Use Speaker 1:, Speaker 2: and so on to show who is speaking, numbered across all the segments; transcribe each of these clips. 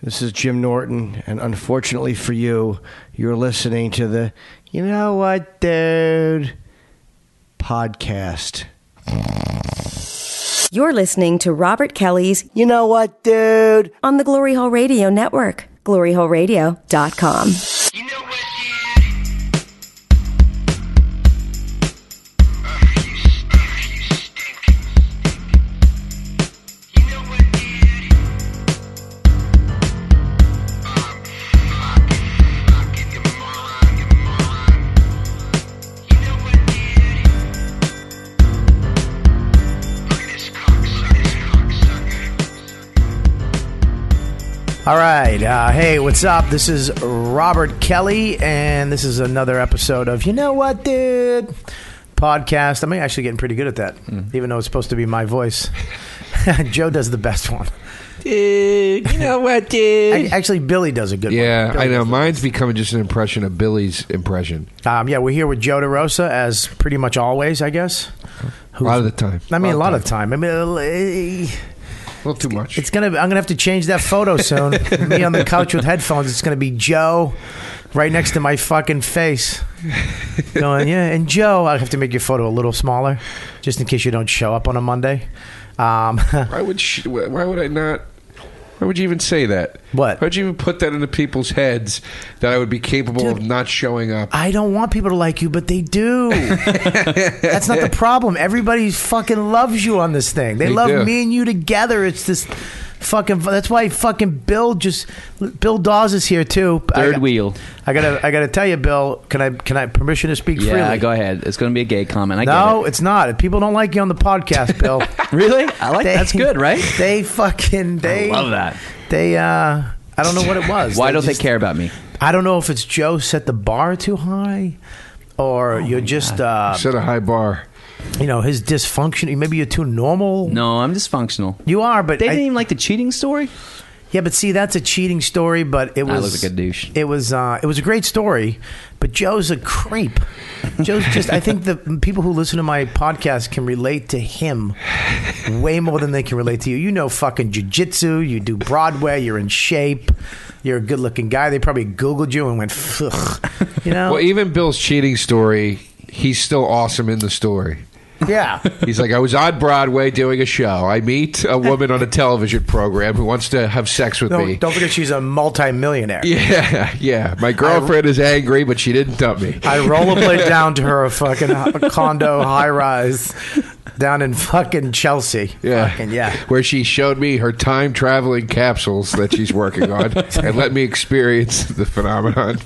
Speaker 1: This is Jim Norton, and unfortunately for you, you're listening to the You Know What, Dude podcast.
Speaker 2: You're listening to Robert Kelly's
Speaker 1: You Know What, Dude?
Speaker 2: on the Glory Hole Radio Network, gloryholeradio.com.
Speaker 3: You know what, dude? Ugh, you, st- ugh, you stink. You know what, dude? Um, fuck, fuck it, you moron, you moron. You know what, dude? Look at this cocksucker, this cocksucker.
Speaker 1: All right. Uh, hey, what's up? This is Robert Kelly, and this is another episode of You Know What, Dude? podcast. I'm actually getting pretty good at that, even though it's supposed to be my voice. Joe does the best one.
Speaker 4: Dude, you know what, dude?
Speaker 1: Ac- Actually, Billy does a good
Speaker 4: Yeah,
Speaker 1: one. Billy
Speaker 4: I know.
Speaker 1: does the-
Speaker 4: Mine's becoming just an impression of Billy's impression
Speaker 1: Um, yeah, we're here with Joe DeRosa, as pretty much always, I guess.
Speaker 4: a lot of the time.
Speaker 1: I mean, a lot of time. I mean, uh,
Speaker 4: a little too much.
Speaker 1: It's gonna. I'm gonna have to change that photo soon. Me on the couch with headphones. It's gonna be Joe, right next to my fucking face. Going yeah, and Joe. I'll have to make your photo a little smaller, just in case you don't show up on a Monday. Um,
Speaker 4: why would she, why would I not? Why would you even say that?
Speaker 1: What?
Speaker 4: Why would you even put that into people's heads that I would be capable of
Speaker 1: Dude.
Speaker 4: not showing up?
Speaker 1: I don't want people to like you, but they do. That's not the problem. Everybody fucking loves you on this thing. They,
Speaker 4: They
Speaker 1: love
Speaker 4: do.
Speaker 1: me and you together. It's this fucking. That's why fucking Bill just Bill Dawes is here too.
Speaker 5: Third
Speaker 1: I,
Speaker 5: wheel.
Speaker 1: I gotta I gotta tell you, Bill. Can I can I permission to speak
Speaker 5: Yeah,
Speaker 1: freely?
Speaker 5: go ahead. It's going to be a gay comment. I
Speaker 1: No,
Speaker 5: get
Speaker 1: it's not. People don't like you on the podcast, Bill.
Speaker 5: it. really. I like
Speaker 1: They-
Speaker 5: that's good, right?
Speaker 1: They fucking they
Speaker 5: love that.
Speaker 1: They uh, I don't know what it was.
Speaker 5: Why don't
Speaker 1: just-
Speaker 5: they care about me?
Speaker 1: I don't know if it's Joe set the bar too high,
Speaker 5: Oh
Speaker 1: or you're just uh,
Speaker 4: Set a high bar.
Speaker 1: you know his dysfunction. Maybe you're too normal.
Speaker 5: No, I'm dysfunctional.
Speaker 1: You are, but
Speaker 5: They
Speaker 1: I-
Speaker 5: didn't even like the cheating story.
Speaker 1: yeah, but see, that's a cheating story. But it
Speaker 5: I
Speaker 1: was
Speaker 5: look like a douche.
Speaker 1: It was uh, it was a great story, but Joe's a creep. Joe's just. I think the people who listen to my podcast can relate to him way more than they can relate to you. You know, fucking jujitsu. You do Broadway. You're in shape. You're a good-looking guy. They probably Googled you and went, Ugh. you know,
Speaker 5: e-
Speaker 4: Well, even Bill's cheating story, he's still awesome in the story.
Speaker 1: yeah.
Speaker 4: He's like, I was on Broadway doing a show. I meet a woman on a television program who wants to have sex with
Speaker 1: No,
Speaker 4: me.
Speaker 1: don't forget she's a multimillionaire.
Speaker 4: Yeah, yeah. My girlfriend is angry, but she didn't dump me.
Speaker 1: I rollerblade down to her fucking uh, condo high rise down in fucking Chelsea.
Speaker 4: Yeah.
Speaker 1: Fucking, yeah.
Speaker 4: Where she showed me her time traveling capsules that she's working on and let me experience the phenomenon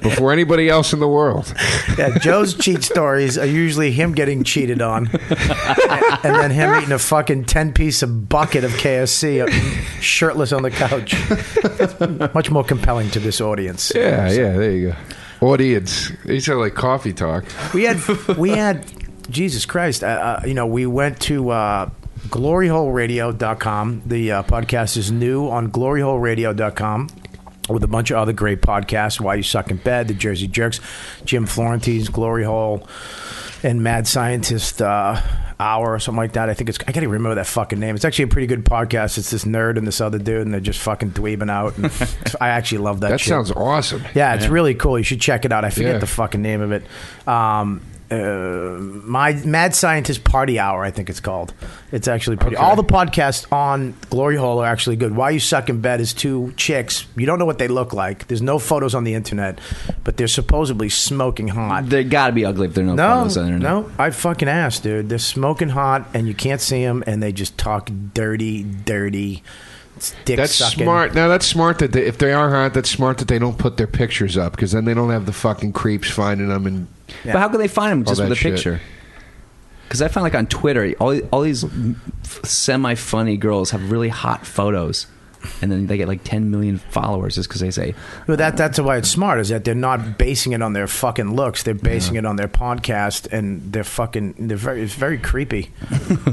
Speaker 4: before anybody else in the world.
Speaker 1: Yeah, Joe's cheat stories are usually him getting cheated on, and then him eating a fucking ten piece of bucket of KFC, uh, shirtless on the couch. Much more compelling to this audience.
Speaker 4: Yeah, yeah, there you go. Audience. These are like coffee talk.
Speaker 1: We had we had Jesus Christ. Uh, uh, you know, we went to uh, gloryholeradio.com. The uh, podcast is new on gloryholeradio.com. With a bunch of other great podcasts, Why You Suck in Bed, The Jersey Jerks, Jim Florentine's Glory Hole, and Mad Scientist uh, Hour or something like that. I think it's I can't even remember that fucking name. It's actually a pretty good podcast. It's this nerd and this other dude, and they're just fucking dweebing out. And I actually love that.
Speaker 4: That
Speaker 1: shit.
Speaker 4: sounds awesome.
Speaker 1: Yeah, it's really cool. You should check it out. I forget
Speaker 4: Yeah.
Speaker 1: the fucking name of it. Um, uh, my Mad Scientist Party Hour, I think it's called. It's actually pretty.
Speaker 4: Okay.
Speaker 1: All the podcasts on Glory Hole are actually good. Why you suck in bed is two chicks. You don't know what they look like. There's no photos on the internet, but they're supposedly smoking hot.
Speaker 5: Ah, They got to be ugly if they're no,
Speaker 1: No,
Speaker 5: photos on the internet.
Speaker 1: no, I fucking asked, dude. They're smoking hot, and you can't see them, and they just talk dirty, dirty, dick
Speaker 4: That's
Speaker 1: sucking.
Speaker 4: smart. Now that's smart that they, if they are hot, that's smart that they don't put their pictures up because then they don't have the fucking creeps finding them. And
Speaker 5: But how could they find them just
Speaker 4: that
Speaker 5: with a
Speaker 4: shit.
Speaker 5: picture? Because I find like on Twitter, all all these semi funny girls have really hot photos, and then they get like 10 million followers just because they say,
Speaker 1: Well, that that's why it's smart is that they're not basing it on their fucking looks. They're basing it on their podcast, and they're fucking. They're very. It's very creepy.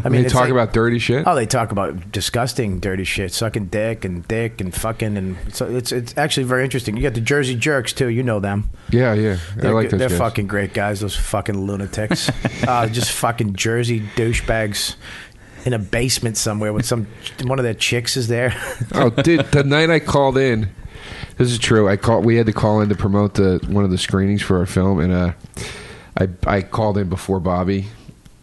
Speaker 1: I
Speaker 4: they
Speaker 1: it's
Speaker 4: talk
Speaker 1: like-
Speaker 4: about dirty shit.
Speaker 1: Oh, they talk about disgusting, dirty shit, sucking dick and dick and fucking, and so it's it's actually very interesting. You got the Jersey Jerks too. You know them.
Speaker 4: yeah, yeah. I
Speaker 1: They're
Speaker 4: like
Speaker 1: good-
Speaker 4: those
Speaker 1: They're
Speaker 4: guys.
Speaker 1: fucking great guys. Those fucking lunatics, uh, just fucking Jersey douchebags. in a basement somewhere with some one of their chicks is there.
Speaker 4: oh, dude, the night I called in, this is true. I called. We had to call in to promote the one of the screenings for our film, and uh, I I called in before Bobby,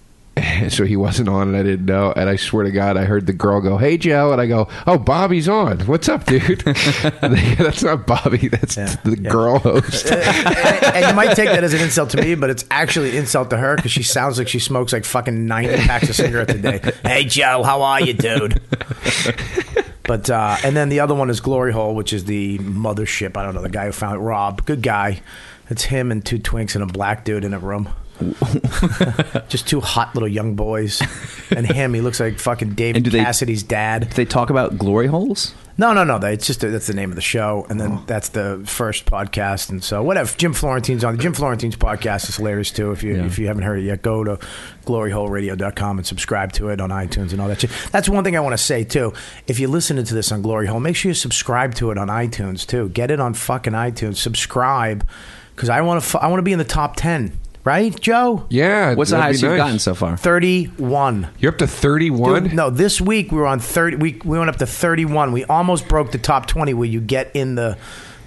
Speaker 4: so he wasn't on, and I didn't know. And I swear to God, I heard the girl go, "Hey, Joe," and I go, "Oh, Bobby's on. What's up, dude?" that's not Bobby. That's
Speaker 1: Yeah,
Speaker 4: the
Speaker 1: yeah.
Speaker 4: girl host.
Speaker 1: and, and you might take that as an insult to me, but it's actually an insult to her because she sounds like she smokes like fucking 90 packs of cigarettes a day. Hey, Joe, how are you, dude? But uh, and then the other one is Glory Hole, which is the mothership. I don't know the guy who found it. Rob, good guy. It's him and two twinks and a black dude in a room. Just two hot little young boys, and him. He looks like fucking David
Speaker 5: And do they-
Speaker 1: Cassidy's dad.
Speaker 5: They talk about glory holes.
Speaker 1: No, no, no. that- It's just that's the name of the show, and then that's the first podcast, and so whatever. Jim Florentine's on the Jim Florentine's podcast is hilarious too. If you
Speaker 5: Yeah.
Speaker 1: if you haven't heard it yet, go to gloryholeradio.com and subscribe to it on iTunes and all that shit. That's one thing I want to say too. If you're listening to this on Glory Hole, make sure you subscribe to it on iTunes too. Get it on fucking iTunes. Subscribe because I want to. F- I want to be in the top ten. Right, Joe?
Speaker 4: Yeah,
Speaker 5: What's the
Speaker 4: Uh, that'd be
Speaker 5: highest you've
Speaker 4: nice.
Speaker 5: gotten so far?
Speaker 1: Thirty-one.
Speaker 4: You're up to thirty-one.
Speaker 1: Dude, no, this week we were on thirty. We we went up to thirty-one. We almost broke the top twenty, where you get in the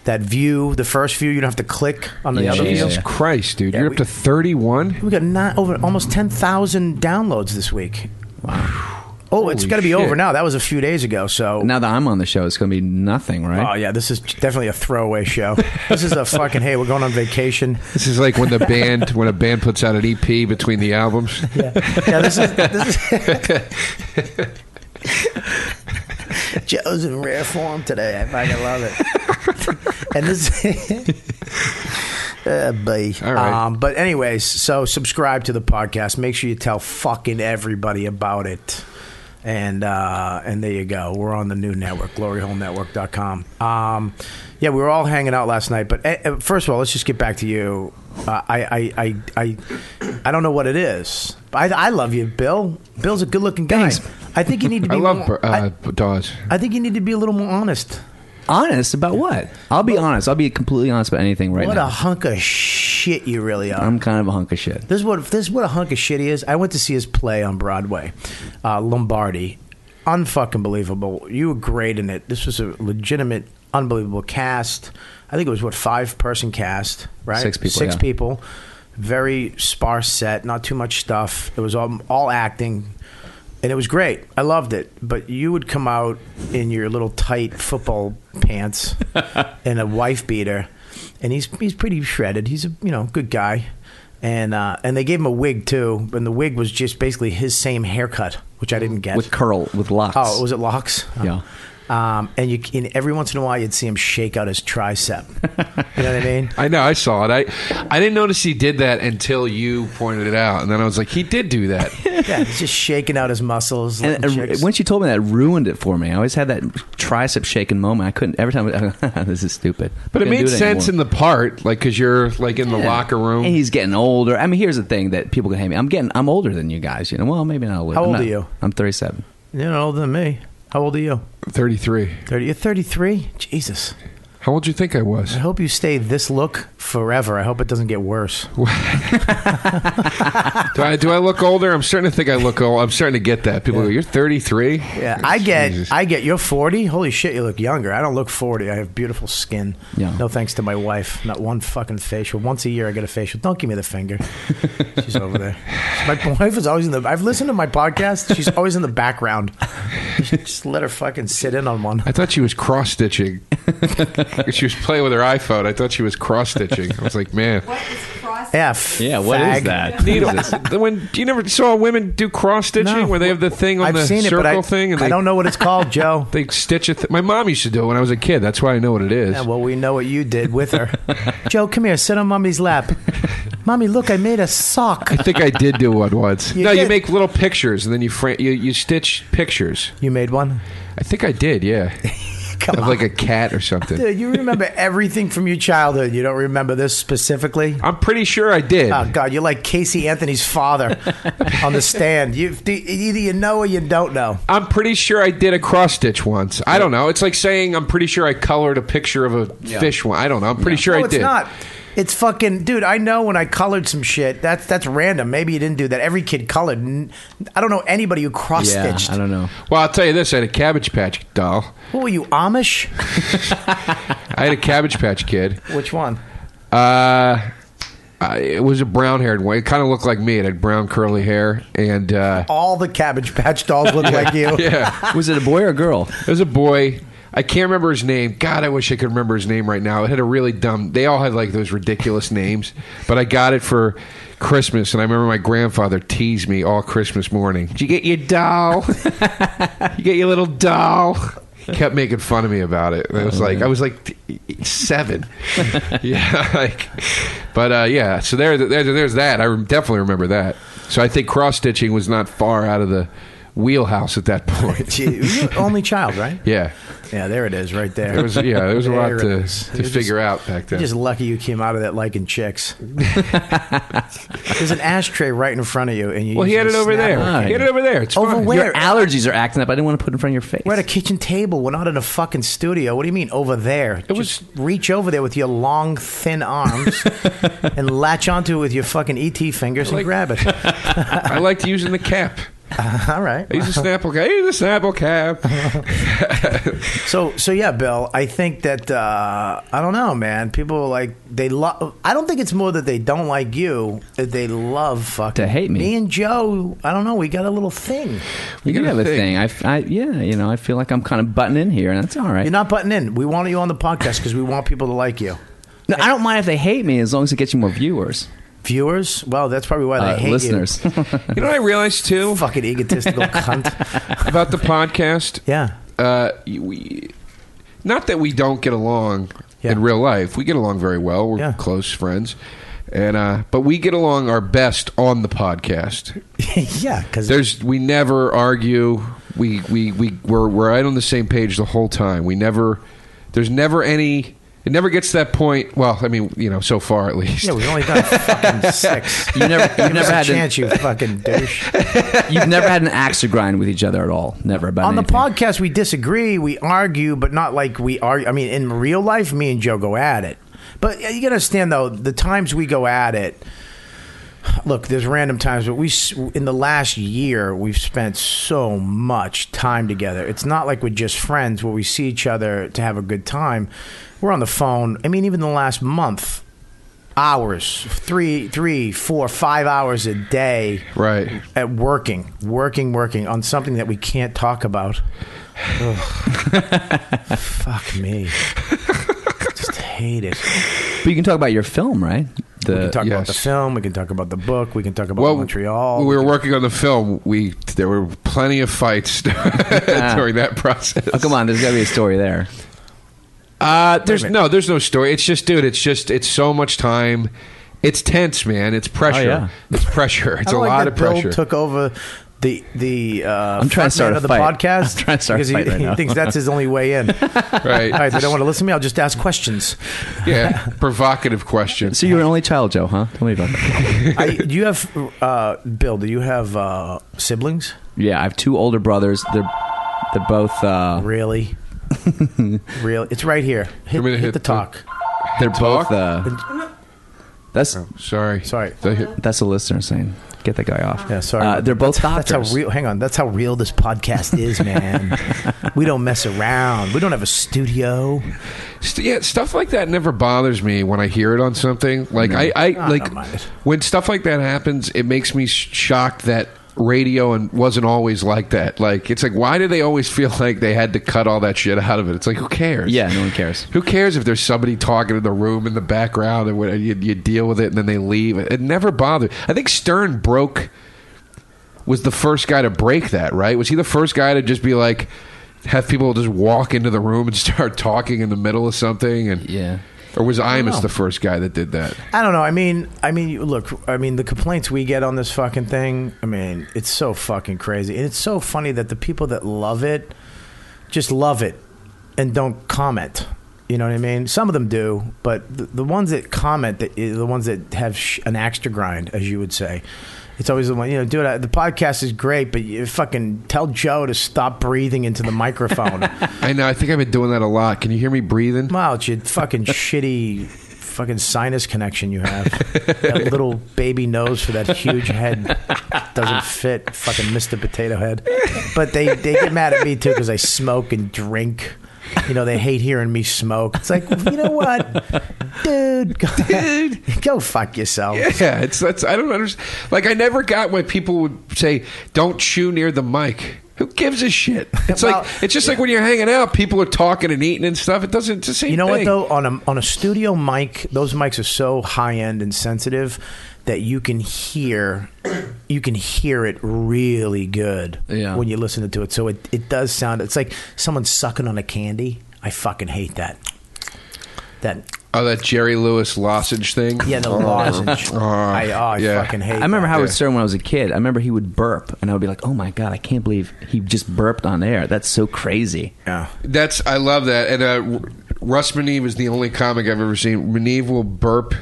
Speaker 1: that view, the first view. You don't have to click on the
Speaker 5: Yeah,
Speaker 1: other
Speaker 5: yeah,
Speaker 1: view.
Speaker 4: Jesus
Speaker 5: yeah.
Speaker 4: Christ, dude!
Speaker 1: Yeah,
Speaker 4: You're
Speaker 1: we-
Speaker 4: up to thirty-one.
Speaker 1: We got nine, over almost ten thousand downloads this week. Wow. Oh, it's
Speaker 4: Holy
Speaker 1: got to be
Speaker 4: shit.
Speaker 1: over now. That was a few days ago. So.
Speaker 5: Now that I'm on the show, it's going to be nothing,
Speaker 1: Oh
Speaker 5: right?
Speaker 1: yeah, this is definitely a throwaway show. this is a fucking hey, we're going on vacation.
Speaker 4: This is like when the band when a band puts out an EP between the albums.
Speaker 1: Yeah, this is this is Joe's in rare form today. I fucking love it. and this, uh, buddy.
Speaker 4: All right.
Speaker 1: Um, but anyways, so subscribe to the podcast. Make sure you tell fucking everybody about it. And uh, and there you go. We're on the new network, gloryholenetwork.com. Um, yeah, we were all hanging out last night. But eh, eh, first of all, let's just get back to you. Uh, I, I, I I I don't know what it is. I, I love you, Bill. Bill's a good looking guy.
Speaker 5: Thanks.
Speaker 1: I think you need to be.
Speaker 4: I love
Speaker 1: more,
Speaker 4: uh,
Speaker 1: I-
Speaker 4: Dawes.
Speaker 1: I think you need to be a little more honest.
Speaker 5: Honest about what? I'll be honest. I'll be completely honest about anything right
Speaker 1: what
Speaker 5: now.
Speaker 1: a hunk of shit you really are.
Speaker 5: I'm kind of a hunk of shit.
Speaker 1: this is what this is what a hunk of shit he is. I went to see his play on Broadway, uh, Lombardi. Unfucking believable. You were great in it. This was a legitimate, unbelievable cast. I think it was what five person cast, right?
Speaker 5: Six people,
Speaker 1: Six
Speaker 5: yeah.
Speaker 1: people. Very sparse set. Not too much stuff. It was all all acting. And it was great. I loved it. But you would come out in your little tight football pants and a wife beater, and he's he's pretty shredded. He's a you know good guy, and uh, and they gave him a wig too, and the wig was just basically his same haircut, which I didn't get.
Speaker 5: With curl, with locks.
Speaker 1: oh, was it locks? Oh.
Speaker 5: Yeah.
Speaker 1: Um, and you and every once in a while you'd see him shake out his tricep. you know what I mean?
Speaker 4: I know. I saw it. I I didn't notice he did that until you pointed it out, and then I was like, he did do that.
Speaker 1: Yeah, he's just shaking out his muscles.
Speaker 5: And,
Speaker 1: letting
Speaker 5: and
Speaker 1: chicks-
Speaker 5: once you told me that, it ruined it for me. I always had that tricep shaking moment. I couldn't every time. this is stupid.
Speaker 4: But it made sense in the part, like because you're like in the locker room.
Speaker 5: And he's getting older. I mean, here's the thing that people can hate me. I'm getting. I'm older than you guys. You know. Well, maybe not. Older.
Speaker 1: How
Speaker 5: I'm
Speaker 1: old
Speaker 5: not-
Speaker 1: are you?
Speaker 5: I'm 37.
Speaker 1: You're older than me. How old are you?
Speaker 4: 33.
Speaker 1: Thirty. You're thirty-three. Jesus.
Speaker 4: How old do you think I was?
Speaker 1: I hope you stay this look forever. I hope it doesn't get worse.
Speaker 4: Do I do I look older? I'm starting to think I look old. I'm starting to get that. People go, you're 33.
Speaker 1: Yeah, I get,
Speaker 4: Jesus.
Speaker 1: I get. You're 40. Holy shit, you look younger. I don't look 40. I have beautiful skin.
Speaker 5: Yeah.
Speaker 1: No thanks to my wife. Not one fucking facial. Once a year, I get a facial. Don't give me the finger. She's over there. My wife is always in the. I've listened to my podcast. She's always in the background. Just let her fucking sit in on one.
Speaker 4: I thought she was cross stitching. she was playing with her iPhone. I thought she was cross stitching. I was like, man.
Speaker 6: What is cross?
Speaker 1: F.
Speaker 5: What
Speaker 1: fag.
Speaker 5: is that?
Speaker 4: Needle. when you never saw women do cross stitching,
Speaker 1: No.
Speaker 4: where they have the thing on
Speaker 1: I've
Speaker 4: the
Speaker 1: seen it,
Speaker 4: circle
Speaker 1: but I,
Speaker 4: thing, and they,
Speaker 1: I don't know what it's called, Joe.
Speaker 4: They stitch it. Th- My mom used to do it when I was a kid. That's why I know what it is.
Speaker 1: Yeah, well, we know what you did with her. Joe, come here. Sit on mommy's lap. Mommy, look, I made a sock.
Speaker 4: I think I did do one once.
Speaker 1: You
Speaker 4: no, you
Speaker 1: did.
Speaker 4: make little pictures and then you fra- you you stitch pictures.
Speaker 1: You made one?
Speaker 4: I think I did. Yeah,
Speaker 1: Come
Speaker 4: of
Speaker 1: on.
Speaker 4: like a cat or something.
Speaker 1: Dude, you remember everything from your childhood. You don't remember this specifically?
Speaker 4: I'm pretty sure I did.
Speaker 1: Oh God, you're like Casey Anthony's father on the stand. You d- either you know or you don't know.
Speaker 4: I'm pretty sure I did a cross stitch once. I don't know. It's like saying I'm pretty sure I colored a picture of a fish one. I don't know. I'm pretty sure
Speaker 1: no,
Speaker 4: I
Speaker 1: it's
Speaker 4: did.
Speaker 1: not. It's fucking, dude. I know when I colored some shit. That's that's random. Maybe you didn't do that. Every kid colored. N- I don't know anybody who cross
Speaker 5: yeah,
Speaker 1: stitched.
Speaker 5: I don't know.
Speaker 4: Well, I'll tell you this: I had a Cabbage Patch doll.
Speaker 1: What were you Amish?
Speaker 4: I had a Cabbage Patch kid.
Speaker 1: Which one?
Speaker 4: Uh, I, it was a brown-haired one. It kind of looked like me. It had brown curly hair, and uh,
Speaker 1: All the Cabbage Patch dolls look like you.
Speaker 4: yeah,
Speaker 5: Was it a boy or a girl?
Speaker 4: it was a boy. I can't remember his name. God, I wish I could remember his name right now. It had a really dumb. They all had like those ridiculous names, but I got it for Christmas, and I remember my grandfather teased me all Christmas morning. Did you get your doll? you get your little doll. He kept making fun of me about it. And I was like, I was like t- seven. yeah, like, but uh, yeah. So there, there, there's that. I rem- definitely remember that. So I think cross stitching was not far out of the wheelhouse at that point.
Speaker 1: Gee, you were only child, right?
Speaker 4: yeah,
Speaker 1: Yeah, there it is, right there.
Speaker 4: there was yeah, there was a lot
Speaker 1: There it
Speaker 4: to,
Speaker 1: is.
Speaker 4: to
Speaker 1: You're just-
Speaker 4: figure out back
Speaker 1: You're
Speaker 4: then.
Speaker 1: just lucky you came out of that liking chicks. There's an ashtray right in front of you, and you.
Speaker 4: well, he
Speaker 1: usually
Speaker 4: had it over
Speaker 1: snap
Speaker 4: there.
Speaker 1: on
Speaker 5: Alright.
Speaker 4: He had it over there. It's
Speaker 1: Over
Speaker 4: fine.
Speaker 1: where?
Speaker 5: Your allergies are acting up. I didn't want to put it in front of your face.
Speaker 1: We're at a kitchen table. We're not in a fucking studio. What do you mean over there? It
Speaker 4: was-
Speaker 1: reach over there with your long, thin arms and latch onto it with your fucking ET fingers and
Speaker 4: Like-
Speaker 1: grab it.
Speaker 4: I liked using the cap.
Speaker 1: All right.
Speaker 4: I used a Snapple cap. I used a Snapple cap.
Speaker 1: So, so yeah, Bill. I think that uh, I don't know, man. People are like they love. I don't think it's more that they don't like you. That they love fucking
Speaker 5: To hate me.
Speaker 1: Me and Joe. I don't know. We got a little thing.
Speaker 5: you
Speaker 4: got
Speaker 5: do
Speaker 4: a
Speaker 5: have a
Speaker 4: thing.
Speaker 5: thing. I f I yeah, you know, I feel like I'm kind of butting in here, and that's all right.
Speaker 1: You're not butting in. We want you on the podcast because we want people to like you.
Speaker 5: No, I don't mind if they hate me as long as it gets you more viewers,
Speaker 1: Viewers. Well, that's probably why they
Speaker 5: uh,
Speaker 1: hate you.
Speaker 5: listeners.
Speaker 4: You know what I realized too
Speaker 1: Fucking egotistical cunt.
Speaker 4: about the podcast?
Speaker 1: Yeah.
Speaker 4: uh, we, not that we don't get along
Speaker 1: Yeah.
Speaker 4: in real life. We get along very well. We're
Speaker 1: Yeah.
Speaker 4: close friends, and uh, but we get along our best on the podcast.
Speaker 1: yeah. Because
Speaker 4: There's we never argue. We we we we're, we're right on the same page the whole time. We never there's never any. It never gets to that point. Well, I mean, you know, so far at least.
Speaker 1: yeah, we've only done fucking six.
Speaker 5: You never, you've
Speaker 1: Never
Speaker 5: never
Speaker 1: a
Speaker 5: had
Speaker 1: chance,
Speaker 5: an,
Speaker 1: you fucking douche.
Speaker 5: you've never had an axe to grind with each other at all. Never about
Speaker 1: on the
Speaker 5: anything.
Speaker 1: podcast we disagree we argue but not like we argue i mean in real life me and joe go at it but you gotta understand though the times we go at it look there's random times but we s- in the last year we've spent so much time together it's not like we're just friends where we see each other to have a good time we're on the phone i mean even the last month hours three three four five hours a day
Speaker 4: Right.
Speaker 1: at working, working, working on something that we can't talk about. Ugh. Fuck me. Just hate it.
Speaker 5: But you can talk about your film, right? The,
Speaker 1: We can talk about
Speaker 4: yes.
Speaker 1: the film. We can talk about the book. We can talk about
Speaker 4: Well,
Speaker 1: Montreal.
Speaker 4: When we were working on the film, we there were plenty of fights during that process.
Speaker 5: oh, come on, there's got to be a story there.
Speaker 4: Uh, there's
Speaker 1: Wait a minute.
Speaker 4: no, there's no story. It's just, dude. It's just, it's so much time. It's tense, man. It's pressure.
Speaker 5: yeah.
Speaker 4: It's pressure.
Speaker 1: Oh, I
Speaker 4: It's a
Speaker 1: don't like
Speaker 4: lot
Speaker 1: that
Speaker 4: of pressure.
Speaker 1: Bill took over the the. Uh,
Speaker 5: I'm trying to
Speaker 1: front
Speaker 5: start
Speaker 1: man
Speaker 5: a
Speaker 1: of the
Speaker 5: fight.
Speaker 1: podcast.
Speaker 5: I'm trying to start a
Speaker 1: because he,
Speaker 5: fight right
Speaker 1: he
Speaker 5: now.
Speaker 1: thinks that's his only way in.
Speaker 4: right?
Speaker 1: All right, they don't want to listen to me. I'll just ask questions.
Speaker 4: yeah. Provocative question.
Speaker 5: So you're an only child, Joe, huh? Tell me about that.
Speaker 1: I, do you have uh, Bill? Do you have uh, siblings?
Speaker 5: yeah, I have two older brothers. They're they're both uh,
Speaker 1: Really? really? It's right here. Hit,
Speaker 4: want me to
Speaker 1: hit,
Speaker 4: hit
Speaker 1: the
Speaker 4: the-
Speaker 1: talk.
Speaker 5: they're
Speaker 4: Talk?
Speaker 5: both. Uh, that's
Speaker 4: Sorry.
Speaker 1: Sorry.
Speaker 4: The-
Speaker 5: that's a listener saying, "Get that guy off."
Speaker 1: Yeah, sorry.
Speaker 5: Uh, they're both
Speaker 1: That's
Speaker 5: doctors.
Speaker 1: how real. Hang on. That's how real this podcast is, man. we don't mess around. We don't have a studio.
Speaker 4: St- yeah, stuff like that never bothers me when I hear it on something. Like I, I
Speaker 1: Mm-hmm. I
Speaker 4: like
Speaker 1: don't mind it.
Speaker 4: when stuff like that happens, it makes me sh- shocked that radio and wasn't always like that. Like it's like why do they always feel like they had to cut all that shit out of it? It's like who cares?
Speaker 5: Yeah, no one cares.
Speaker 4: Who cares if there's somebody talking in the room in the background and what- you, you deal with it and then they leave? It, it never bothered. I think Stern broke was the first guy to break that, right? Was he the first guy to just be like have people just walk into the room and start talking in the middle of something and
Speaker 5: Yeah.
Speaker 4: Or was Imus
Speaker 1: know.
Speaker 4: the first guy that did that?
Speaker 1: I don't know. I mean, I mean, you- look. I mean, the complaints we get on this fucking thing. I mean, it's so fucking crazy, and it's so funny that the people that love it just love it and don't comment. You know what I mean? Some of them do, but the, the ones that comment, the, eh, the ones that have sh- an axe to grind, as you would say, it's always the one. You know, dude, I, the podcast is great, but you fucking tell Joe to stop breathing into the microphone.
Speaker 4: I know. I think I've been doing that a lot. Can you hear me breathing?
Speaker 1: Wow, it's your fucking shitty fucking sinus connection you have. that little baby nose for that huge head doesn't fit. Fucking Mr. Potato Head. But they, they get mad at me too because I smoke and drink. You know, they hate hearing me smoke. It's like, you know what? Dude, go, Dude. go fuck yourself.
Speaker 4: Yeah, it's that's I don't understand. Like I never got why people would say don't chew near the mic. Who gives a shit? It's
Speaker 1: Well,
Speaker 4: like it's just like when you're hanging out, people are talking and eating and stuff. It doesn't. It's the same
Speaker 1: You know what
Speaker 4: thing.
Speaker 1: though? On a on a studio mic, those mics are so high end and sensitive that you can hear you can hear it really good
Speaker 5: Yeah.
Speaker 1: when you listen to it. So it, it does sound it's like someone sucking on a candy. I fucking hate that. That
Speaker 4: Oh, that Jerry Lewis lozenge thing. Oh.
Speaker 1: yeah, the lozenge. I oh, I
Speaker 4: yeah.
Speaker 1: fucking hate.
Speaker 5: I remember
Speaker 1: that.
Speaker 5: Howard
Speaker 4: Yeah.
Speaker 5: Stern when I was a kid. I remember he would burp, and I would be like, "Oh my god, I can't believe he just burped on air. That's so crazy."
Speaker 1: Yeah.
Speaker 4: That's I love that. And uh, R- Russ Maneve is the only comic I've ever seen. Maneve will burp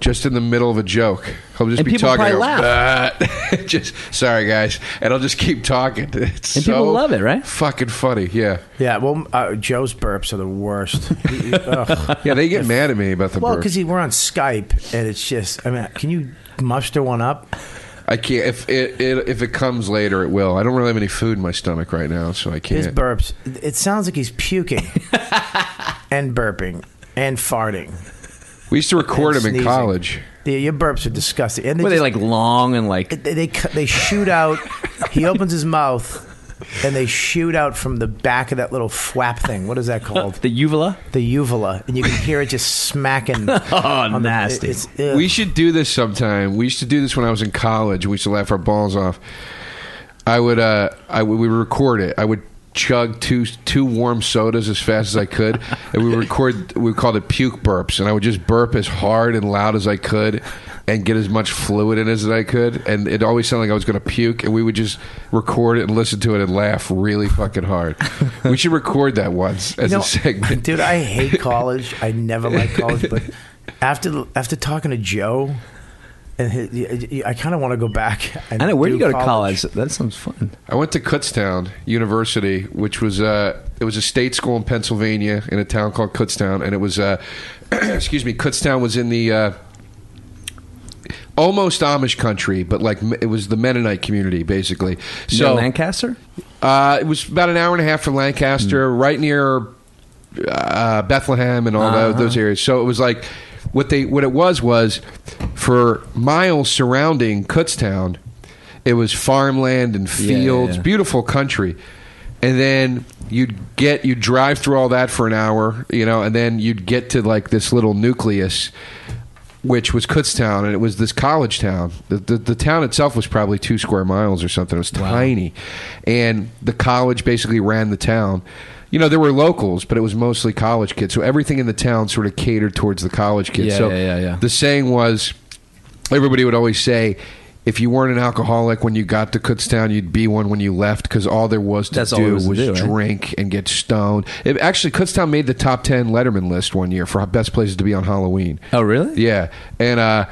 Speaker 4: just in the middle of a joke. He'll just
Speaker 5: And
Speaker 4: be
Speaker 5: people
Speaker 4: talking.
Speaker 5: probably
Speaker 4: he'll,
Speaker 5: laugh.
Speaker 4: "Ah." just sorry guys, and I'll just keep talking. It's
Speaker 5: And
Speaker 4: so
Speaker 5: people love it, right?
Speaker 4: Fucking funny. Yeah,
Speaker 1: Yeah, well, uh, Joe's burps are the worst. Ugh.
Speaker 4: yeah. They get mad at me about the
Speaker 1: Well,
Speaker 4: burp.
Speaker 1: because we're on Skype, and it's just, I mean, can you muster one up?
Speaker 4: I can't. If it, it if it comes later, it will. I don't really have any food in my stomach right now, so I can't.
Speaker 1: His burps. It sounds like he's puking and burping and farting.
Speaker 4: we used to record
Speaker 1: and
Speaker 4: him in
Speaker 1: sneezing.
Speaker 4: college.
Speaker 1: The, your burps are disgusting. And they,
Speaker 5: Were they
Speaker 1: just-
Speaker 5: like long and like?
Speaker 1: they, they cu- they shoot out. he opens his mouth and they shoot out from the back of that little flap thing. What is that called?
Speaker 5: The uvula?
Speaker 1: the uvula, and you can hear it just smacking. on the-
Speaker 5: nasty.
Speaker 1: it's- ugh.
Speaker 4: We should do this sometime. We used to do this when I was in college. We used to laugh our balls off. I would, uh, I would, we would record it. I would chug two two warm sodas as fast as I could, and we would record. We called it puke burps, and I would just burp as hard and loud as I could, and get as much fluid in as I could, and it always sounded like I was going to puke. And we would just record it and listen to it and laugh really fucking hard. we should record that once as
Speaker 1: You
Speaker 4: a segment.
Speaker 1: Dude, I hate college. I never liked college, but after after talking to Joe, and his, I kind of want to go back. And
Speaker 5: I know. Where do you go to
Speaker 1: college?
Speaker 5: college? That sounds fun.
Speaker 4: I went to Kutztown University, which was uh, it was a state school in Pennsylvania in a town called Kutztown, and it was uh, excuse me, Kutztown was in the uh, almost Amish country, but like it was the Mennonite community basically.
Speaker 5: So
Speaker 4: So
Speaker 5: Lancaster.
Speaker 4: uh, it was about an hour and a half from
Speaker 5: Hmm.
Speaker 4: Lancaster, right near uh, Bethlehem and all tho- those
Speaker 5: Uh-huh.
Speaker 4: areas. So it was like what they what it was was for miles surrounding Kutztown, it was farmland and
Speaker 5: Yeah, yeah,
Speaker 4: fields,
Speaker 5: yeah.
Speaker 4: beautiful country. And then you'd get you'd drive through all that for an hour, you know, and then you'd get to like this little nucleus which was Kutztown, and it was this college town. The, the, the town itself was probably two square miles or something. It was tiny, and the college basically ran the town. You know, there were locals, but it was mostly college kids. So everything in the town sort of catered towards the college kids.
Speaker 5: Yeah,
Speaker 4: so
Speaker 5: yeah, yeah, yeah.
Speaker 4: the saying was, everybody would always say. If you weren't an alcoholic when you got to Kutztown, you'd be one when you left because all there was to
Speaker 5: That's all
Speaker 4: do
Speaker 5: there was to do, right?
Speaker 4: drink and get stoned. It, actually, Kutztown made the top ten Letterman list one year for best places to be on Halloween.
Speaker 5: Oh, really?
Speaker 4: Yeah, and uh,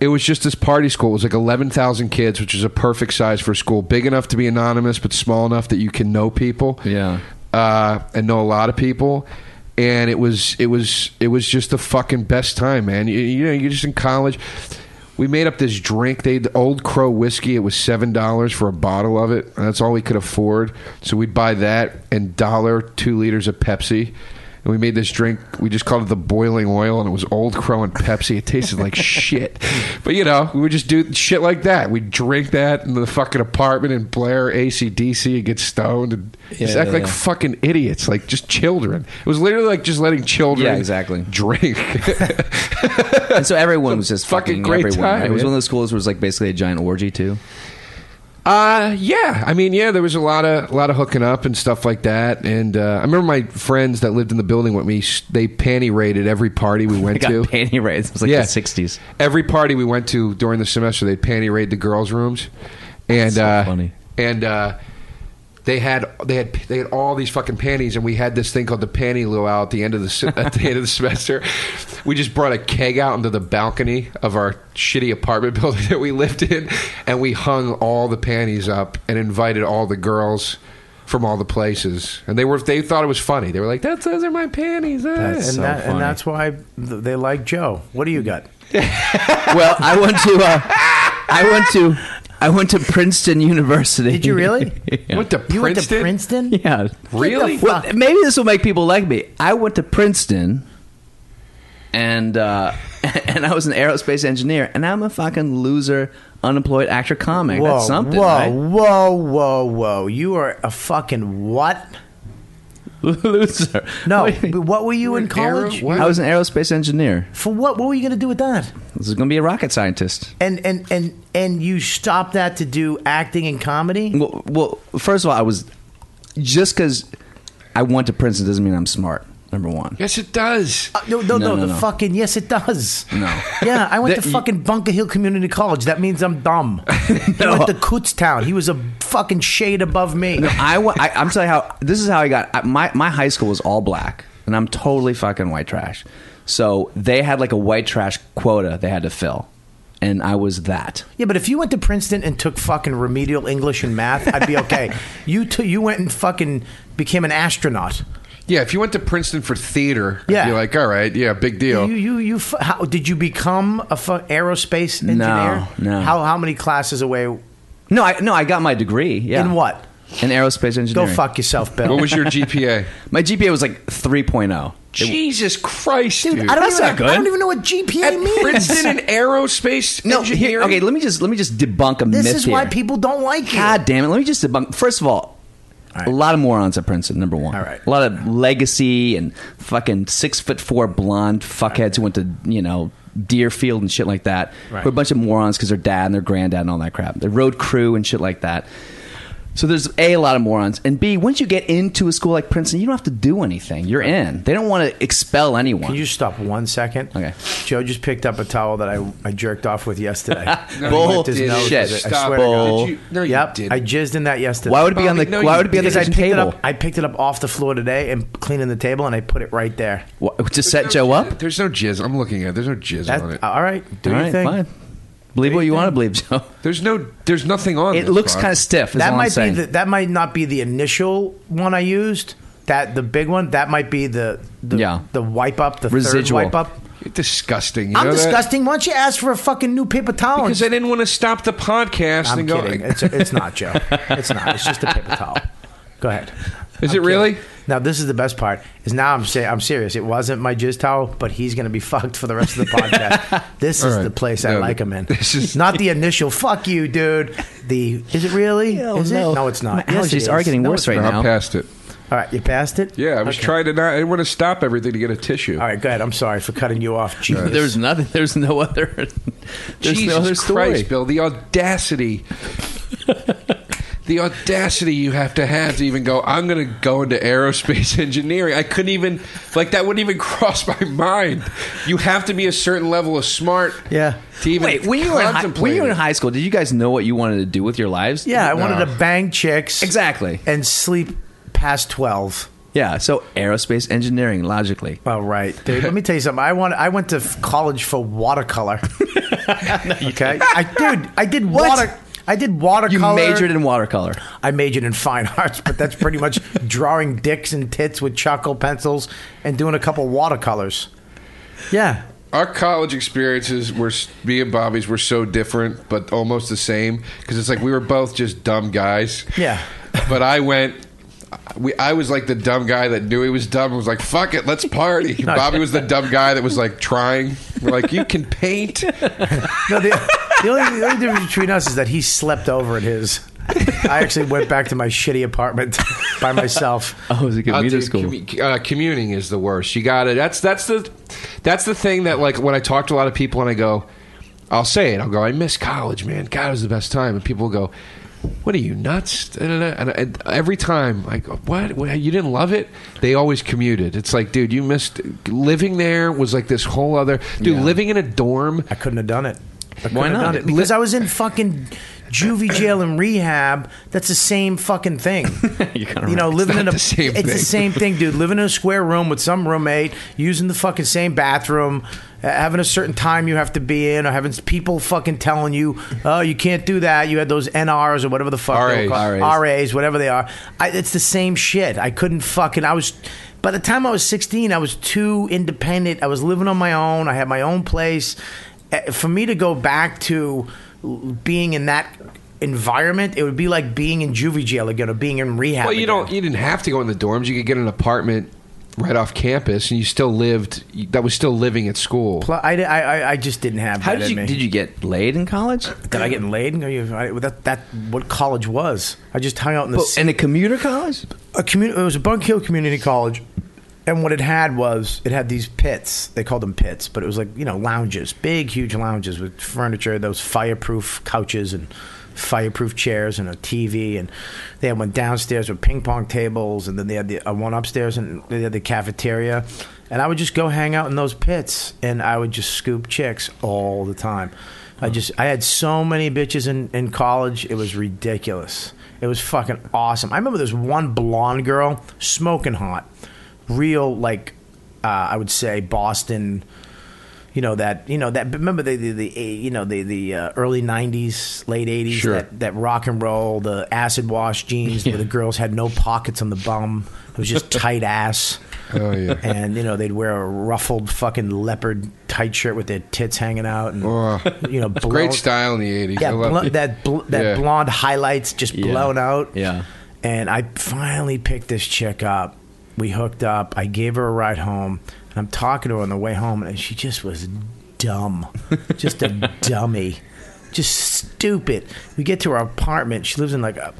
Speaker 4: it was just this party school. It was like eleven thousand kids, which is a perfect size for a school, big enough to be anonymous, but small enough that you can know people.
Speaker 5: Yeah.
Speaker 4: uh, and know a lot of people. And it was it was it was just the fucking best time, man. You, you know, you're just in college. We made up this drink. They the Old Crow whiskey. It was seven dollars for a bottle of it. And that's all we could afford. So we'd buy that and dollar two liters of Pepsi. And we made this drink. We just called it the boiling oil, and it was Old Crow and Pepsi. It tasted like shit, but you know, we would just do shit like that. We would drink that in the fucking apartment and blare ACDC and get stoned and just
Speaker 5: Yeah,
Speaker 4: act
Speaker 5: yeah,
Speaker 4: like
Speaker 5: yeah.
Speaker 4: fucking idiots, like just children. It was literally like just letting children,
Speaker 5: Yeah, exactly.
Speaker 4: drink.
Speaker 5: And so everyone was just
Speaker 4: fucking
Speaker 5: fucking,
Speaker 4: great
Speaker 5: everyone. right?
Speaker 4: time,
Speaker 5: It was
Speaker 4: yeah.
Speaker 5: one of those schools where it was like basically a giant orgy too.
Speaker 4: Uh yeah. I mean, yeah, there was a lot of a lot of hooking up and stuff like that. And uh, I remember my friends that lived in the building with me. s- They panty raided every party we
Speaker 5: I
Speaker 4: went
Speaker 5: got
Speaker 4: to.
Speaker 5: panty raids. It was like
Speaker 4: Yeah.
Speaker 5: the '60s.
Speaker 4: Every party we went to during the semester, they'd panty raid the girls' rooms, and
Speaker 5: so
Speaker 4: uh,
Speaker 5: funny.
Speaker 4: And uh, they had they had they had all these fucking panties, and we had this thing called the panty luau at the end of the se- at the end of the semester. We just brought a keg out into the balcony of our shitty apartment building that we lived in, and we hung all the panties up and invited all the girls from all the places, and they were they thought it was funny. They were like, "That's those are my panties." eh."
Speaker 1: and,
Speaker 5: That's- so
Speaker 1: that, and
Speaker 5: funny.
Speaker 1: that's why th- they like Joe. What do you got?
Speaker 5: well, I went to uh, I went to I went to Princeton University.
Speaker 1: Did you really?
Speaker 5: yeah.
Speaker 4: Went to Princeton.
Speaker 1: You went to Princeton?
Speaker 5: Yeah.
Speaker 4: Really?
Speaker 5: Well, maybe this will make people like me. I went to Princeton, and uh, and I was an aerospace engineer, and I'm a fucking loser, unemployed actor comic.
Speaker 1: Whoa,
Speaker 5: That's something.
Speaker 1: whoa,
Speaker 5: right?
Speaker 1: whoa, whoa, whoa! You are a fucking what?
Speaker 5: loser.
Speaker 1: No,
Speaker 5: What do you
Speaker 1: but
Speaker 5: mean?
Speaker 1: what were you
Speaker 4: You're
Speaker 1: in
Speaker 4: an aero-
Speaker 1: college?
Speaker 4: what?
Speaker 5: I was an aerospace engineer.
Speaker 1: For what? What were you going to do with that?
Speaker 5: This is going to be a rocket scientist.
Speaker 1: And and and and you stopped that to do acting and comedy?
Speaker 5: Well, well first of all, I was just because I went to Princeton doesn't mean I'm smart. Number one.
Speaker 4: Yes, it does.
Speaker 1: Uh, no, no, no,
Speaker 5: No, no,
Speaker 1: the
Speaker 5: no.
Speaker 1: fucking yes, it does.
Speaker 5: No.
Speaker 1: Yeah, I went
Speaker 5: That-
Speaker 1: to fucking Bunker Hill Community College. That means I'm dumb. I went to Kutztown. He was a fucking shade above me.
Speaker 5: No, I, wa- I I'm telling you how this is how I got I, my my high school was all black, and I'm totally fucking white trash. So they had like a white trash quota they had to fill, and I was that.
Speaker 1: Yeah, but if you went to Princeton and took fucking remedial English and math, I'd be okay. you t- you went and fucking became an astronaut.
Speaker 4: Yeah, if you went to Princeton for theater,
Speaker 1: Yeah.
Speaker 4: yeah. you're like, all right, yeah, big deal.
Speaker 1: You you you f- how, did you become a fu- aerospace engineer?
Speaker 5: no.
Speaker 1: How how many classes away?
Speaker 5: No, I no, I got my degree. Yeah,
Speaker 1: In what?
Speaker 5: In aerospace
Speaker 1: Go
Speaker 5: engineering.
Speaker 1: fuck yourself, Bill.
Speaker 4: what was your GPA?
Speaker 5: My GPA was like oh. 3.0.
Speaker 4: Jesus Christ, dude!
Speaker 1: I don't
Speaker 5: That's
Speaker 1: even,
Speaker 5: not good.
Speaker 1: I don't even know what GPA means.
Speaker 4: Princeton and aerospace
Speaker 5: No,
Speaker 4: engineering.
Speaker 5: here, okay. Let me just let me just debunk a myth
Speaker 1: this is why
Speaker 5: here.
Speaker 1: people don't like you.
Speaker 5: God damn it! Let me just debunk. First of all,
Speaker 1: right.
Speaker 5: a lot of morons at Princeton. Number one,
Speaker 1: All right.
Speaker 5: a lot of legacy and fucking six foot four blonde fuckheads who went to you know Deerfield and shit like that.
Speaker 1: Right.
Speaker 5: Who are a bunch of morons because their dad and their granddad and all that crap. The road crew and shit like that. So there's a, a lot of morons, and b once you get into a school like Princeton, you don't have to do anything. You're in. They don't want to expel anyone.
Speaker 1: Can you stop one second?
Speaker 5: Okay.
Speaker 1: Joe just picked up a towel that I, I jerked off with yesterday.
Speaker 5: No,
Speaker 1: He
Speaker 5: Bull-
Speaker 1: wiped his
Speaker 5: did
Speaker 1: nose
Speaker 5: shit.
Speaker 1: with it. I
Speaker 4: Stop
Speaker 1: swear
Speaker 4: it.
Speaker 1: to God.
Speaker 5: Bull.
Speaker 4: Did you- no, you
Speaker 1: yep,
Speaker 4: didn't.
Speaker 1: I jizzed in that yesterday.
Speaker 5: why would it be on the
Speaker 4: Bobby, no,
Speaker 5: Why
Speaker 4: you
Speaker 5: would it be on the
Speaker 4: didn't.
Speaker 1: because I picked it
Speaker 5: table?
Speaker 1: up? I picked it up off the floor today and cleaning the table, and I put it right there.
Speaker 5: What- to
Speaker 4: There's
Speaker 5: set
Speaker 4: no
Speaker 5: Joe
Speaker 4: jizz-
Speaker 5: up.
Speaker 4: There's no jizz. I'm looking at. it. There's no jizz
Speaker 1: That,
Speaker 4: on it.
Speaker 1: all right, do
Speaker 5: All
Speaker 1: your
Speaker 5: right,
Speaker 1: thing.
Speaker 5: fine. Believe what you want to believe, Joe.
Speaker 4: There's no. There's nothing on.
Speaker 5: It
Speaker 4: this,
Speaker 5: looks
Speaker 4: Bob.
Speaker 5: kind of stiff. Is
Speaker 1: That
Speaker 5: all I'm
Speaker 1: might be
Speaker 5: saying.
Speaker 1: the, that might not be the initial one I used. That the big one. That might be the the,
Speaker 5: Yeah.
Speaker 1: the wipe up the
Speaker 5: Residual.
Speaker 1: third wipe up.
Speaker 4: You're disgusting. You
Speaker 1: I'm
Speaker 4: know that?
Speaker 1: disgusting. Why don't you ask for a fucking new paper towel?
Speaker 4: because I didn't want to stop the podcast
Speaker 1: I'm
Speaker 4: and go.
Speaker 1: kidding. It's, it's not, Joe. It's not. It's just a paper towel. Go ahead.
Speaker 4: Is
Speaker 1: I'm
Speaker 4: it really?
Speaker 1: kidding. Now this is the best part. Is now I'm say, I'm serious. It wasn't my jizz towel, but he's going to be fucked for the rest of the podcast. this is
Speaker 4: All right.
Speaker 1: the place I
Speaker 4: No,
Speaker 1: like
Speaker 4: th-
Speaker 1: him in.
Speaker 4: this is-
Speaker 1: not the initial "fuck you, dude." The is it really?
Speaker 5: Oh,
Speaker 1: is
Speaker 5: no.
Speaker 1: it? No, it's not.
Speaker 5: My
Speaker 1: Yes, it
Speaker 5: allergies
Speaker 1: is.
Speaker 5: are getting
Speaker 1: No,
Speaker 5: worse
Speaker 1: it's
Speaker 5: right
Speaker 4: No,
Speaker 1: not.
Speaker 5: now.
Speaker 4: I'm past it.
Speaker 1: All right, you passed it.
Speaker 4: Yeah, I was
Speaker 1: Okay.
Speaker 4: trying to not. I didn't want to stop everything to get a tissue.
Speaker 1: All right, go ahead. I'm sorry for cutting you off. Jesus.
Speaker 5: There's nothing. There's no other. There's
Speaker 4: Jesus
Speaker 5: no other story.
Speaker 4: Christ, Bill, the audacity. the audacity you have to have to even go, I'm going to go into aerospace engineering. I couldn't even, like, that wouldn't even cross my mind. You have to be a certain level of smart
Speaker 1: Yeah.
Speaker 4: to even
Speaker 5: Wait, when you were in high,
Speaker 4: contemplate
Speaker 5: when you were in
Speaker 4: it.
Speaker 5: high school, did you guys know what you wanted to do with your lives?
Speaker 1: yeah, I wanted
Speaker 4: No.
Speaker 1: to bang chicks
Speaker 5: exactly.
Speaker 1: Uh, and sleep past twelve.
Speaker 5: Yeah, so aerospace engineering, logically.
Speaker 1: All Oh, right, dude. Let me tell you something. I want. I went to f- college for watercolor. okay, I dude. I did
Speaker 5: What?
Speaker 1: water. I did
Speaker 5: You
Speaker 1: watercolor.
Speaker 5: majored in watercolor.
Speaker 1: I majored in fine arts, but that's pretty much drawing dicks and tits with charcoal pencils and doing a couple watercolors. Yeah.
Speaker 4: Our college experiences were, s- me and Bobby's were so different, but almost the same, because it's like we were both just dumb guys.
Speaker 1: Yeah.
Speaker 4: But I went. We, I was like the dumb guy that knew he was dumb and was like, fuck it, let's party. Bobby was the dumb guy that was like trying. We're like, you can paint.
Speaker 1: No, the, the, only, the only difference between us is that he slept over at his. I actually went back to my shitty apartment by myself.
Speaker 5: Oh, it was a
Speaker 4: Uh,
Speaker 5: commuter
Speaker 4: dude,
Speaker 5: school.
Speaker 4: commu- uh, commuting is the worst. You got it. That's that's the that's the thing that like when I talk to a lot of people and I go, I'll say it. I'll go. I miss college, man. God, it was the best time. And people go, What are you nuts? Da, da, da. And, and every time, like, what? what? You didn't love it? They always commuted. It's like, dude, you missed living there. Was like this whole other dude living in a dorm.
Speaker 1: I couldn't have done it. I couldn't have
Speaker 5: not?
Speaker 1: done it because I was in fucking juvie jail and rehab. That's the same fucking thing.
Speaker 5: You're kinda
Speaker 1: you know,
Speaker 5: right.
Speaker 1: living
Speaker 4: not
Speaker 1: in a
Speaker 4: the same
Speaker 1: it's the
Speaker 4: thing.
Speaker 1: same thing, dude. Living in a square room with some roommate, using the fucking same bathroom, uh, having a certain time you have to be in, or having people fucking telling you, "Oh, you can't do that." You had those NRs or whatever the fuck they were called.
Speaker 4: RAs.
Speaker 5: RAs.
Speaker 1: RAs, whatever they are. I, it's the same shit. I couldn't fucking. I was. By the time I was 16, I was too independent. I was living on my own. I had my own place. Eh, For me to go back to l- being in that environment, it would be like being in juvie jail again or being in rehab.
Speaker 4: Well, you
Speaker 1: again.
Speaker 4: don't. You didn't have to go in the dorms. You could get an apartment right off campus, and you still lived. That was still living at school.
Speaker 1: Pl- I, di- I, I- I just didn't have
Speaker 5: How
Speaker 1: that
Speaker 5: did
Speaker 1: in
Speaker 5: you
Speaker 1: me.
Speaker 5: did you get laid in college?
Speaker 1: Did I get laid? No, you, I, that, that what college was. I just hung out in the
Speaker 5: But- in a commuter college?
Speaker 1: a community. It was a Bunk Hill Community College, and what it had was it had these pits. They called them pits, but it was like you know lounges, big, huge lounges with furniture, those fireproof couches and fireproof chairs and a TV, and they had one downstairs with ping pong tables, and then they had the uh, one upstairs, and they had the cafeteria. And I would just go hang out in those pits, and I would just scoop chicks all the time. I just I had so many bitches in, in college, it was ridiculous. It was fucking awesome. I remember this one blonde girl, smoking hot, real like uh, I would say Boston. You know that you know that. Remember the the, the eh, you know the the uh, early '90s, late '80s.
Speaker 4: Sure.
Speaker 1: That, that rock and roll, the acid wash jeans, where the girls had no pockets on the bum. It was just tight ass.
Speaker 4: Oh, yeah.
Speaker 1: And you know they'd wear a ruffled fucking leopard tight shirt with their tits hanging out, and
Speaker 4: Oh.
Speaker 1: you know blown,
Speaker 4: Great style in the eighties.
Speaker 1: Yeah,
Speaker 4: I love
Speaker 1: blo-
Speaker 4: it.
Speaker 1: that bl- that
Speaker 4: Yeah.
Speaker 1: blonde highlights just blown out.
Speaker 5: Yeah.
Speaker 1: And I finally picked this chick up. We hooked up. I gave her a ride home, and I'm talking to her on the way home, and she just was dumb, just a dummy, just stupid. We get to her apartment. She lives in like a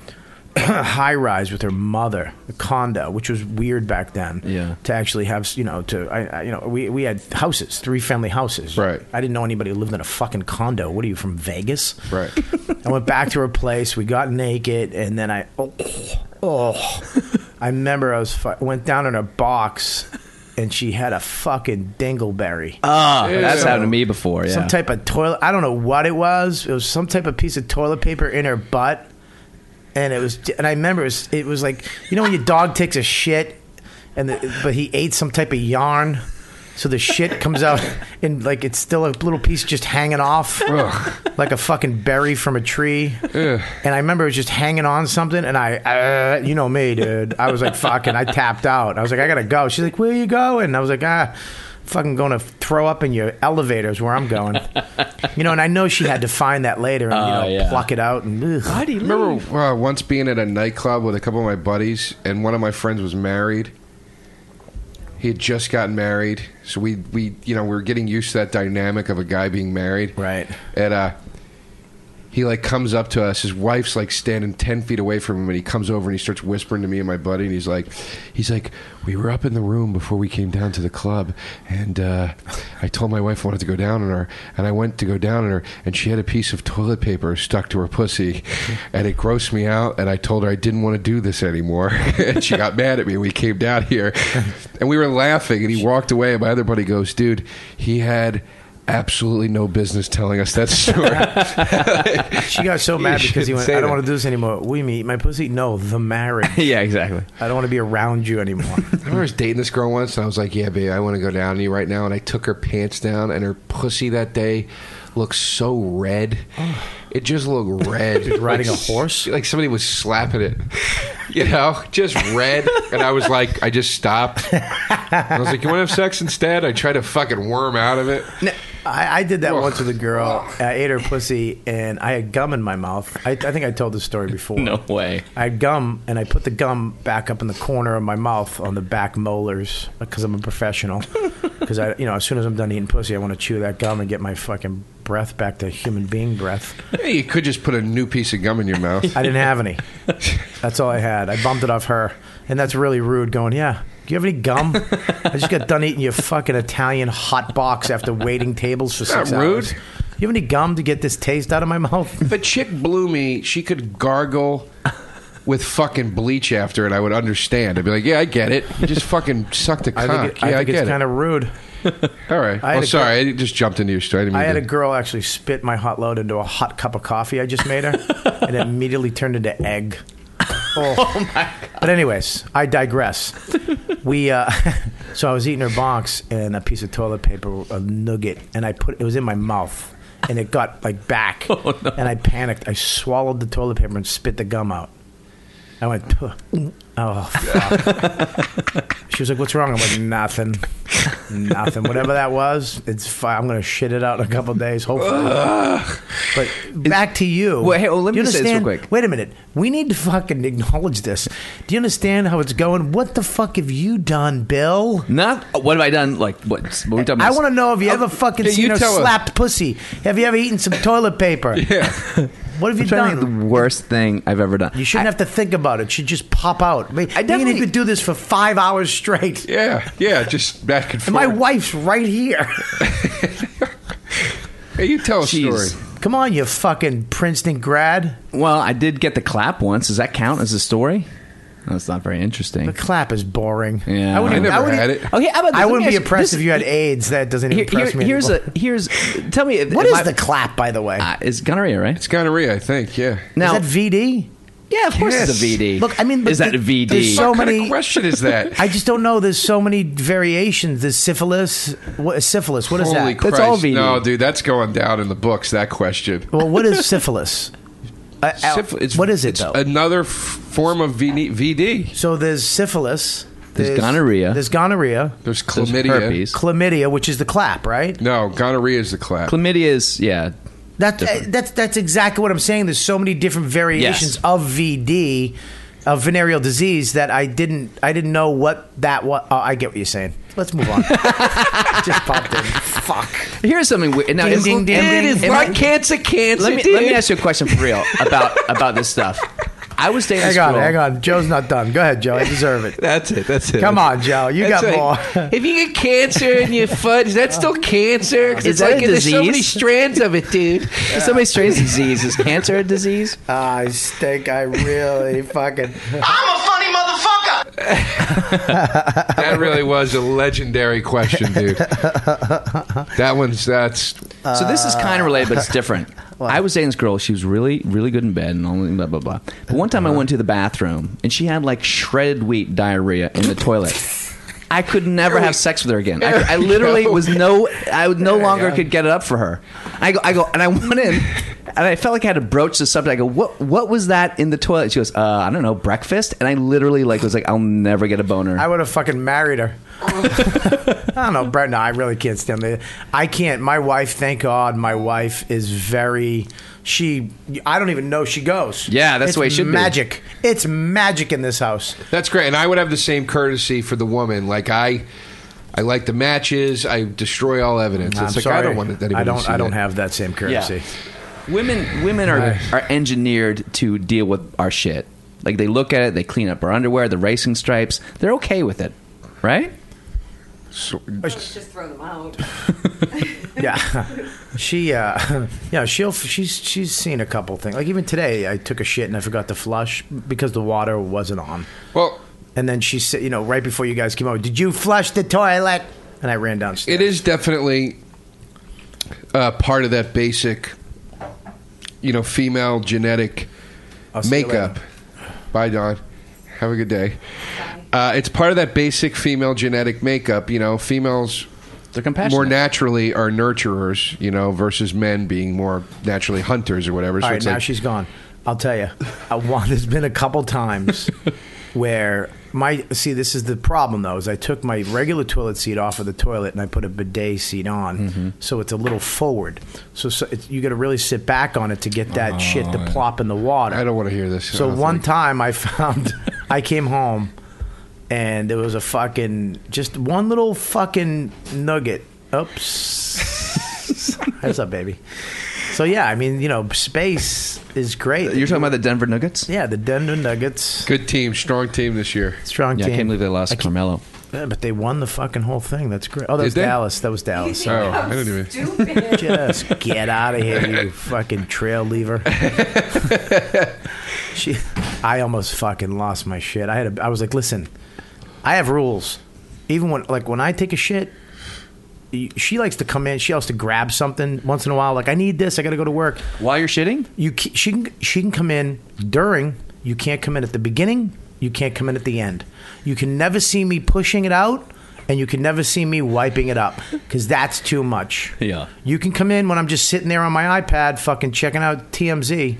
Speaker 1: high rise with her mother, a condo, which was weird back then.
Speaker 5: Yeah.
Speaker 1: To actually have, you know, to I, I you know, we we had houses, three family houses.
Speaker 4: Right.
Speaker 1: I didn't know anybody who lived in a fucking condo. What are you from Vegas?
Speaker 4: Right.
Speaker 1: I went back to her place. We got naked, and then I oh, oh. I remember I was fu- went down in her box, and she had a fucking dingleberry,
Speaker 5: Ah,
Speaker 4: Yeah.
Speaker 5: that's happened to me before. Oh, Yeah.
Speaker 1: some type of toilet. I don't know what it was. It was some type of piece of toilet paper in her butt, and it was. And I remember it was, it was like you know when your dog takes a shit, and the, but he ate some type of yarn. So the shit comes out and like it's still a little piece just hanging off, like a fucking berry from a tree. And I remember it was just hanging on something, and I, uh, you know me, dude. I was like, fucking, I tapped out. I was like, I gotta go. She's like, where you going? I was like, ah, fucking going to throw up in your elevators where I'm going. you know, and I know she had to find that later and, you
Speaker 5: Oh,
Speaker 1: know,
Speaker 5: yeah.
Speaker 1: pluck it out. And, ugh.
Speaker 5: Why do you leave?
Speaker 4: Remember uh, once being at a nightclub with a couple of my buddies, and one of my friends was married. He had just gotten married, so we we you know we were getting used to that dynamic of a guy being married,
Speaker 1: Right.
Speaker 4: And uh, he like comes up to us. His wife's like standing ten feet away from him, and he comes over and he starts whispering to me and my buddy, and he's like, he's like, we were up in the room before we came down to the club, and uh, I told my wife I wanted to go down on her, and I went to go down on her, and she had a piece of toilet paper stuck to her pussy, and it grossed me out, and I told her I didn't want to do this anymore, and she got mad at me. We came down here, and we were laughing, and he walked away, and my other buddy goes, dude, he had. Absolutely no business telling us that story.
Speaker 1: She got so mad because he
Speaker 4: shouldn't
Speaker 1: went,
Speaker 4: say
Speaker 1: I don't
Speaker 4: that.
Speaker 1: want to do this anymore. We meet my pussy? No, the marriage.
Speaker 5: yeah, exactly.
Speaker 1: I don't want to be around you anymore.
Speaker 4: I remember I was dating this girl once, and I was like, "Yeah, babe, I want to go down to you right now." And I took her pants down, and her pussy that day looked so red. It just looked red.
Speaker 1: riding
Speaker 4: Like
Speaker 1: a horse?
Speaker 4: s- Like somebody was slapping it. You know, just red. and I was like, I just stopped. I was like, "You want to have sex instead?" I tried to fucking worm out of it.
Speaker 1: I, I did that
Speaker 4: Ugh.
Speaker 1: once with a girl. I ate her pussy, and I had gum in my mouth. I, I think I told this story before.
Speaker 5: No way.
Speaker 1: I had gum, and I put the gum back up in the corner of my mouth on the back molars because I'm a professional. Because I, you know, as soon as I'm done eating pussy, I want to chew that gum and get my fucking breath back to human being breath.
Speaker 4: Hey, you could just put a new piece of gum in your mouth.
Speaker 1: I didn't have any. That's all I had. I bumped it off her, and that's really rude. Going, yeah. Do you have any gum? I just got done eating your fucking Italian hot box after waiting tables for
Speaker 4: Not
Speaker 1: six
Speaker 4: rude.
Speaker 1: hours. Do you have any gum to get this taste out of my mouth?
Speaker 4: If a chick blew me, she could gargle with fucking bleach after it, I would understand. I'd be like, yeah, I get it. You just fucking sucked a
Speaker 1: I
Speaker 4: cock.
Speaker 1: think, it,
Speaker 4: yeah,
Speaker 1: I think
Speaker 4: get
Speaker 1: it's
Speaker 4: it.
Speaker 1: kind of rude.
Speaker 4: All right.
Speaker 1: I had
Speaker 4: Well,
Speaker 1: a
Speaker 4: sorry, I just jumped into your story. I, didn't mean
Speaker 1: I had
Speaker 4: to-
Speaker 1: a girl actually spit my hot load into a hot cup of coffee I just made her, and it immediately turned into egg. Oh. my god! But anyways, I digress. We uh, so I was eating her bonks and a piece of toilet paper, a nugget, and I put it was in my mouth. And it got like back, and I panicked. I swallowed the toilet paper and spit the gum out. I went, "Ugh. oh, fuck. she was like, what's wrong? I'm like, nothing. Nothing. Whatever that was, it's fine. I'm going to shit it out in a couple days, hopefully. but back to you.
Speaker 5: Well, hey, well, let
Speaker 1: Do you
Speaker 5: me say this real
Speaker 1: understand-
Speaker 5: quick.
Speaker 1: Wait a minute. We need to fucking acknowledge this. Do you understand how it's going? What the fuck have you done, Bill?
Speaker 5: Not uh, what have I done? Like what? What are we talking
Speaker 1: I
Speaker 5: about?
Speaker 1: want to know if you
Speaker 5: Um,
Speaker 1: ever fucking
Speaker 4: yeah, you
Speaker 1: seen her
Speaker 4: tell us.
Speaker 1: slapped pussy. Have you ever eaten some toilet paper?
Speaker 4: Yeah.
Speaker 1: What have you
Speaker 5: I'm trying to think
Speaker 1: done?
Speaker 5: of the worst thing I've ever done.
Speaker 1: You shouldn't have to think about it. It should just pop out. I mean,
Speaker 5: I
Speaker 1: me and you
Speaker 5: definitely-
Speaker 1: could do this for five hours straight.
Speaker 4: yeah. Yeah. Just back and forth.
Speaker 1: And my wife's right here.
Speaker 4: Hey, you tell a
Speaker 5: Jeez.
Speaker 4: story.
Speaker 1: Come on, you fucking Princeton grad.
Speaker 5: Well, I did get the clap once. Does that count as a story? That's not very interesting.
Speaker 1: The clap is boring.
Speaker 5: Yeah.
Speaker 1: wouldn't
Speaker 5: I
Speaker 1: even-
Speaker 4: never
Speaker 1: wouldn't
Speaker 4: had
Speaker 1: even-
Speaker 4: it.
Speaker 5: Okay, how about this?
Speaker 1: I
Speaker 5: Let
Speaker 1: wouldn't
Speaker 5: me
Speaker 1: be
Speaker 5: ask you-
Speaker 1: impressed
Speaker 5: this-
Speaker 1: if you had AIDS. That doesn't
Speaker 5: Here-
Speaker 1: impress
Speaker 5: here-
Speaker 1: me.
Speaker 5: here's a
Speaker 1: anymore.
Speaker 5: here's. Tell me,
Speaker 1: What is
Speaker 5: my-
Speaker 1: the clap, by the way?
Speaker 5: Uh, it's gonorrhea, right?
Speaker 4: It's gonorrhea, I think. Yeah.
Speaker 5: now,
Speaker 1: is that VD?
Speaker 5: yeah, of course
Speaker 4: Yes.
Speaker 5: it's a VD.
Speaker 1: Look, I mean, but
Speaker 5: is that
Speaker 1: the-
Speaker 5: a VD?
Speaker 1: there's so
Speaker 4: what kind
Speaker 1: many-
Speaker 4: of question is that?
Speaker 1: I just don't know. There's so many variations. There's syphilis. What is syphilis? What is
Speaker 4: Holy
Speaker 1: that?
Speaker 4: Christ.
Speaker 5: That's all VD.
Speaker 4: No, dude, that's going down in the books. That question.
Speaker 1: Well, what is syphilis? Uh, Al,
Speaker 4: Syph- it's-
Speaker 1: what is it
Speaker 4: it's
Speaker 1: though?
Speaker 4: Another f- form of E VD. VD.
Speaker 1: so there's syphilis.
Speaker 5: There's gonorrhea.
Speaker 1: There's gonorrhea.
Speaker 4: There's
Speaker 5: There's
Speaker 4: chlamydia.
Speaker 5: herpes.
Speaker 1: Chlamydia, which is the clap, right?
Speaker 4: No, gonorrhea is the clap.
Speaker 5: Chlamydia is yeah.
Speaker 1: That's
Speaker 5: Different.
Speaker 1: uh, that's that's exactly what I'm saying. There's so many different variations
Speaker 5: Yes.
Speaker 1: of VD, of venereal disease that I didn't I didn't know what that was. Oh, I get what you're saying. Let's move on. Just popped in. Fuck.
Speaker 5: Here's something weird. Now,
Speaker 1: Ding,
Speaker 5: am-
Speaker 1: ding, ding,
Speaker 5: am-
Speaker 1: ding,
Speaker 5: am
Speaker 1: ding.
Speaker 5: I-
Speaker 1: Fuck
Speaker 4: cancer, cancer.
Speaker 5: Let me let me ask you a question for real about about this stuff. I was dating this
Speaker 1: Hang on,
Speaker 5: girl.
Speaker 1: hang on. Joe's not done. Go ahead, Joe. I deserve it.
Speaker 4: That's it. That's it.
Speaker 1: Come on, Joe. You got more.
Speaker 4: if you get cancer in your foot, is that still cancer? 'Cause it's
Speaker 5: Is that a
Speaker 4: there's so
Speaker 5: disease?
Speaker 4: many strands of it, dude.
Speaker 5: If somebody strange disease is cancer a disease?
Speaker 1: I stink. I really fucking.
Speaker 3: I'm a funny motherfucker.
Speaker 4: That really was a legendary question, dude. That one's that's
Speaker 5: So this is kind of related, but it's different. I was dating this girl. She was really, really good in bed and all blah blah blah. But one time I went to the bathroom and she had like shredded wheat diarrhea in the toilet. I could never have sex with her again. I, I literally was no, I would no longer could get it up for her. I go, I go, and I went in, and I felt like I had to broach the subject. I go, what, what was that in the toilet? She goes, uh, I don't know, breakfast. And I literally like was like, I'll never get a boner.
Speaker 1: I would have fucking married her. I don't know, Brett. No, I really can't stand it. I can't. My wife, thank God, my wife is very. She, I don't even know she goes.
Speaker 5: Yeah, that's
Speaker 1: it's
Speaker 5: the way it should be.
Speaker 1: magic. It's magic in this house.
Speaker 4: That's great, and I would have the same courtesy for the woman. Like I, I like the matches. I destroy all evidence.
Speaker 1: I'm
Speaker 4: it's like
Speaker 1: sorry.
Speaker 4: I don't want anybody
Speaker 1: I
Speaker 4: to
Speaker 1: don't.
Speaker 4: see
Speaker 1: I don't
Speaker 4: that.
Speaker 1: have that same courtesy.
Speaker 5: Women women are, are engineered to deal with our shit. Like they look at it, they clean up our underwear, the racing stripes. They're okay with it, right?
Speaker 6: Let's just throw them out.
Speaker 1: Yeah, she. Uh, yeah, she'll. She's. She's seen a couple things. Like even today, I took a shit and I forgot to flush because the water wasn't on.
Speaker 4: Well,
Speaker 1: And then she said, you know, right before you guys came over, did you flush the toilet? And I ran downstairs.
Speaker 4: it is definitely uh, part of that basic, you know, female genetic
Speaker 1: I'll see you
Speaker 4: makeup.
Speaker 1: later.
Speaker 4: Bye, Don. Have a good day. Uh, it's part of that basic female genetic makeup. You know, females
Speaker 5: They're compassionate.
Speaker 4: more naturally are nurturers. You know, versus men being more naturally hunters or whatever. So
Speaker 1: All right,
Speaker 4: it's
Speaker 1: now
Speaker 4: like,
Speaker 1: she's gone. I'll tell you. I want, there's been a couple times where my see. This is the problem though. Is I took my regular toilet seat off of the toilet and I put a bidet seat on, so it's a little forward. So, so it's, you got to really sit back on it to get that shit to plop in the water.
Speaker 4: I don't want to hear this. I
Speaker 1: So
Speaker 4: don't
Speaker 1: one
Speaker 4: think-
Speaker 1: time I found I came home and there was a fucking just one little fucking nugget. Oops. That's up, baby. So yeah, I mean, you know, space is great.
Speaker 5: You're talking about the Denver Nuggets?
Speaker 1: yeah, the Denver Nuggets,
Speaker 4: Good team, strong team this year.
Speaker 1: strong
Speaker 5: Yeah, I
Speaker 1: team.
Speaker 5: can't believe they lost Carmelo.
Speaker 1: Yeah, but they won the fucking whole thing. That's great. Oh, that
Speaker 4: Did
Speaker 1: was
Speaker 4: they?
Speaker 1: Dallas. That was Dallas. Sorry.
Speaker 4: Oh, I don't even.
Speaker 6: Stupid.
Speaker 1: Just get out of here, you fucking trail lever. She, I almost fucking lost my shit. I had, a, I was like, listen, I have rules. Even when, like, when I take a shit, y- she likes to come in. She likes to grab something once in a while. Like, I need this. I got to go to work.
Speaker 5: While you're shitting?
Speaker 1: You, ca- she can, she can come in during. You can't come in at the beginning. You can't come in at the end. You can never see me pushing it out, and you can never see me wiping it up because that's too much.
Speaker 5: Yeah.
Speaker 1: You can come in when I'm just sitting there on my iPad, fucking checking out TMZ,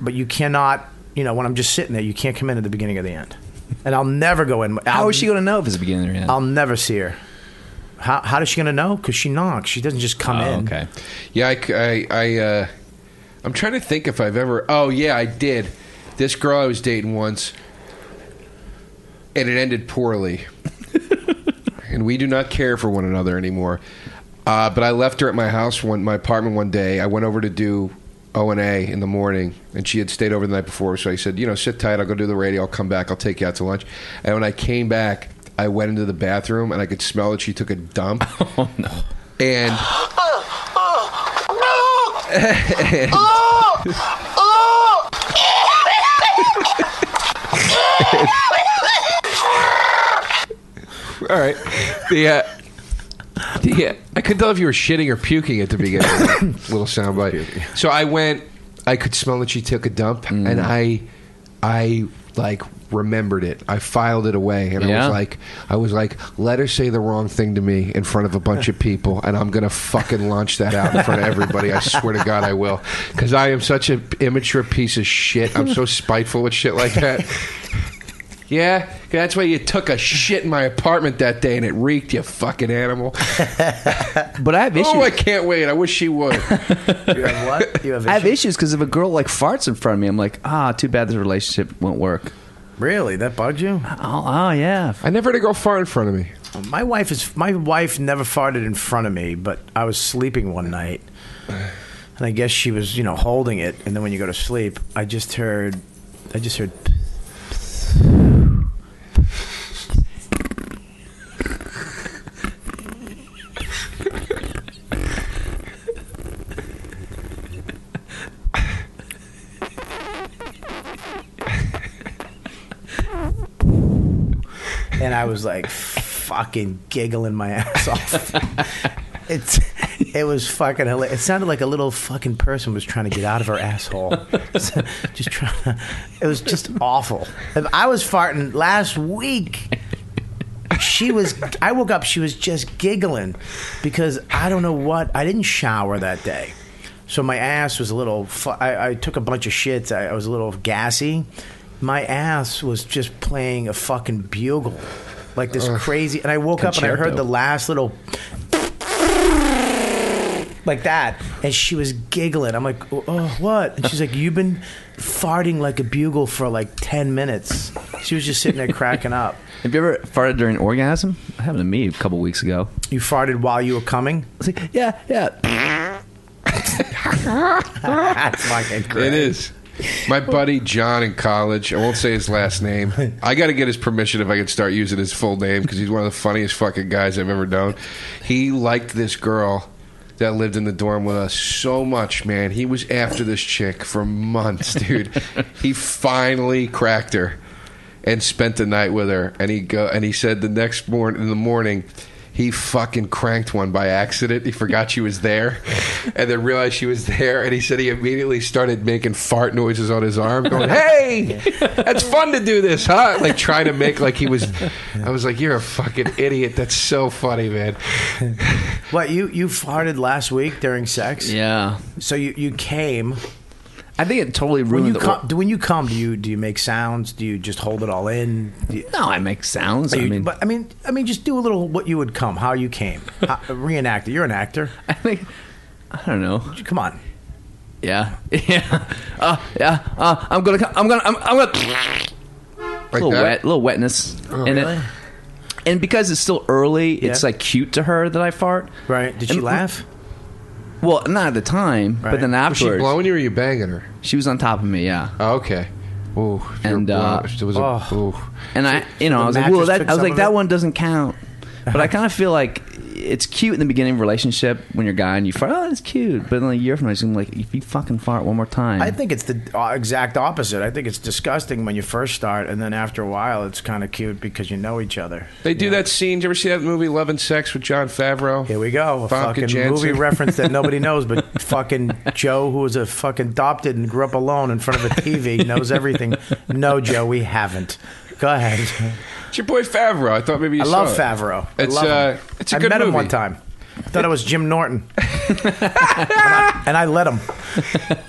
Speaker 1: but you cannot. You know, when I'm just sitting there, you can't come in at the beginning or the end. And I'll never go in.
Speaker 5: How
Speaker 1: I'll-
Speaker 5: is she going to know if it's the beginning or end?
Speaker 1: I'll never see her. How, how does she gonna know? Because she knocks. She doesn't just come
Speaker 5: oh,
Speaker 1: in.
Speaker 5: okay.
Speaker 4: Yeah, I, c- I, I, uh, I'm trying to think if I've ever. Oh yeah, I did. This girl I was dating once, and it ended poorly. and we do not care for one another anymore. Uh, but I left her at my house one, my apartment one day. I went over to do O and A in the morning, and she had stayed over the night before. So I said, you know, sit tight. I'll go do the radio. I'll come back. I'll take you out to lunch. And when I came back, I went into the bathroom, and I could smell that she took a dump. Oh no! And. All right. The, uh, the, uh, I couldn't tell if you were shitting or puking at the beginning. of that little soundbite. So I went. I could smell that she took a dump, and I, I like remembered it. I filed it away, and I
Speaker 5: Yeah.
Speaker 4: was like, I was like, let her say the wrong thing to me in front of a bunch of people, and I'm gonna fucking launch that out in front of everybody. I swear to God, I will, because I am such an immature piece of shit. I'm so spiteful with shit like that. Yeah, that's why you took a shit in my apartment that day and it reeked, you fucking animal.
Speaker 5: But I have issues.
Speaker 4: Oh, I can't wait. I wish she would.
Speaker 1: You have what? You have,
Speaker 5: I have
Speaker 1: issues?
Speaker 5: issues because if a girl like farts in front of me, I'm like, ah, too bad this relationship won't work.
Speaker 1: Really? That bugged you?
Speaker 5: Oh, oh yeah.
Speaker 4: I never had a girl fart in front of me.
Speaker 1: My wife is. My wife never farted in front of me, but I was sleeping one night, and I guess she was, you know, holding it. And then when you go to sleep, I just heard, I just heard. and I was like fucking giggling my ass off. It's it was fucking hilarious. It sounded like a little fucking person was trying to get out of her asshole. just trying to, it was just awful. If I was farting last week. She was I woke up she was just giggling because I don't know what I didn't shower that day. So my ass was a little fu- I, I took a bunch of shits. I, I was a little gassy. My ass was just playing a fucking bugle. Like this crazy and I woke up and I heard
Speaker 5: Concerto.
Speaker 1: the last little like that. And she was giggling. I'm like, oh, what? And she's like, you've been farting like a bugle for like 10 minutes. She was just sitting there cracking up.
Speaker 5: Have you ever farted during an orgasm? It happened to me a couple weeks ago.
Speaker 1: You farted while you were coming?
Speaker 5: I was like, yeah, yeah.
Speaker 1: That's fucking great.
Speaker 4: It is. My buddy John in college, I won't say his last name. I got to get his permission if I can start using his full name because he's one of the funniest fucking guys I've ever known. He liked this girl that lived in the dorm with us so much, man. He was after this chick for months, dude. he finally cracked her and spent the night with her. And he go and he said the next morning in the morning. He fucking cranked one by accident. He forgot she was there, and then realized she was there. And he said he immediately started making fart noises on his arm, going, "Hey, that's fun to do this, huh?" Like trying to make like he was. I was like, "You're a fucking idiot." That's so funny, man.
Speaker 1: What, you, you farted last week during sex?
Speaker 5: Yeah.
Speaker 1: So you, you came.
Speaker 5: I think it totally
Speaker 1: When
Speaker 5: ruined
Speaker 1: you,
Speaker 5: the
Speaker 1: come, do when you come, do you, do you make sounds? Do you just hold it all in? Do you-
Speaker 5: or- No, I make sounds.
Speaker 1: do
Speaker 5: I
Speaker 1: you-
Speaker 5: mean,
Speaker 1: but I mean, I mean, just do a little what you would come, how you came, how, reenact it. You're an actor.
Speaker 5: I think I don't know.
Speaker 1: Come on,
Speaker 5: Yeah, yeah, uh, yeah. Uh, I'm gonna, I'm gonna, I'm, I'm gonna.
Speaker 4: Like
Speaker 5: little
Speaker 4: that.
Speaker 5: wet, little wetness in
Speaker 1: Oh, really?
Speaker 5: it. And because it's still early, it's
Speaker 1: Yeah.
Speaker 5: like cute to her that I fart.
Speaker 1: right? Did she
Speaker 5: And-
Speaker 1: laugh?
Speaker 5: Well, not at the time,
Speaker 1: Right.
Speaker 5: but then
Speaker 4: Was she
Speaker 5: afterwards,
Speaker 4: blowing you or you banging her?
Speaker 5: she was on top of me. Yeah.
Speaker 4: Oh, okay. Ooh, if you're
Speaker 5: And, uh,
Speaker 4: blowing- it was a,
Speaker 1: oh.
Speaker 4: ooh.
Speaker 5: and I, you know,
Speaker 1: the
Speaker 5: I was like,
Speaker 1: mattress
Speaker 5: "Well, that,"
Speaker 1: took
Speaker 5: I was
Speaker 1: some
Speaker 5: like,
Speaker 1: of
Speaker 5: "That
Speaker 1: it?"
Speaker 5: one doesn't count." But I kind of feel like it's cute in the beginning of a relationship when you're a guy and you fart. Oh, that's cute. But then a year from now, it's gonna be like if you fucking fart one more time.
Speaker 1: I think it's the uh, exact opposite. I think it's disgusting when you first start, and then after a while, it's kind of cute because you know each other.
Speaker 4: They do that scene. Did you ever see that movie Love and Sex with John Favreau?
Speaker 1: Here we go. A
Speaker 4: Famke
Speaker 1: fucking
Speaker 4: Janssen.
Speaker 1: movie reference that nobody knows, but fucking Joe, who was a fucking adopted and grew up alone in front of a TV, knows everything. No, Joe, we haven't. Go ahead.
Speaker 4: It's your boy Favreau. I thought maybe you
Speaker 1: I
Speaker 4: saw
Speaker 1: love
Speaker 4: it.
Speaker 1: Favreau.
Speaker 4: It's
Speaker 1: I love
Speaker 4: uh,
Speaker 1: him.
Speaker 4: it's a
Speaker 1: I
Speaker 4: good
Speaker 1: met
Speaker 4: movie.
Speaker 1: him one time. Thought it was Jim Norton, and, I, and I let him.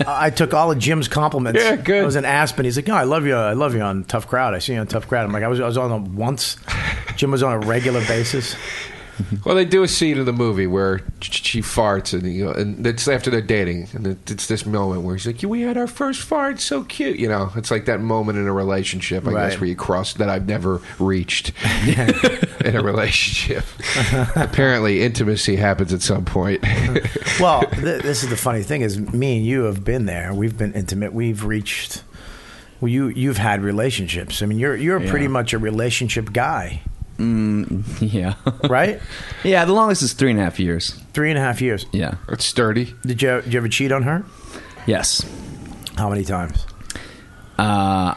Speaker 1: I I took all of Jim's compliments.
Speaker 4: Yeah, good.
Speaker 1: I was in Aspen. He's like, "No, I love you. I love you on Tough Crowd. I see you on Tough Crowd." I'm like, "I was, I was on him once. Jim was on a regular basis."
Speaker 4: Well, they do a scene in the movie where she farts, and you know, and it's after they're dating, and it- it's this moment where he's like, "We had our first fart, so cute," you know. It's like that moment in a relationship, I
Speaker 1: Right.
Speaker 4: guess, where you cross that I've never reached in a relationship. Apparently, intimacy happens at some point.
Speaker 1: Well, th- this is the funny thing: is me and you have been there. We've been intimate. We've reached. Well, you you've had relationships. I mean, you're you're pretty much a relationship guy,
Speaker 5: Mm, yeah,
Speaker 1: right?
Speaker 5: yeah. The longest is three and a half years.
Speaker 1: Three and a half years.
Speaker 5: Yeah.
Speaker 4: it's sturdy.
Speaker 1: Did you did you ever cheat on her?
Speaker 5: Yes.
Speaker 1: How many times?
Speaker 5: Uh,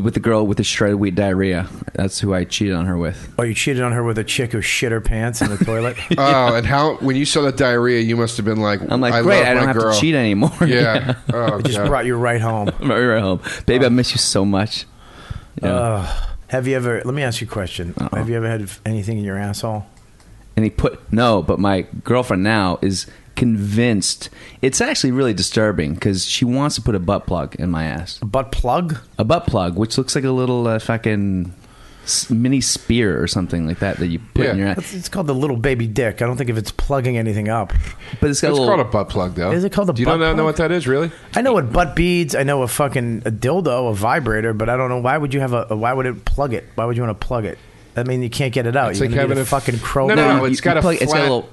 Speaker 5: with the girl with the shredded wheat diarrhea. That's who I cheated on her with.
Speaker 1: Oh, you cheated on her with a chick who shit her pants in the toilet.
Speaker 4: Oh, and how when you saw that diarrhea, you must have been like,
Speaker 5: I'm like,
Speaker 4: I
Speaker 5: great,
Speaker 4: love
Speaker 5: I don't
Speaker 4: my
Speaker 5: have
Speaker 4: girl.
Speaker 5: to cheat anymore.
Speaker 4: Yeah. Oh,
Speaker 1: It just
Speaker 4: God.
Speaker 1: brought you right home.
Speaker 5: I'm right, right home. Baby, I miss you so much. Yeah.
Speaker 1: Ugh. have you ever? Let me ask you a question.
Speaker 5: Uh-uh.
Speaker 1: Have you ever had anything in your asshole?
Speaker 5: and he put no but my girlfriend now is convinced it's actually really disturbing because she wants to put a butt plug in my ass
Speaker 1: A butt plug?
Speaker 5: a butt plug which looks like a little uh, fucking s- mini spear or something like that that you put in
Speaker 4: Yeah.
Speaker 5: your ass
Speaker 1: It's, it's called the little baby dick. I don't think if it's plugging anything up.
Speaker 5: but it's got
Speaker 4: It's
Speaker 5: a
Speaker 4: called
Speaker 5: little
Speaker 4: a butt plug, though.
Speaker 1: Is it called a
Speaker 4: Do you
Speaker 1: butt
Speaker 4: don't know
Speaker 1: plug?
Speaker 4: what that is, really?
Speaker 1: I know what butt beads. I know a fucking a dildo, a vibrator, but I don't know why would you have a? Why would it plug it? Why would you want to plug it? I mean, Oh, you can't get it out.
Speaker 4: It's
Speaker 1: You're
Speaker 4: like
Speaker 1: gonna need
Speaker 4: having
Speaker 1: a
Speaker 4: a
Speaker 1: fucking crow.
Speaker 4: No, no, no.
Speaker 5: you-
Speaker 4: It's
Speaker 5: you
Speaker 4: got a
Speaker 5: plug-
Speaker 4: flat,
Speaker 5: it's got a little-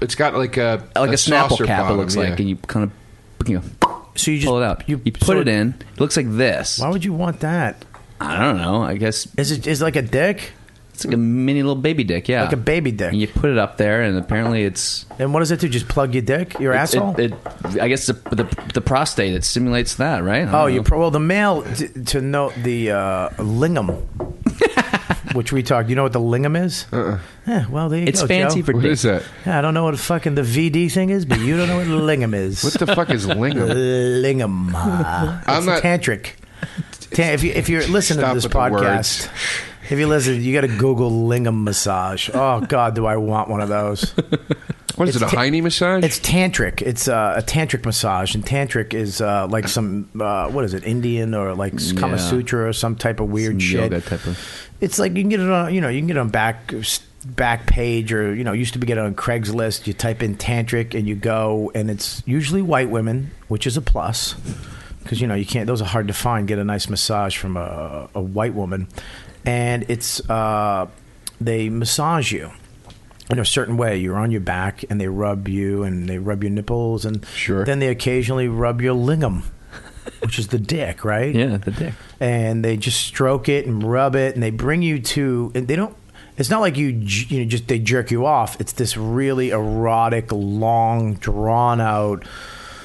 Speaker 4: It's got like a
Speaker 5: like a,
Speaker 4: saucer
Speaker 5: snapple cap
Speaker 4: bottom,
Speaker 5: it looks
Speaker 4: yeah.
Speaker 5: like and you kind of you know,
Speaker 1: So you just
Speaker 5: pull it up you, put
Speaker 1: so-
Speaker 5: it in it looks like this
Speaker 1: Why would you want that?
Speaker 5: i don't know i guess
Speaker 1: Is it is it like a dick,
Speaker 5: it's like a mini little baby dick yeah
Speaker 1: like a baby dick?
Speaker 5: and you put it up there and apparently it's
Speaker 1: and what does it do? Just plug your dick, your
Speaker 5: It-
Speaker 1: asshole.
Speaker 5: It, it- I guess the, the the prostate it stimulates that, right? I don't
Speaker 1: Oh,
Speaker 5: know.
Speaker 1: you pro- well the male t- to note the uh, lingam, which we talked. You know what the lingam is? Uh-uh. Yeah, well there you
Speaker 5: It's
Speaker 1: go,
Speaker 5: fancy
Speaker 1: Joe.
Speaker 5: for
Speaker 4: What
Speaker 5: dick.
Speaker 4: is that?
Speaker 1: Yeah, I don't know what fucking the VD thing is, but you don't know what lingam is.
Speaker 4: What the fuck is lingam?
Speaker 1: lingam? Uh,
Speaker 4: I'm
Speaker 1: it's
Speaker 4: not-
Speaker 1: tantric. Tan- if you if you're listening to
Speaker 4: Stop
Speaker 1: this
Speaker 4: with the
Speaker 1: podcast,
Speaker 4: words.
Speaker 1: if you listen, you got to Google lingam massage. Oh God, do I want one of those?
Speaker 4: What is it? A
Speaker 1: It's ta-
Speaker 4: hiney massage?
Speaker 1: It's tantric. It's uh, a tantric massage, and tantric is uh, like some uh, what is it, Indian or like Kama
Speaker 5: Yeah.
Speaker 1: Sutra or some type of weird
Speaker 5: Some
Speaker 1: shit.
Speaker 5: yoga type of-
Speaker 1: It's like you can get it on, you know, you can get it on back back page or you know used to be get it on Craigslist. You type in tantric and you go, and it's usually white women, which is a plus because you know you can't; those are hard to find. Get a nice massage from a, a white woman, and it's uh, they massage you in a certain way. You're on your back, and they rub you, and they rub your nipples, and
Speaker 4: Sure.
Speaker 1: then they occasionally rub your lingam, which is the dick, right?
Speaker 5: Yeah, the dick.
Speaker 1: And they just stroke it and rub it, and they bring you to. And they don't. It's not like you, j- you know, just they jerk you off. It's this really erotic, long, drawn out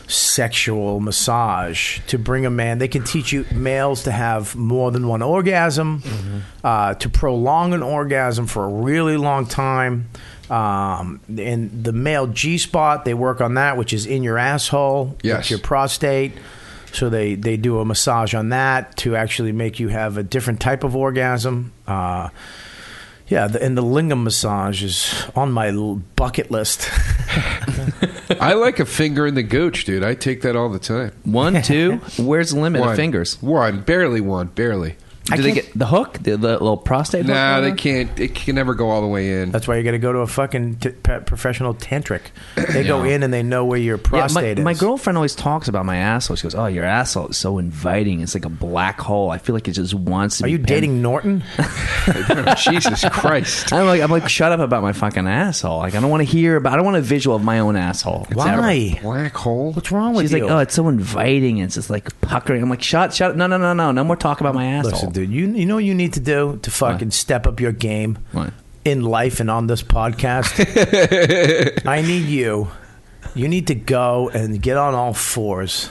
Speaker 1: sexual massage to bring a man. They can teach you males to have more than one orgasm, uh, to prolong an orgasm for a really long time. Um, and the male G spot, they work on that, which is in your asshole,
Speaker 4: Yes.
Speaker 1: it's your prostate. So they, they do a massage on that to actually make you have a different type of orgasm. Uh, yeah, the, and the lingam massage is on my l- bucket list.
Speaker 4: I like a finger in the gooch, dude. I take that all the time.
Speaker 5: One, two. Where's the limit
Speaker 4: One.
Speaker 5: of fingers?
Speaker 4: One. Barely one. Barely.
Speaker 5: Do they get the hook? The, the little prostate? hook
Speaker 4: Nah,
Speaker 5: on
Speaker 4: they
Speaker 5: there?
Speaker 4: can't. It can never go all the way in.
Speaker 1: That's why you got to go to a fucking t- pe- professional tantric. They go
Speaker 5: Yeah.
Speaker 1: in and they know where your
Speaker 5: Yeah,
Speaker 1: prostate
Speaker 5: my,
Speaker 1: is.
Speaker 5: my girlfriend always talks about my asshole. She goes, "Oh, your asshole is so inviting. It's like a black hole. I feel like it just wants
Speaker 1: Are
Speaker 5: to." be
Speaker 1: you
Speaker 5: pen-
Speaker 1: dating Norton?
Speaker 4: Jesus Christ.
Speaker 5: I'm like, I'm like, shut up about my fucking asshole. Like, I don't want to hear about. I don't want a visual of my own asshole. It's ever-
Speaker 1: Why?
Speaker 4: Black hole.
Speaker 1: What's wrong with
Speaker 5: She's
Speaker 1: you?
Speaker 5: like, oh, it's so inviting. It's just like puckering. I'm like, shut, shut. No, no, no, no, no more talk about my asshole.
Speaker 1: Listen, dude. You you know what you need to do to fucking step up your game.
Speaker 5: What?
Speaker 1: in life and on this podcast, I need you. You need to go and get on all fours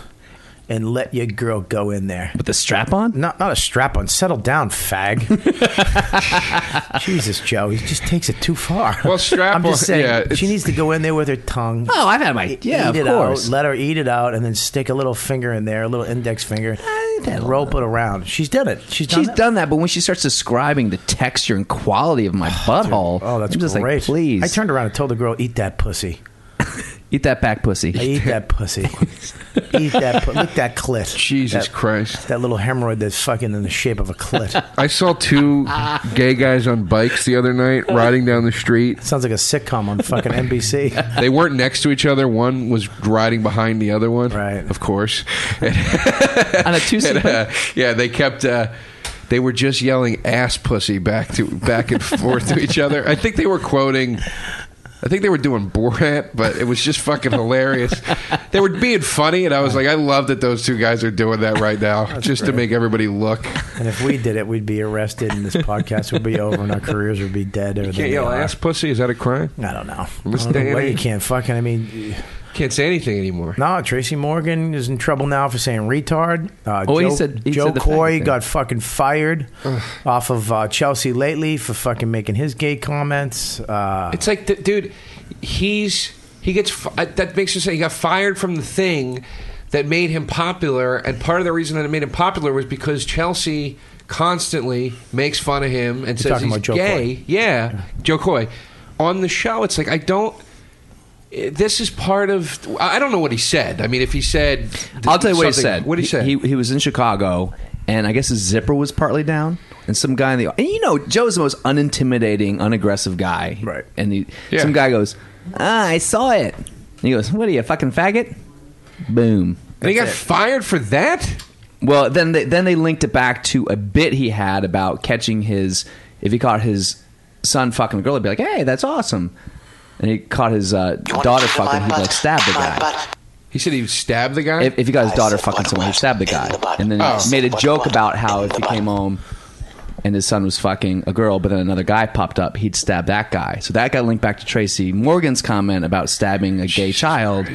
Speaker 1: and let your girl go in there.
Speaker 5: With the strap on?
Speaker 1: Not not a strap on. Settle down, fag. Jesus, Joe, he just takes it too far.
Speaker 4: Well, strap
Speaker 1: I'm just
Speaker 4: on-
Speaker 1: saying,
Speaker 4: yeah, it's-
Speaker 1: she needs to go in there with her tongue. E-,
Speaker 5: Oh, I've had my yeah,
Speaker 1: eat
Speaker 5: of
Speaker 1: it
Speaker 5: course.
Speaker 1: out. Let her eat it out, and then stick a little finger in there, a little index finger,
Speaker 5: I've had a
Speaker 1: rope it around. She's done it. She's done
Speaker 5: She's
Speaker 1: that.
Speaker 5: done that, but when she starts describing the texture and quality of my butthole,
Speaker 1: Oh, that's
Speaker 5: I'm just
Speaker 1: great.
Speaker 5: like, please,
Speaker 1: I turned around and told the girl, "Eat that pussy.
Speaker 5: eat that back
Speaker 1: I
Speaker 5: pussy.
Speaker 1: eat that pussy. eat that. Pu- look that clit.
Speaker 4: Jesus
Speaker 1: that,
Speaker 4: Christ!
Speaker 1: That little hemorrhoid that's fucking in the shape of a clit.
Speaker 4: I saw two gay guys on bikes the other night riding down the street.
Speaker 1: Sounds like a sitcom on fucking NBC.
Speaker 4: They weren't next to each other. One was riding behind the other one.
Speaker 1: Right.
Speaker 4: Of course.
Speaker 5: On a two
Speaker 4: And,
Speaker 5: seat,
Speaker 4: uh, yeah, they kept. Uh, they were just yelling "ass pussy" back to back and forth to each other. I think they were quoting. I think they were doing Borat, but it was just fucking hilarious. they were being funny, and I was like, I love that those two guys are doing that right now, just to make everybody look.
Speaker 1: And if we did it, we'd be arrested, and this podcast would be over, and our careers would be dead. Or
Speaker 4: Can't yell "ass pussy." Is that a crime?
Speaker 1: I don't know. I
Speaker 4: This
Speaker 1: don't know
Speaker 4: day and
Speaker 1: why you
Speaker 4: age.
Speaker 1: can't fucking. I mean,
Speaker 4: Can't say anything anymore.
Speaker 1: No, Tracy Morgan is in trouble now for saying retard. Uh,
Speaker 5: Oh,
Speaker 1: Joe,
Speaker 5: he said- he
Speaker 1: Joe
Speaker 5: said the faggot
Speaker 1: Coy
Speaker 5: thing.
Speaker 1: got fucking fired off of uh, Chelsea lately for fucking making his gay comments. Uh,
Speaker 4: It's like, th- dude, he's he gets fi- uh, that makes him say he got fired from the thing that made him popular, and part of the reason that it made him popular was because Chelsea constantly makes fun of him and says
Speaker 1: talking
Speaker 4: he's
Speaker 1: about Joe
Speaker 4: gay.
Speaker 1: Coy.
Speaker 4: Yeah, Joe Coy on the show. It's like I don't. eh, This is part of. I I don't know what he said. I mean, if he said,
Speaker 5: I'll tell you what he
Speaker 4: something-
Speaker 5: said.
Speaker 4: What he said.
Speaker 5: He, he was in Chicago, and I guess his zipper was partly down. And some guy in the and you know Joe's the most unintimidating, unaggressive guy.
Speaker 1: Right.
Speaker 5: And he,
Speaker 4: Yeah.
Speaker 5: some guy goes, ah, "I saw it." And he goes, "What are you, a fucking faggot?" Boom.
Speaker 4: and he got
Speaker 1: That's it.
Speaker 4: fired for that.
Speaker 5: Well, then they, then they linked it back to a bit he had about catching his if he caught his son fucking a girl, he'd be like, "Hey, that's awesome." And he caught his uh, daughter fucking, he'd like stab the guy.
Speaker 4: He said he stabbed the guy.
Speaker 5: If, if he got his daughter fucking someone, he'd stab the guy. And then he
Speaker 4: Oh.
Speaker 5: made a joke about how if he came home and his son was fucking a girl, but then another guy popped up, he'd stab that guy. So that got linked back to Tracy Morgan's comment about stabbing a gay child,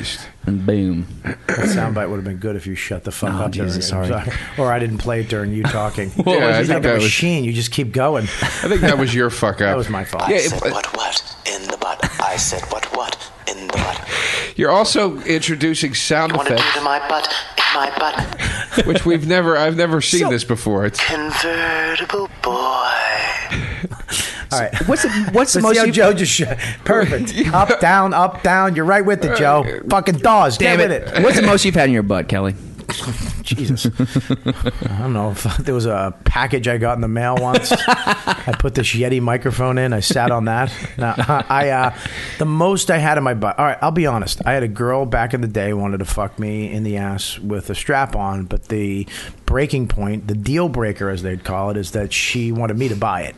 Speaker 5: and boom.
Speaker 1: that soundbite would have been good if you shut the fuck
Speaker 5: No,
Speaker 1: up. during-
Speaker 5: Jesus,
Speaker 1: I'm
Speaker 5: sorry.
Speaker 1: Or I didn't play it during you talking.
Speaker 4: Yeah, I
Speaker 1: It's
Speaker 4: think
Speaker 1: like a
Speaker 4: that was-
Speaker 1: machine. You just keep going.
Speaker 4: I think that was your fuck up.
Speaker 1: That was my fault.
Speaker 4: Yeah,
Speaker 7: I
Speaker 4: it-
Speaker 7: said what what in the butt. I said what what in the butt.
Speaker 4: You're also introducing sound
Speaker 7: You want to do
Speaker 4: effects.
Speaker 7: to my butt in my butt.
Speaker 4: which we've never I've never seen this before. It's
Speaker 7: Convertible boy.
Speaker 1: All right.
Speaker 5: What's the, what's the
Speaker 1: Let's
Speaker 5: most
Speaker 1: see how
Speaker 5: you-
Speaker 1: Joe just shut. Perfect. up, down, up, down. You're right with it, Joe. Fucking Dawes.
Speaker 5: Damn
Speaker 1: get
Speaker 5: it.
Speaker 1: with
Speaker 5: What's the most you've had in your butt, Kelly?
Speaker 1: Jesus. I don't know. If there was a package I got in the mail once. I put this Yeti microphone in. I sat on that. Now, I uh, the most I had in my butt. All right, I'll be honest. I had a girl back in the day wanted to fuck me in the ass with a strap on, but the breaking point, the deal breaker, as they'd call it, is that she wanted me to buy it.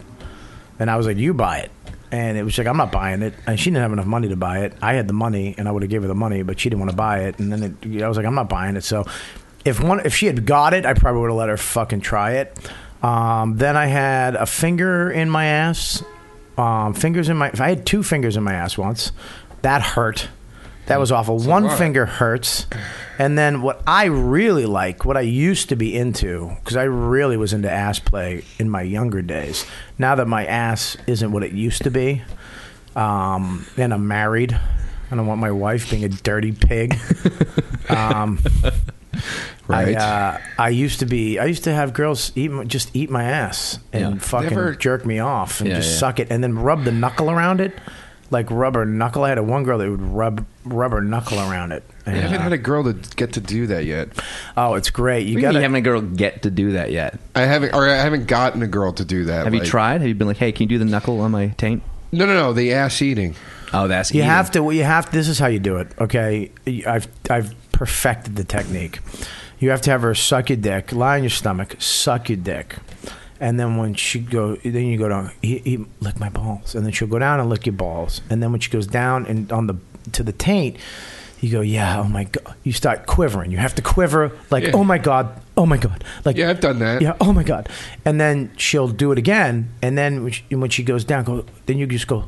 Speaker 1: And I was like, "You buy it." And it was like, "I'm not buying it." And she didn't have enough money to buy it. I had the money, and I would have gave her the money, but she didn't want to buy it. And then it, I was like, "I'm not buying it." So, if one, if she had got it, I probably would have let her fucking try it. Um, then I had a finger in my ass, um, fingers in my. I had two fingers in my ass once. That hurt. That was awful. One
Speaker 4: lot.
Speaker 1: finger hurts. And then what I really like, what I used to be into, because I really was into ass play in my younger days. Now that my ass isn't what it used to be, um, and I'm married, I don't want my wife being a dirty pig. um,
Speaker 4: Right.
Speaker 1: I, uh, I used to be. I used to have girls eat, my- just eat my ass and
Speaker 5: Yeah.
Speaker 1: fucking
Speaker 4: Never-
Speaker 1: jerk me off and
Speaker 5: Yeah,
Speaker 1: just
Speaker 5: yeah.
Speaker 1: suck it, and then rub the knuckle around it, like rubber knuckle. I had a one girl that would rub rubber knuckle around it.
Speaker 4: I
Speaker 1: And,
Speaker 4: haven't
Speaker 1: uh,
Speaker 4: had a girl to get to do that yet.
Speaker 1: oh, it's great. You
Speaker 5: You
Speaker 1: got
Speaker 5: mean
Speaker 1: to
Speaker 5: you haven't a girl get to do that yet.
Speaker 4: I haven't or I haven't gotten a girl to do that.
Speaker 5: Have
Speaker 4: like-
Speaker 5: you tried? Have you been like, hey, can you do the knuckle on my taint?
Speaker 4: No, no, no. The ass eating.
Speaker 5: Oh, that's
Speaker 1: You have to. well, You have. This is how you do it. Okay, I've I've perfected the technique. You have to have her suck your dick, lie on your stomach, suck your dick, and then when she go, then you go down. He, he lick my balls, and then she'll go down and lick your balls, and then when she goes down and on the to the taint, you go, yeah, oh my god. You start quivering. You have to quiver like,
Speaker 4: Yeah.
Speaker 1: oh my god, oh my god. Like,
Speaker 4: Yeah, I've done that.
Speaker 1: Yeah, oh my god. And then she'll do it again, and then when she, when she goes down, go then you just go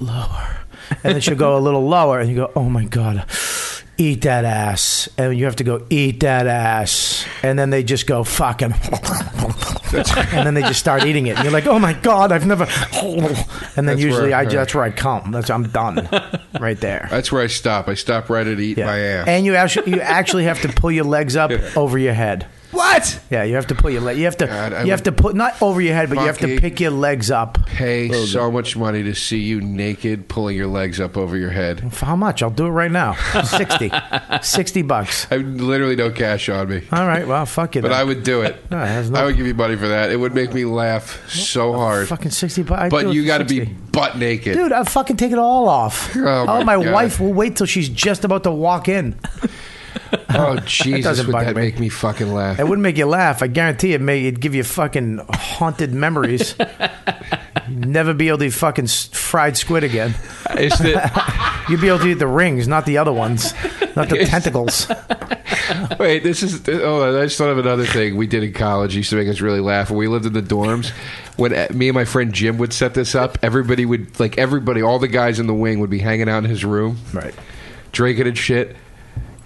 Speaker 1: lower, and then she'll go a little lower, and you go, oh my god, eat that ass, and you have to go eat that ass, and then they just go fucking, and then they just start eating it, and you're like, oh my god, I've never, and then
Speaker 4: That's
Speaker 1: usually
Speaker 4: where-
Speaker 1: I that's where I come, that's I'm done, right there.
Speaker 4: That's where I stop. I stop right at eat
Speaker 1: Yeah.
Speaker 4: my ass.
Speaker 1: And you actually you actually have to pull your legs up over your head.
Speaker 5: What?
Speaker 1: Yeah, you have to pull your leg. You have to.
Speaker 4: God, I
Speaker 1: you have to
Speaker 4: would-
Speaker 1: put not over your head, but you have to
Speaker 4: Fucking-
Speaker 1: pick your legs up.
Speaker 4: Pay
Speaker 1: Oh,
Speaker 4: so much money to see you naked, pulling your legs up over your head.
Speaker 1: For how much? I'll do it right now. 60. 60 bucks.
Speaker 4: I literally no cash on me,
Speaker 1: All right. Well, fuck it.
Speaker 4: but I would do it.
Speaker 1: No, there's no-
Speaker 4: I would give you money for that. It would make me laugh so hard.
Speaker 1: fucking 60 bucks. I'd do
Speaker 4: But
Speaker 1: it
Speaker 4: you
Speaker 1: for
Speaker 4: got to be
Speaker 1: 60.
Speaker 4: butt naked.
Speaker 1: Dude, I'll fucking take it all off.
Speaker 4: Oh,
Speaker 1: I'll-
Speaker 4: my
Speaker 1: my
Speaker 4: God.
Speaker 1: wife will wait till she's just about to walk in.
Speaker 4: oh Jesus,
Speaker 1: doesn't
Speaker 4: would
Speaker 1: bug
Speaker 4: that
Speaker 1: me.
Speaker 4: make me fucking laugh?
Speaker 1: It wouldn't make you laugh. I guarantee it may it'd give you fucking haunted memories. You'd never be able to eat fucking s- fried squid again.
Speaker 4: Is that,
Speaker 1: You'd be able to eat the rings, not the other ones, not the tentacles.
Speaker 4: wait, this is. Oh, I just thought of another thing we did in college. Used to make us really laugh. When we lived in the dorms, when uh, me and my friend Jim would set this up, everybody would like everybody, all the guys in the wing would be hanging out in his room,
Speaker 1: Right.
Speaker 4: drinking and shit.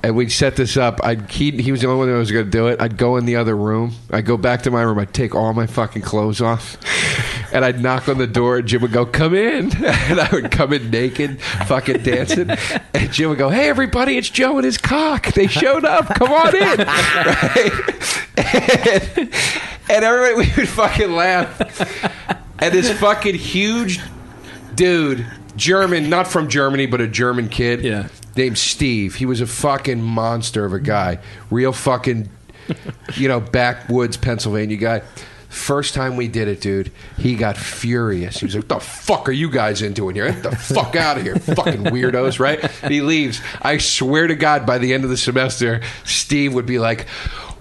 Speaker 4: And we'd set this up. I'd he, he was the only one that was going to do it. I'd go in the other room. I'd go back to my room. I'd take all my fucking clothes off, and I'd knock on the door. And Jim would go, "Come in," and I would come in naked, fucking dancing. And Jim would go, "Hey everybody, it's Joe and his cock. They showed up. Come on in." Right? And, and everybody we would fucking laugh. And this fucking huge dude, German, not from Germany, but a German kid.
Speaker 5: Yeah.
Speaker 4: Named Steve. He was a fucking monster of a guy. Real fucking, you know, backwoods Pennsylvania guy. First time we did it, dude, he got furious. He was like, "What the fuck are you guys into in here? Get the fuck out of here, fucking weirdos!" Right? And he leaves. I swear to God, by the end of the semester, Steve would be like,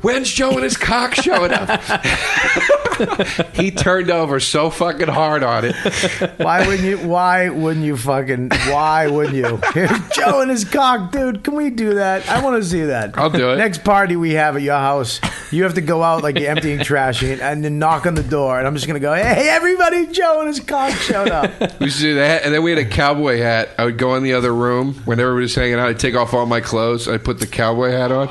Speaker 4: "When's Joe and his cock showing up?" he turned over so fucking hard on it.
Speaker 1: Why wouldn't you? Why wouldn't you fucking? Why wouldn't you? Joe and his cock, dude. Can we do that? I want to see that.
Speaker 4: I'll do it.
Speaker 1: Next party we have at your house, you have to go out like you're emptying trash and, and then knock on the door, and I'm just gonna go, hey, everybody, Joe and his cock showed up.
Speaker 4: We used to do that, and then we had a cowboy hat. I would go in the other room when everybody was hanging out. I'd take off all my clothes. I'd put the cowboy hat on,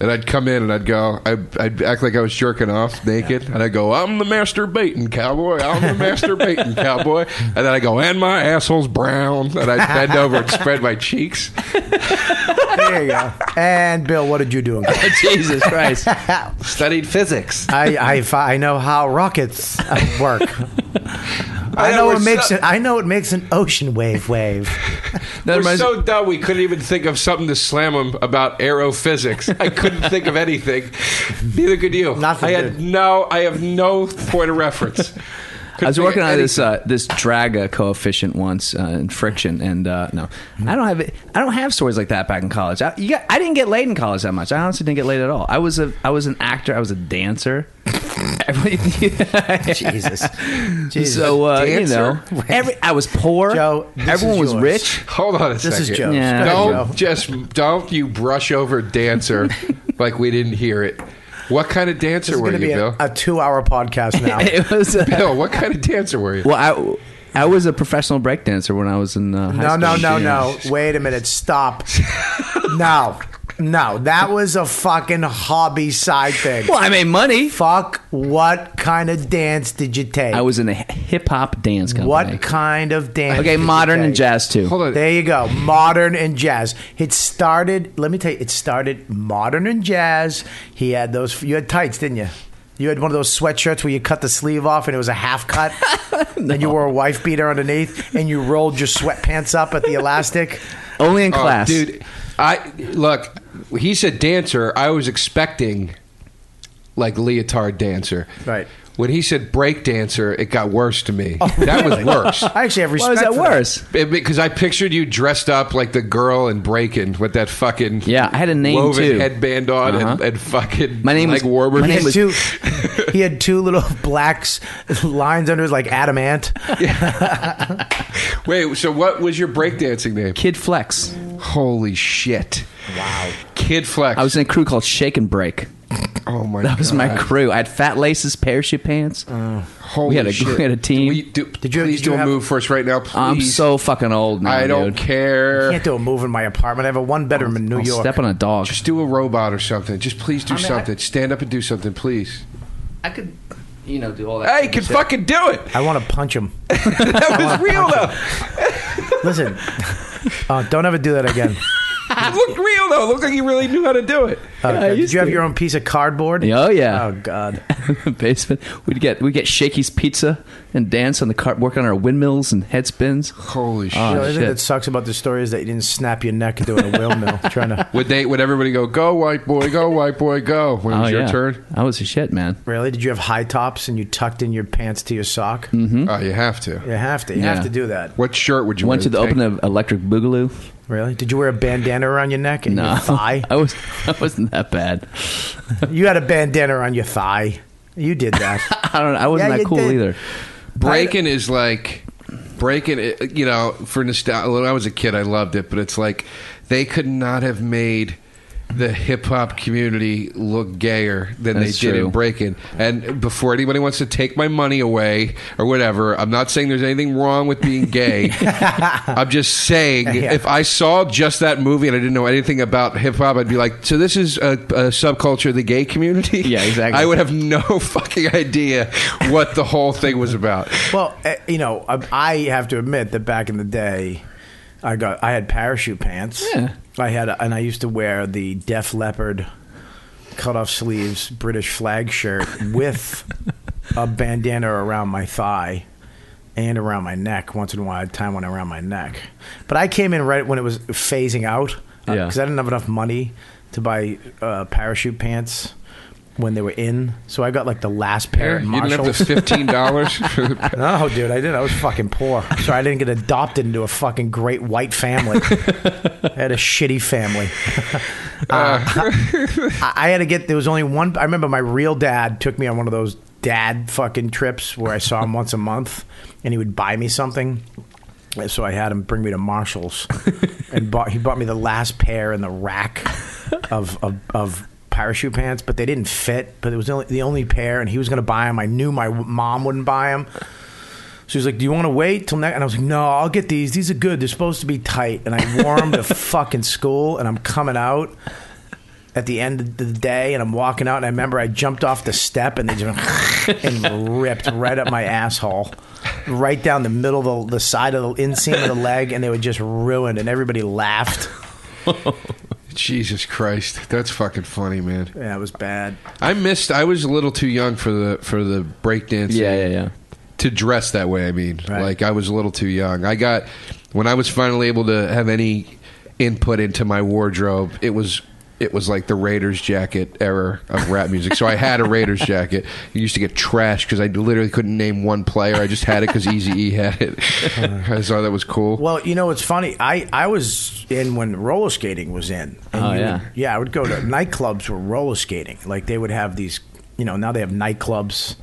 Speaker 4: and I'd come in and I'd go. I'd, I'd act like I was jerking off naked, and I'd go, "I'm the masturbating cowboy. I'm the masturbating cowboy." And then I go, "And my asshole's brown," and I'd bend over and spread my cheeks.
Speaker 1: There you go. And Bill, what did you do? in college?
Speaker 5: Jesus Christ.
Speaker 4: Studied physics.
Speaker 1: I, I fi- I know how rockets uh, work. I know
Speaker 4: we're
Speaker 1: it makes
Speaker 4: so-
Speaker 1: it. I know it makes an ocean wave wave.
Speaker 5: That
Speaker 4: We're
Speaker 5: reminds-
Speaker 4: so dumb we couldn't even think of something to slam him about aerophysics. I couldn't think of anything. Neither could you.
Speaker 1: Nothing
Speaker 4: I had
Speaker 1: good.
Speaker 4: no. I have no point of reference.
Speaker 5: I was working on this uh, this drag uh, coefficient once uh, in friction, and uh, no, I don't have I don't have stories like that back in college. I, you got, I didn't get laid in college that much. I honestly didn't get laid at all. I was a I was an actor. I was a dancer.
Speaker 1: Jesus. Jesus.
Speaker 5: so uh, you know,
Speaker 4: Dancer?
Speaker 5: every, I was poor.
Speaker 1: Joe, this
Speaker 5: everyone
Speaker 1: is
Speaker 5: was
Speaker 1: yours.
Speaker 5: rich.
Speaker 4: Hold on a
Speaker 1: this
Speaker 4: second.
Speaker 1: is Joe.
Speaker 5: Yeah.
Speaker 4: Don't
Speaker 1: Joe.
Speaker 4: just don't you brush over dancer like we didn't hear it. What kind of dancer
Speaker 1: This is
Speaker 4: were
Speaker 1: going to
Speaker 4: you,
Speaker 1: be a,
Speaker 4: Bill?
Speaker 1: a two-hour podcast now.
Speaker 5: It was uh,
Speaker 4: Bill, what kind of dancer were you?
Speaker 5: well, I I was a professional breakdancer when I was in uh, high
Speaker 1: no,
Speaker 5: school.
Speaker 1: no, no,
Speaker 4: Jesus.
Speaker 1: no. Wait a minute. Stop. no, no. That was a fucking hobby side thing.
Speaker 5: Well, I made money.
Speaker 1: Fuck. What kind of dance did you take?
Speaker 5: I was in a hip hop dance company.
Speaker 1: What kind of dance?
Speaker 5: Okay,
Speaker 1: did you
Speaker 5: modern and
Speaker 1: take?
Speaker 5: jazz too.
Speaker 4: Hold on.
Speaker 1: There you go. Modern and jazz. It started. Let me tell you. It started modern and jazz. He had those. You had tights, didn't you? You had one of those sweatshirts where you cut the sleeve off and it was a half cut, and you wore a wife beater underneath, and you rolled your sweatpants up at the elastic.
Speaker 5: Only in
Speaker 4: Oh,
Speaker 5: class,
Speaker 4: dude. I look. He's a dancer. I was expecting like leotard dancer.
Speaker 1: Right.
Speaker 4: When he said break dancer, it got worse to me.
Speaker 5: Oh,
Speaker 4: that was worse.
Speaker 1: I actually have
Speaker 5: Why
Speaker 1: respect.
Speaker 5: was that
Speaker 1: for
Speaker 5: worse?
Speaker 4: It- because I pictured you dressed up like the girl in Breaking with that fucking
Speaker 5: Yeah, I had a name,
Speaker 4: woven
Speaker 5: too.
Speaker 4: headband on and,
Speaker 5: Uh-huh.
Speaker 4: and fucking
Speaker 5: My name
Speaker 4: leg
Speaker 5: was-
Speaker 4: warmers.
Speaker 5: my
Speaker 1: He
Speaker 5: name
Speaker 1: had,
Speaker 5: was-
Speaker 1: two, he had two little blacks lines under his like adamant.
Speaker 4: Wait, so what was your breakdancing name?
Speaker 5: Kid Flex.
Speaker 4: Holy shit! Wow. Kid Flex.
Speaker 5: I was in a crew called Shake and Break.
Speaker 4: Oh my.
Speaker 5: That was my
Speaker 4: God.
Speaker 5: crew. I had fat laces, parachute pants.
Speaker 4: Holy
Speaker 5: We had a-
Speaker 4: shit.
Speaker 5: we had a team.
Speaker 4: Can we do,
Speaker 1: Did you-
Speaker 4: please
Speaker 1: did you
Speaker 4: do a
Speaker 1: have-
Speaker 4: move for us right now, please.
Speaker 5: I'm so fucking old now.
Speaker 4: I don't
Speaker 5: dude.
Speaker 4: care.
Speaker 1: I can't do a move in my apartment. I have a one bedroom in New
Speaker 5: I'll
Speaker 1: York.
Speaker 5: Step on a dog.
Speaker 4: Just do a robot or something. Just please do
Speaker 5: I mean, I-
Speaker 4: something. Stand up and do something, please.
Speaker 5: I could, you know, do all that.
Speaker 4: Hey, you can fucking do it.
Speaker 1: I want to punch him.
Speaker 4: That was real though.
Speaker 1: Listen, uh, don't ever do that again.
Speaker 4: It looked real though. It looked like you really knew how to do it.
Speaker 1: Uh,
Speaker 5: I
Speaker 1: did
Speaker 5: used
Speaker 1: you have
Speaker 5: to.
Speaker 1: your own piece of cardboard?
Speaker 5: Oh, yeah.
Speaker 1: Oh God.
Speaker 5: basement. We'd get we would get Shakey's pizza and dance on the cart, work on our windmills and head spins.
Speaker 4: Holy shit.
Speaker 5: Oh,
Speaker 1: You know, the thing
Speaker 5: shit.
Speaker 1: that sucks about the story is that you didn't snap your neck doing a windmill trying to.
Speaker 4: Would they? Would everybody go? Go white boy, go white boy, go. When it was
Speaker 5: oh,
Speaker 4: your
Speaker 5: yeah.
Speaker 4: turn,
Speaker 5: I was a shit man.
Speaker 1: Really? Did you have high tops and you tucked in your pants to your sock?
Speaker 4: oh, you have to.
Speaker 1: You have to. You
Speaker 5: Mm. Yeah.
Speaker 1: have to do that.
Speaker 4: What shirt would you?
Speaker 5: Hmm? Went
Speaker 4: wear?
Speaker 5: to the
Speaker 4: Tank-
Speaker 5: open of Electric Boogaloo.
Speaker 1: Really? Did you wear a bandana around your neck and
Speaker 5: No,
Speaker 1: your thigh?
Speaker 5: I was I wasn't that bad.
Speaker 1: You had a bandana around your thigh. You did that.
Speaker 5: I don't. know. I wasn't
Speaker 1: Yeah,
Speaker 5: that
Speaker 1: you
Speaker 5: cool
Speaker 1: did.
Speaker 5: either.
Speaker 4: Breaking is like breaking. it- You know, for nostalgia. When I was a kid, I loved it, but it's like they could not have made the hip hop community look gayer than
Speaker 5: That's
Speaker 4: they did in
Speaker 5: true.
Speaker 4: breaking. And before anybody wants to take my money away or whatever, I'm not saying there's anything wrong with being gay. I'm just saying
Speaker 1: Yeah.
Speaker 4: if I saw just that movie and I didn't know anything about hip hop, I'd be like, so this is a, a subculture of the gay community.
Speaker 5: Yeah, exactly.
Speaker 4: I would have no fucking idea what the whole thing was about.
Speaker 1: well, eh, you know, I, I have to admit that back in the day, I got I had parachute pants.
Speaker 5: Yeah.
Speaker 1: I had, a, and I used to wear the Def Leopard cut off sleeves British flag shirt with a bandana around my thigh and around my neck. Once in a while, I'd tie one around my neck. But I came in right when it was phasing out
Speaker 5: Yeah.
Speaker 1: because I didn't have enough money to buy uh, parachute pants when they were in. So I got like the last pair. at
Speaker 4: You didn't have the
Speaker 1: Marshalls.
Speaker 4: fifteen dollars. I
Speaker 1: No, Oh, dude, I didn't. I was fucking poor. Sorry, I didn't get adopted into a fucking great white family. I had a shitty family. Uh, I, I had to get. There was only one. I remember my real dad took me on one of those dad fucking trips where I saw him once a month, and he would buy me something. And So I had him bring me to Marshalls, and bought, he bought me the last pair in the rack of of. of parachute pants but they didn't fit but it was the only, the only pair and he was going to buy them i knew my w- mom wouldn't buy them so he's like, "Do you want to wait till next?" And I was like, "No, I'll get these. These are good. They're supposed to be tight." And I wore them to fucking school, and I'm coming out at the end of the day, and I'm walking out, and I remember I jumped off the step, and they just went and ripped right up my asshole, right down the middle, of the, the side of the inseam of the leg, and they were just ruined, and everybody laughed.
Speaker 4: Jesus Christ, that's fucking funny, man.
Speaker 1: Yeah, it was bad.
Speaker 4: I missed. I was a little too young for the for the breakdancing.
Speaker 5: Yeah, yeah, yeah.
Speaker 4: to dress that way. I mean,
Speaker 1: Right.
Speaker 4: like I was a little too young. I got when I was finally able to have any input into my wardrobe. It was it was like the Raiders jacket era of rap music. So I had a Raiders jacket. It used to get trashed because I literally couldn't name one player. I just had it because Easy E had it. I thought that was cool.
Speaker 1: Well, you know, it's funny. I, I was in when roller skating was in. And
Speaker 5: Oh,
Speaker 1: you would-
Speaker 5: yeah.
Speaker 1: yeah, I would go to nightclubs where roller skating. Like, they would have these, you know, now they have nightclubs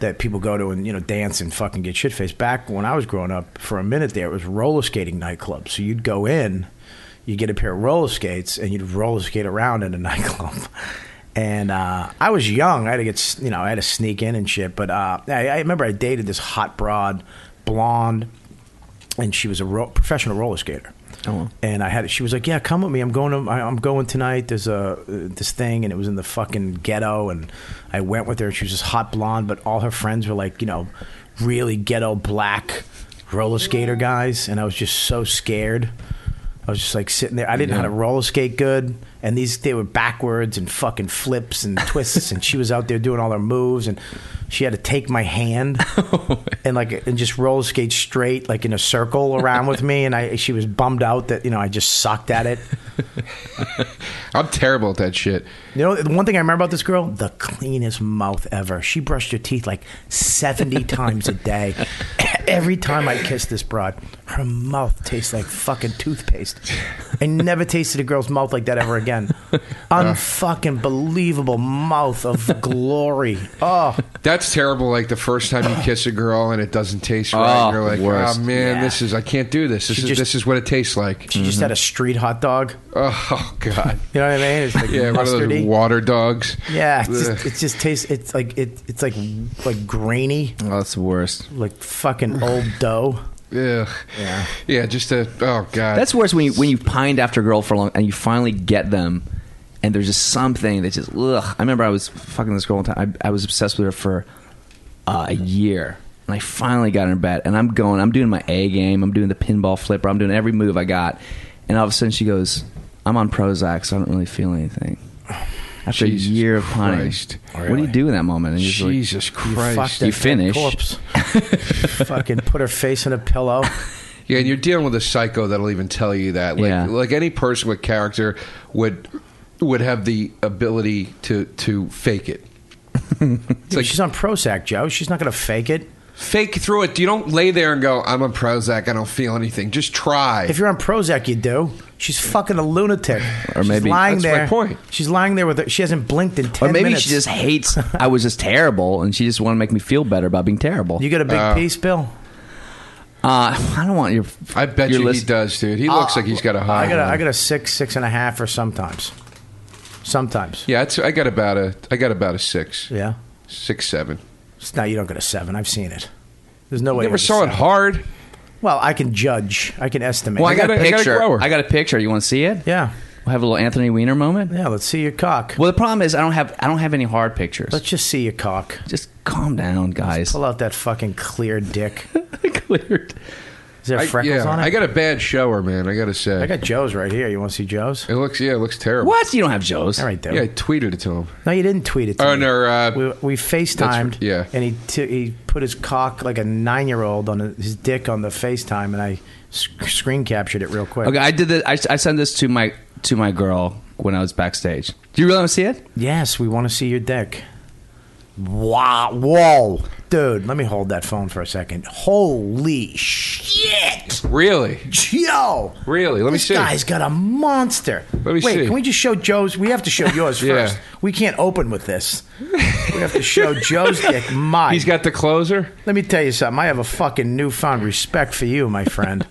Speaker 1: that people go to and, you know, dance and fucking get shit faced. Back when I was growing up, for a minute there, it was roller skating nightclubs. So you'd go in, you'd get a pair of roller skates, and you'd roller skate around in a nightclub. And uh, I was young. I had to get, s- you know, I had to sneak in and shit. But uh, I, I remember I dated this hot broad, blonde, and she was a ro- professional roller skater.
Speaker 5: Oh.
Speaker 1: And I had she was like, "Yeah, come with me. I'm going to I, I'm going tonight. There's a uh, this thing and it was in the fucking ghetto and I went with her. She was this hot blonde, but all her friends were like, you know, really ghetto black roller skater guys and I was just so scared. I was just like sitting there. I didn't know how to roller skate good, and these they were backwards and fucking flips and twists. and she was out there doing all her moves, and she had to take my hand and like and just roller skate straight like in a circle around with me. And I she was bummed out that you know I just sucked at it.
Speaker 4: I'm terrible at that shit.
Speaker 1: You know, the one thing I remember about this girl, the cleanest mouth ever. She brushed her teeth like 70 times a day. Every time I kiss this broad, her mouth tastes like fucking toothpaste. I never tasted a girl's mouth like that ever again. Unfucking believable mouth of glory. Oh,
Speaker 4: That's terrible. Like the first time you kiss a girl and it doesn't taste right,
Speaker 5: Oh,
Speaker 4: you're like,
Speaker 5: worst.
Speaker 4: "Oh man,
Speaker 1: Yeah.
Speaker 4: this is I can't do this. This
Speaker 1: She
Speaker 4: is
Speaker 1: just-
Speaker 4: this is what it tastes like."
Speaker 1: she just had a street hot dog.
Speaker 4: Oh god.
Speaker 1: You know what I mean? It's like
Speaker 4: Yeah, one of those
Speaker 1: mustardy.
Speaker 4: water dogs.
Speaker 1: yeah, it
Speaker 4: Ugh.
Speaker 1: just, it just tastes. It's like it, It's like like grainy,
Speaker 5: Oh, that's the worst.
Speaker 1: like fucking old dough.
Speaker 4: Ugh. Yeah. just a oh god.
Speaker 5: That's worse when you when you pined after a girl for a long and you finally get them, and there's just something that just ugh. I remember I was fucking this girl one time. I, I was obsessed with her for uh, a year, and I finally got her in bed. And I'm going, I'm doing my A game. I'm doing the pinball flipper. I'm doing every move I got, and all of a sudden she goes, "I'm on Prozac, so I don't really feel anything." After
Speaker 4: Jesus
Speaker 5: a year of pining,
Speaker 4: Christ.
Speaker 5: what do you do in that moment? And you're just like-
Speaker 4: Jesus Christ.
Speaker 1: Fuck that
Speaker 5: You finish.
Speaker 1: Corpse. fucking put her face in a pillow.
Speaker 4: Yeah, and you're dealing with a psycho that'll even tell you that. Like,
Speaker 5: Yeah.
Speaker 4: like any person with character would would have the ability to to fake it.
Speaker 1: Dude, she's on Prozac, Joe. She's not gonna fake it.
Speaker 4: Fake through it. You don't lay there and go, "I'm on Prozac. I don't feel anything." Just try.
Speaker 1: If you're on Prozac, you do. She's fucking a lunatic.
Speaker 5: Or
Speaker 1: she's
Speaker 5: maybe-
Speaker 1: lying
Speaker 4: That's my
Speaker 1: there.
Speaker 4: point.
Speaker 1: She's lying there with her. She hasn't blinked in ten
Speaker 5: or maybe
Speaker 1: minutes.
Speaker 5: she just hates. I was just terrible, and she just wanted to make me feel better about being terrible.
Speaker 1: You got a big
Speaker 4: Oh.
Speaker 1: piece, Bill.
Speaker 5: Uh, I don't want your.
Speaker 4: I bet
Speaker 5: your
Speaker 4: you
Speaker 5: list-
Speaker 4: he does, dude. He looks like he's got a high.
Speaker 1: I got a,
Speaker 4: one.
Speaker 1: I got a six, six and a half, or sometimes, sometimes.
Speaker 4: Yeah, it's, I got about a. I got about a six,
Speaker 1: Yeah.
Speaker 4: six, seven.
Speaker 1: Now you don't get a seven. I've seen it. There's no way.
Speaker 4: Never
Speaker 1: was a
Speaker 4: saw it
Speaker 1: seven.
Speaker 4: hard.
Speaker 1: Well, I can judge. I can estimate.
Speaker 5: Well, I got
Speaker 4: I
Speaker 5: a
Speaker 4: got a
Speaker 5: picture.
Speaker 4: grower.
Speaker 5: I got a picture. You want to see it?
Speaker 1: yeah,
Speaker 5: We'll have a little Anthony Weiner moment.
Speaker 1: yeah. Let's see your cock.
Speaker 5: Well, the problem is I don't have I don't have any hard pictures.
Speaker 1: Let's just see your cock.
Speaker 5: just calm down, guys.
Speaker 1: Pull out that fucking clear dick.
Speaker 5: Cleared.
Speaker 1: Is there
Speaker 4: I,
Speaker 1: freckles
Speaker 4: yeah,
Speaker 1: on it?
Speaker 4: I got a bad shower, man. I got to say,
Speaker 1: I got Joe's right here. You want to see Joe's?
Speaker 4: it looks. Yeah, it looks terrible.
Speaker 5: What? You don't have Joe's?
Speaker 1: All right, there.
Speaker 4: Yeah, I tweeted it to him.
Speaker 1: No, you didn't tweet it. To
Speaker 4: Oh,
Speaker 1: me.
Speaker 4: no, uh,
Speaker 1: we, we FaceTimed.
Speaker 4: that's- yeah.
Speaker 1: And he t- he put his cock like a nine year old on his dick on the FaceTime, and I sc- screen captured it real quick.
Speaker 5: Okay, I did this. I, I sent this to my to my girl when I was backstage. Do you really want to see it?
Speaker 1: Yes, we want to see your dick. Wow! Whoa, dude. Let me hold that phone for a second. Holy shit,
Speaker 4: Really?
Speaker 1: Joe!
Speaker 4: Really? Let me
Speaker 1: this
Speaker 4: see.
Speaker 1: guy's got a monster.
Speaker 4: Let me
Speaker 1: Wait,
Speaker 4: see.
Speaker 1: can we just show Joe's? We have to show yours
Speaker 4: Yeah.
Speaker 1: first. We can't open with this. We have to show Joe's dick. My
Speaker 4: He's got the closer.
Speaker 1: Let me tell you something. I have a fucking newfound respect for you, my friend.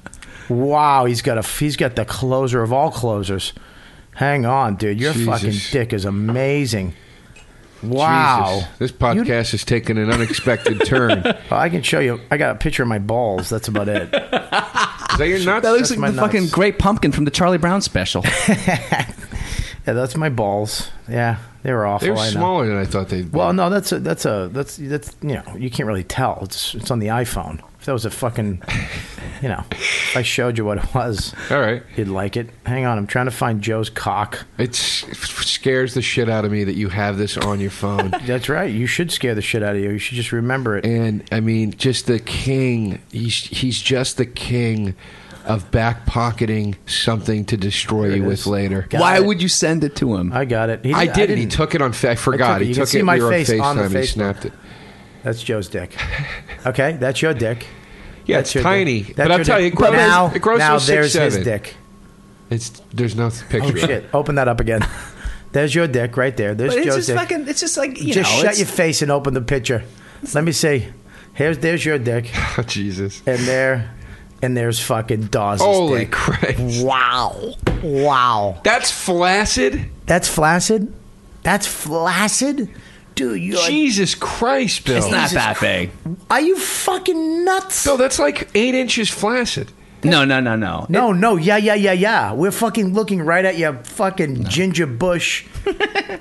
Speaker 1: wow, he's got a he's got the closer of all closers. Hang on, dude. Your
Speaker 4: Jesus.
Speaker 1: fucking dick is amazing. Wow.
Speaker 4: Jesus. This podcast has taken an unexpected turn. Is
Speaker 1: Well, I can show you. I got a picture of my balls. That's about it.
Speaker 4: that your nuts?
Speaker 5: That
Speaker 1: That's
Speaker 5: looks like the
Speaker 1: my nuts.
Speaker 5: fucking Great Pumpkin from the Charlie Brown special.
Speaker 1: yeah, that's my balls. Yeah, they were awful.
Speaker 4: they were
Speaker 1: I know.
Speaker 4: smaller than I thought they'd be.
Speaker 1: Well, no, that's a that's a that's that's you know you can't really tell. It's it's on the iPhone. If that was a fucking, you know, if I showed you what it was,
Speaker 4: All right.
Speaker 1: you'd like it. Hang on, I'm trying to find Joe's cock.
Speaker 4: It's, it scares the shit out of me that you have this on your phone.
Speaker 1: That's right. You should scare the shit out of you. You should just remember it.
Speaker 4: and I mean, just the king. He's he's just the king of back pocketing something to destroy you with
Speaker 1: is.
Speaker 4: later.
Speaker 1: Got
Speaker 5: Why
Speaker 1: it.
Speaker 5: would you send it to him?
Speaker 1: I got it. He
Speaker 4: I did it. He
Speaker 1: didn't.
Speaker 4: took it on. Fa- I
Speaker 1: it.
Speaker 4: forgot. He
Speaker 1: You can
Speaker 4: took
Speaker 1: see
Speaker 4: it.
Speaker 1: my
Speaker 4: we were
Speaker 1: face
Speaker 4: on FaceTime.
Speaker 1: on the
Speaker 4: he
Speaker 1: Facebook.
Speaker 4: snapped it.
Speaker 1: That's Joe's dick. Okay, that's your dick.
Speaker 4: Yeah,
Speaker 1: That's
Speaker 4: it's
Speaker 1: your
Speaker 4: tiny.
Speaker 1: dick.
Speaker 4: But
Speaker 1: That's
Speaker 4: I'll
Speaker 1: your
Speaker 4: tell
Speaker 1: dick.
Speaker 4: you, it grows,
Speaker 1: now,
Speaker 4: it grows
Speaker 1: now
Speaker 4: to
Speaker 1: there's
Speaker 4: six,
Speaker 1: his
Speaker 4: seven.
Speaker 1: dick.
Speaker 4: It's there's no picture.
Speaker 1: Oh shit! Open that up again. There's your dick right there. There's
Speaker 5: But it's
Speaker 1: Joe's
Speaker 5: just
Speaker 1: dick.
Speaker 5: fucking. It's just like you
Speaker 1: just
Speaker 5: know.
Speaker 1: shut
Speaker 5: it's-
Speaker 1: your face and open the picture. Let me see. Here's there's your dick,
Speaker 4: Oh, Jesus.
Speaker 1: and there, and there's fucking Dawes.
Speaker 4: Holy
Speaker 1: dick.
Speaker 4: Christ.
Speaker 1: Wow, wow.
Speaker 4: That's flaccid.
Speaker 1: That's flaccid. That's flaccid, dude. You're,
Speaker 4: Jesus Christ, Bill.
Speaker 5: it's not
Speaker 1: Jesus
Speaker 5: that big.
Speaker 1: are you fucking nuts?
Speaker 4: Bill, that's like eight inches flaccid.
Speaker 5: No, no, no, no.
Speaker 1: No, no, yeah, yeah, yeah, yeah. We're fucking looking right at your fucking ginger bush.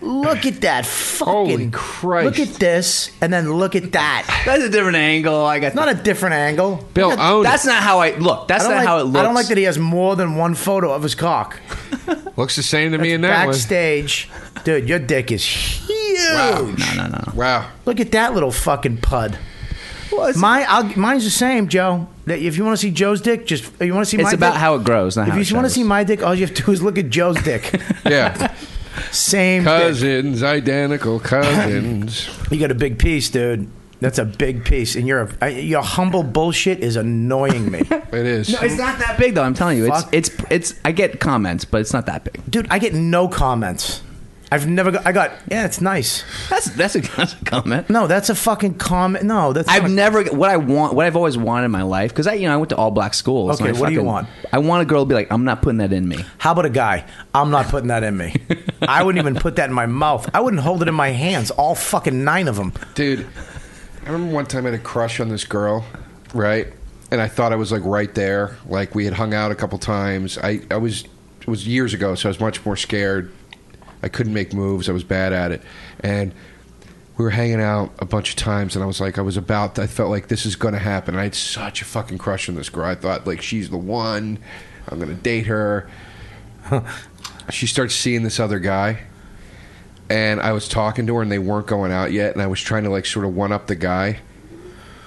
Speaker 1: look at that fucking.
Speaker 4: Holy Christ.
Speaker 1: Look at this, and then look at that.
Speaker 5: That's a different angle. I got
Speaker 1: Not a different angle.
Speaker 4: Bill,
Speaker 1: Look at-
Speaker 4: own
Speaker 5: That's not how I look. That's
Speaker 1: I
Speaker 5: not
Speaker 1: don't, like,
Speaker 5: how it looks.
Speaker 1: I don't like that he has more than one photo of his cock.
Speaker 4: it. Looks the same to me in that
Speaker 1: Backstage, dude, your dick is huge.
Speaker 5: No, no, no.
Speaker 4: one. Wow.
Speaker 1: Look at that little fucking pud. My, I'll, mine's the same, Joe. That if you want to see Joe's dick, just if you want to see.
Speaker 5: It's
Speaker 1: my
Speaker 5: about
Speaker 1: dick,
Speaker 5: how it grows, not
Speaker 1: if
Speaker 5: how it
Speaker 1: you want to
Speaker 5: shows.
Speaker 1: see my dick, all you have to do is look at Joe's dick.
Speaker 4: Yeah.
Speaker 1: same. Dick.
Speaker 4: cousins, identical cousins.
Speaker 1: You got a big piece, dude. That's a big piece, and your your humble bullshit is annoying me,
Speaker 4: It is.
Speaker 5: No, it's not that big though. I'm telling you, it's
Speaker 1: Fuck.
Speaker 5: it's it's. I get comments, but it's not that big.
Speaker 1: dude. I get no comments. I've never got. I got. Yeah, it's nice.
Speaker 5: That's that's a, that's a comment.
Speaker 1: No, that's a fucking comment. No, that's. not
Speaker 5: I've
Speaker 1: a-
Speaker 5: never what I want, what I've always wanted in my life, because I you know I went to all black schools. and
Speaker 1: Okay,
Speaker 5: I
Speaker 1: what do you want?
Speaker 5: I want a girl to be like, I'm not putting that in me.
Speaker 1: How about a guy? I'm not putting that in me. I wouldn't even put that in my mouth. I wouldn't hold it in my hands. All fucking nine of them.
Speaker 4: Dude, I remember one time I had a crush on this girl, right? And I thought I was like right there. Like we had hung out a couple times. I, I was it was years ago, so I was much more scared. I couldn't make moves. I was bad at it. And we were hanging out a bunch of times and I was like I was about I felt like this is going to happen. And I had such a fucking crush on this girl. I thought like she's the one. I'm going to date her. she starts seeing this other guy and I was talking to her, and they weren't going out yet, and I was trying to like sort of one up the guy,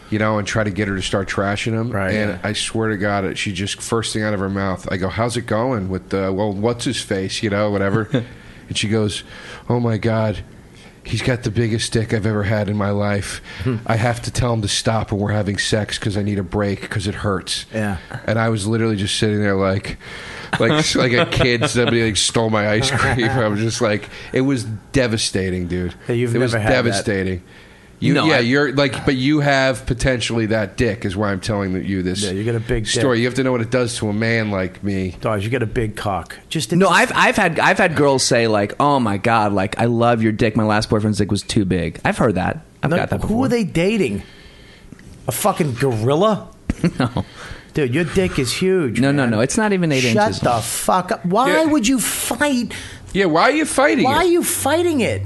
Speaker 4: you know, and try to get her to start trashing him.
Speaker 1: Right,
Speaker 4: And
Speaker 1: yeah.
Speaker 4: I swear to God, it she just first thing out of her mouth, I go, "How's it going with the well, what's his face, you know, whatever," and she goes, "Oh my God." He's got the biggest dick I've ever had in my life.
Speaker 1: Hmm.
Speaker 4: I have to tell him to stop when we're having sex because I need a break because it hurts.
Speaker 1: Yeah.
Speaker 4: And I was literally just sitting there like, like like a kid. Somebody like stole my ice cream. I was just like, it was devastating, dude.
Speaker 1: Hey, you've
Speaker 4: it was
Speaker 1: never had that.
Speaker 4: devastating. You,
Speaker 5: No,
Speaker 4: yeah,
Speaker 5: I-
Speaker 4: you're like, but you have potentially that dick is why I'm telling you this.
Speaker 1: Yeah, you got a big
Speaker 4: story.
Speaker 1: dick.
Speaker 4: You have to know what it does to a man like me.
Speaker 1: Dog, you got a big cock. Just
Speaker 5: No, I've I've had I've had girls say like, oh my god, like I love your dick. My last boyfriend's dick was too big. I've heard that. I've
Speaker 1: No,
Speaker 5: got that.
Speaker 1: Who
Speaker 5: before.
Speaker 1: are they dating? A fucking gorilla?
Speaker 5: No,
Speaker 1: Dude, your dick is huge.
Speaker 5: no, no,
Speaker 1: man.
Speaker 5: no. It's not even eight
Speaker 1: Shut
Speaker 5: inches.
Speaker 1: the fuck up. Why
Speaker 4: Yeah.
Speaker 1: would you fight?
Speaker 4: Yeah, why are you fighting?
Speaker 1: Why are
Speaker 4: it?
Speaker 1: you fighting it?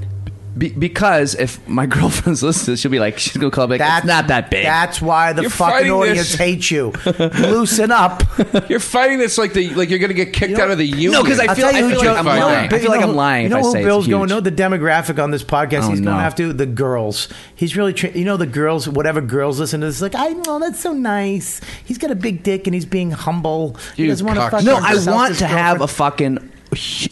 Speaker 5: Be- because if my girlfriend's listening, to this, she'll be like, she's gonna call me. Like,
Speaker 1: That's
Speaker 5: it's not that big.
Speaker 1: That's why the
Speaker 4: You're
Speaker 1: fucking
Speaker 4: fighting
Speaker 1: audience
Speaker 4: this.
Speaker 1: hates you. Loosen up.
Speaker 4: You're fighting this like the like you're gonna get kicked out of the union.
Speaker 5: No, 'cause I
Speaker 1: I'll
Speaker 5: feel-
Speaker 1: tell you
Speaker 5: I
Speaker 1: who
Speaker 5: feel
Speaker 1: Joe-
Speaker 5: like I'm
Speaker 1: you know
Speaker 5: lying.
Speaker 1: who-
Speaker 5: I feel
Speaker 1: you
Speaker 5: like
Speaker 1: know
Speaker 5: I'm
Speaker 1: who-
Speaker 5: lying
Speaker 1: You
Speaker 5: if
Speaker 1: know
Speaker 5: I
Speaker 1: who
Speaker 5: say it's
Speaker 1: Bill's
Speaker 5: huge.
Speaker 1: going? No, the demographic on this podcast.
Speaker 5: Oh,
Speaker 1: he's
Speaker 5: no.
Speaker 1: going after the girls. He's really, tra- you know, the girls. Whatever girls listen to this, like, I know that's so nice. He's got a big dick and he's being humble. he
Speaker 4: You
Speaker 1: doesn't want to
Speaker 4: cocksucker.
Speaker 1: fuck.
Speaker 5: no,
Speaker 1: up
Speaker 5: I
Speaker 1: his
Speaker 5: want
Speaker 1: self-
Speaker 5: to
Speaker 1: his
Speaker 5: have a
Speaker 1: girlfriend.
Speaker 5: fucking.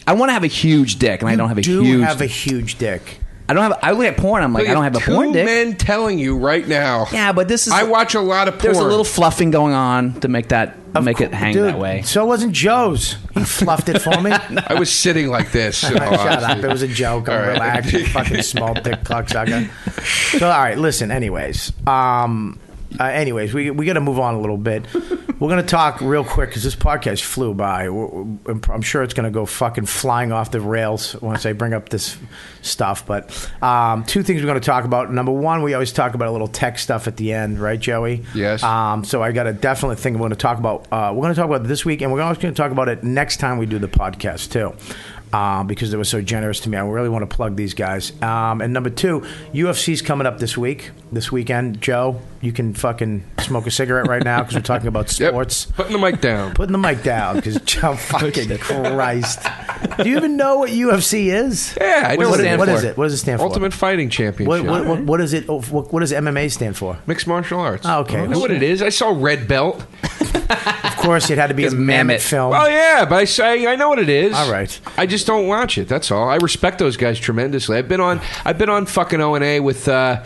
Speaker 5: I want to have a huge dick, and I
Speaker 1: You
Speaker 5: don't have a
Speaker 1: do
Speaker 5: huge.
Speaker 1: have a huge dick.
Speaker 5: I don't have. I look at porn. I'm like,
Speaker 4: Look,
Speaker 5: I don't have a
Speaker 4: two
Speaker 5: porn dick.
Speaker 4: men telling you right now.
Speaker 5: Yeah, but this is.
Speaker 4: I watch a lot of porn.
Speaker 5: There's a little fluffing going on to make that
Speaker 1: Of
Speaker 5: make
Speaker 1: cou-
Speaker 5: it hang
Speaker 1: Dude,
Speaker 5: that way.
Speaker 1: So wasn't Joe's. He fluffed it for me.
Speaker 4: I was sitting like this. in all
Speaker 1: Shut up.
Speaker 4: honesty.
Speaker 1: It was a joke. I'm
Speaker 4: All right.
Speaker 1: relaxed. you fucking small dick cocksucker. So, all right, listen, anyways. Um, uh, anyways, we, we got to move on a little bit. We're going to talk real quick because this podcast flew by. We're- we're- I'm sure it's going to go fucking flying off the rails once I bring up this stuff. But um, two things we're going to talk about. Number one, we always talk about a little tech stuff at the end, right, Joey?
Speaker 4: Yes.
Speaker 1: Um, so I got a definite thing we're going to talk about. Uh, we're going to talk about it this week, and we're also going to talk about it next time we do the podcast too, uh, because they were so generous to me. I really want to plug these guys. Um, and number two, UFC's coming up this week, this weekend. Joe, you can fucking smoke a cigarette right now because we're talking about
Speaker 4: Yep. Oh,
Speaker 1: sports.
Speaker 4: Putting the mic down.
Speaker 1: Putting the mic down because Joe, fucking Christ. Do you even know what UFC is?
Speaker 4: Yeah, I know
Speaker 1: what, is-
Speaker 4: what it stands
Speaker 1: what is
Speaker 4: for.
Speaker 1: it? What does it stand for?
Speaker 4: Ultimate Fighting Championship.
Speaker 1: What, what, what, what is it? Oh, What, what does MMA stand for?
Speaker 4: Mixed martial arts.
Speaker 1: Oh, okay.
Speaker 4: You know what it is? I saw Red Belt.
Speaker 1: Of course, it had to be a
Speaker 5: It's
Speaker 1: mammoth,
Speaker 5: Mammoth.
Speaker 1: film.
Speaker 4: Well, yeah, but I say I know what it is.
Speaker 1: Oh. All right.
Speaker 4: I just don't watch it. That's all. I respect those guys tremendously. I've been on. I've been on fucking O and A with uh,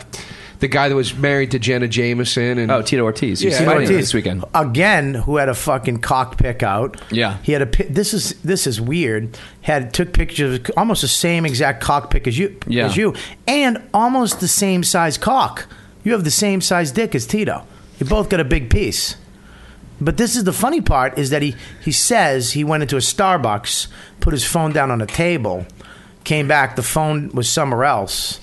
Speaker 4: the guy that was married to Jenna Jameson and
Speaker 5: Oh, Tito Ortiz. You
Speaker 4: Yeah,
Speaker 5: see
Speaker 4: Tito
Speaker 5: him
Speaker 4: Ortiz.
Speaker 5: this weekend.
Speaker 1: again who had a fucking cock pick out.
Speaker 5: Yeah.
Speaker 1: he had a. pi- This is this is weird. Had took pictures of almost the same exact cock pick as you
Speaker 5: Yeah.
Speaker 1: as you, and almost the same size cock. You have the same size dick as Tito. You both got a big piece. But this is the funny part is that he he says he went into a Starbucks, put his phone down on a table, came back, the phone was somewhere else,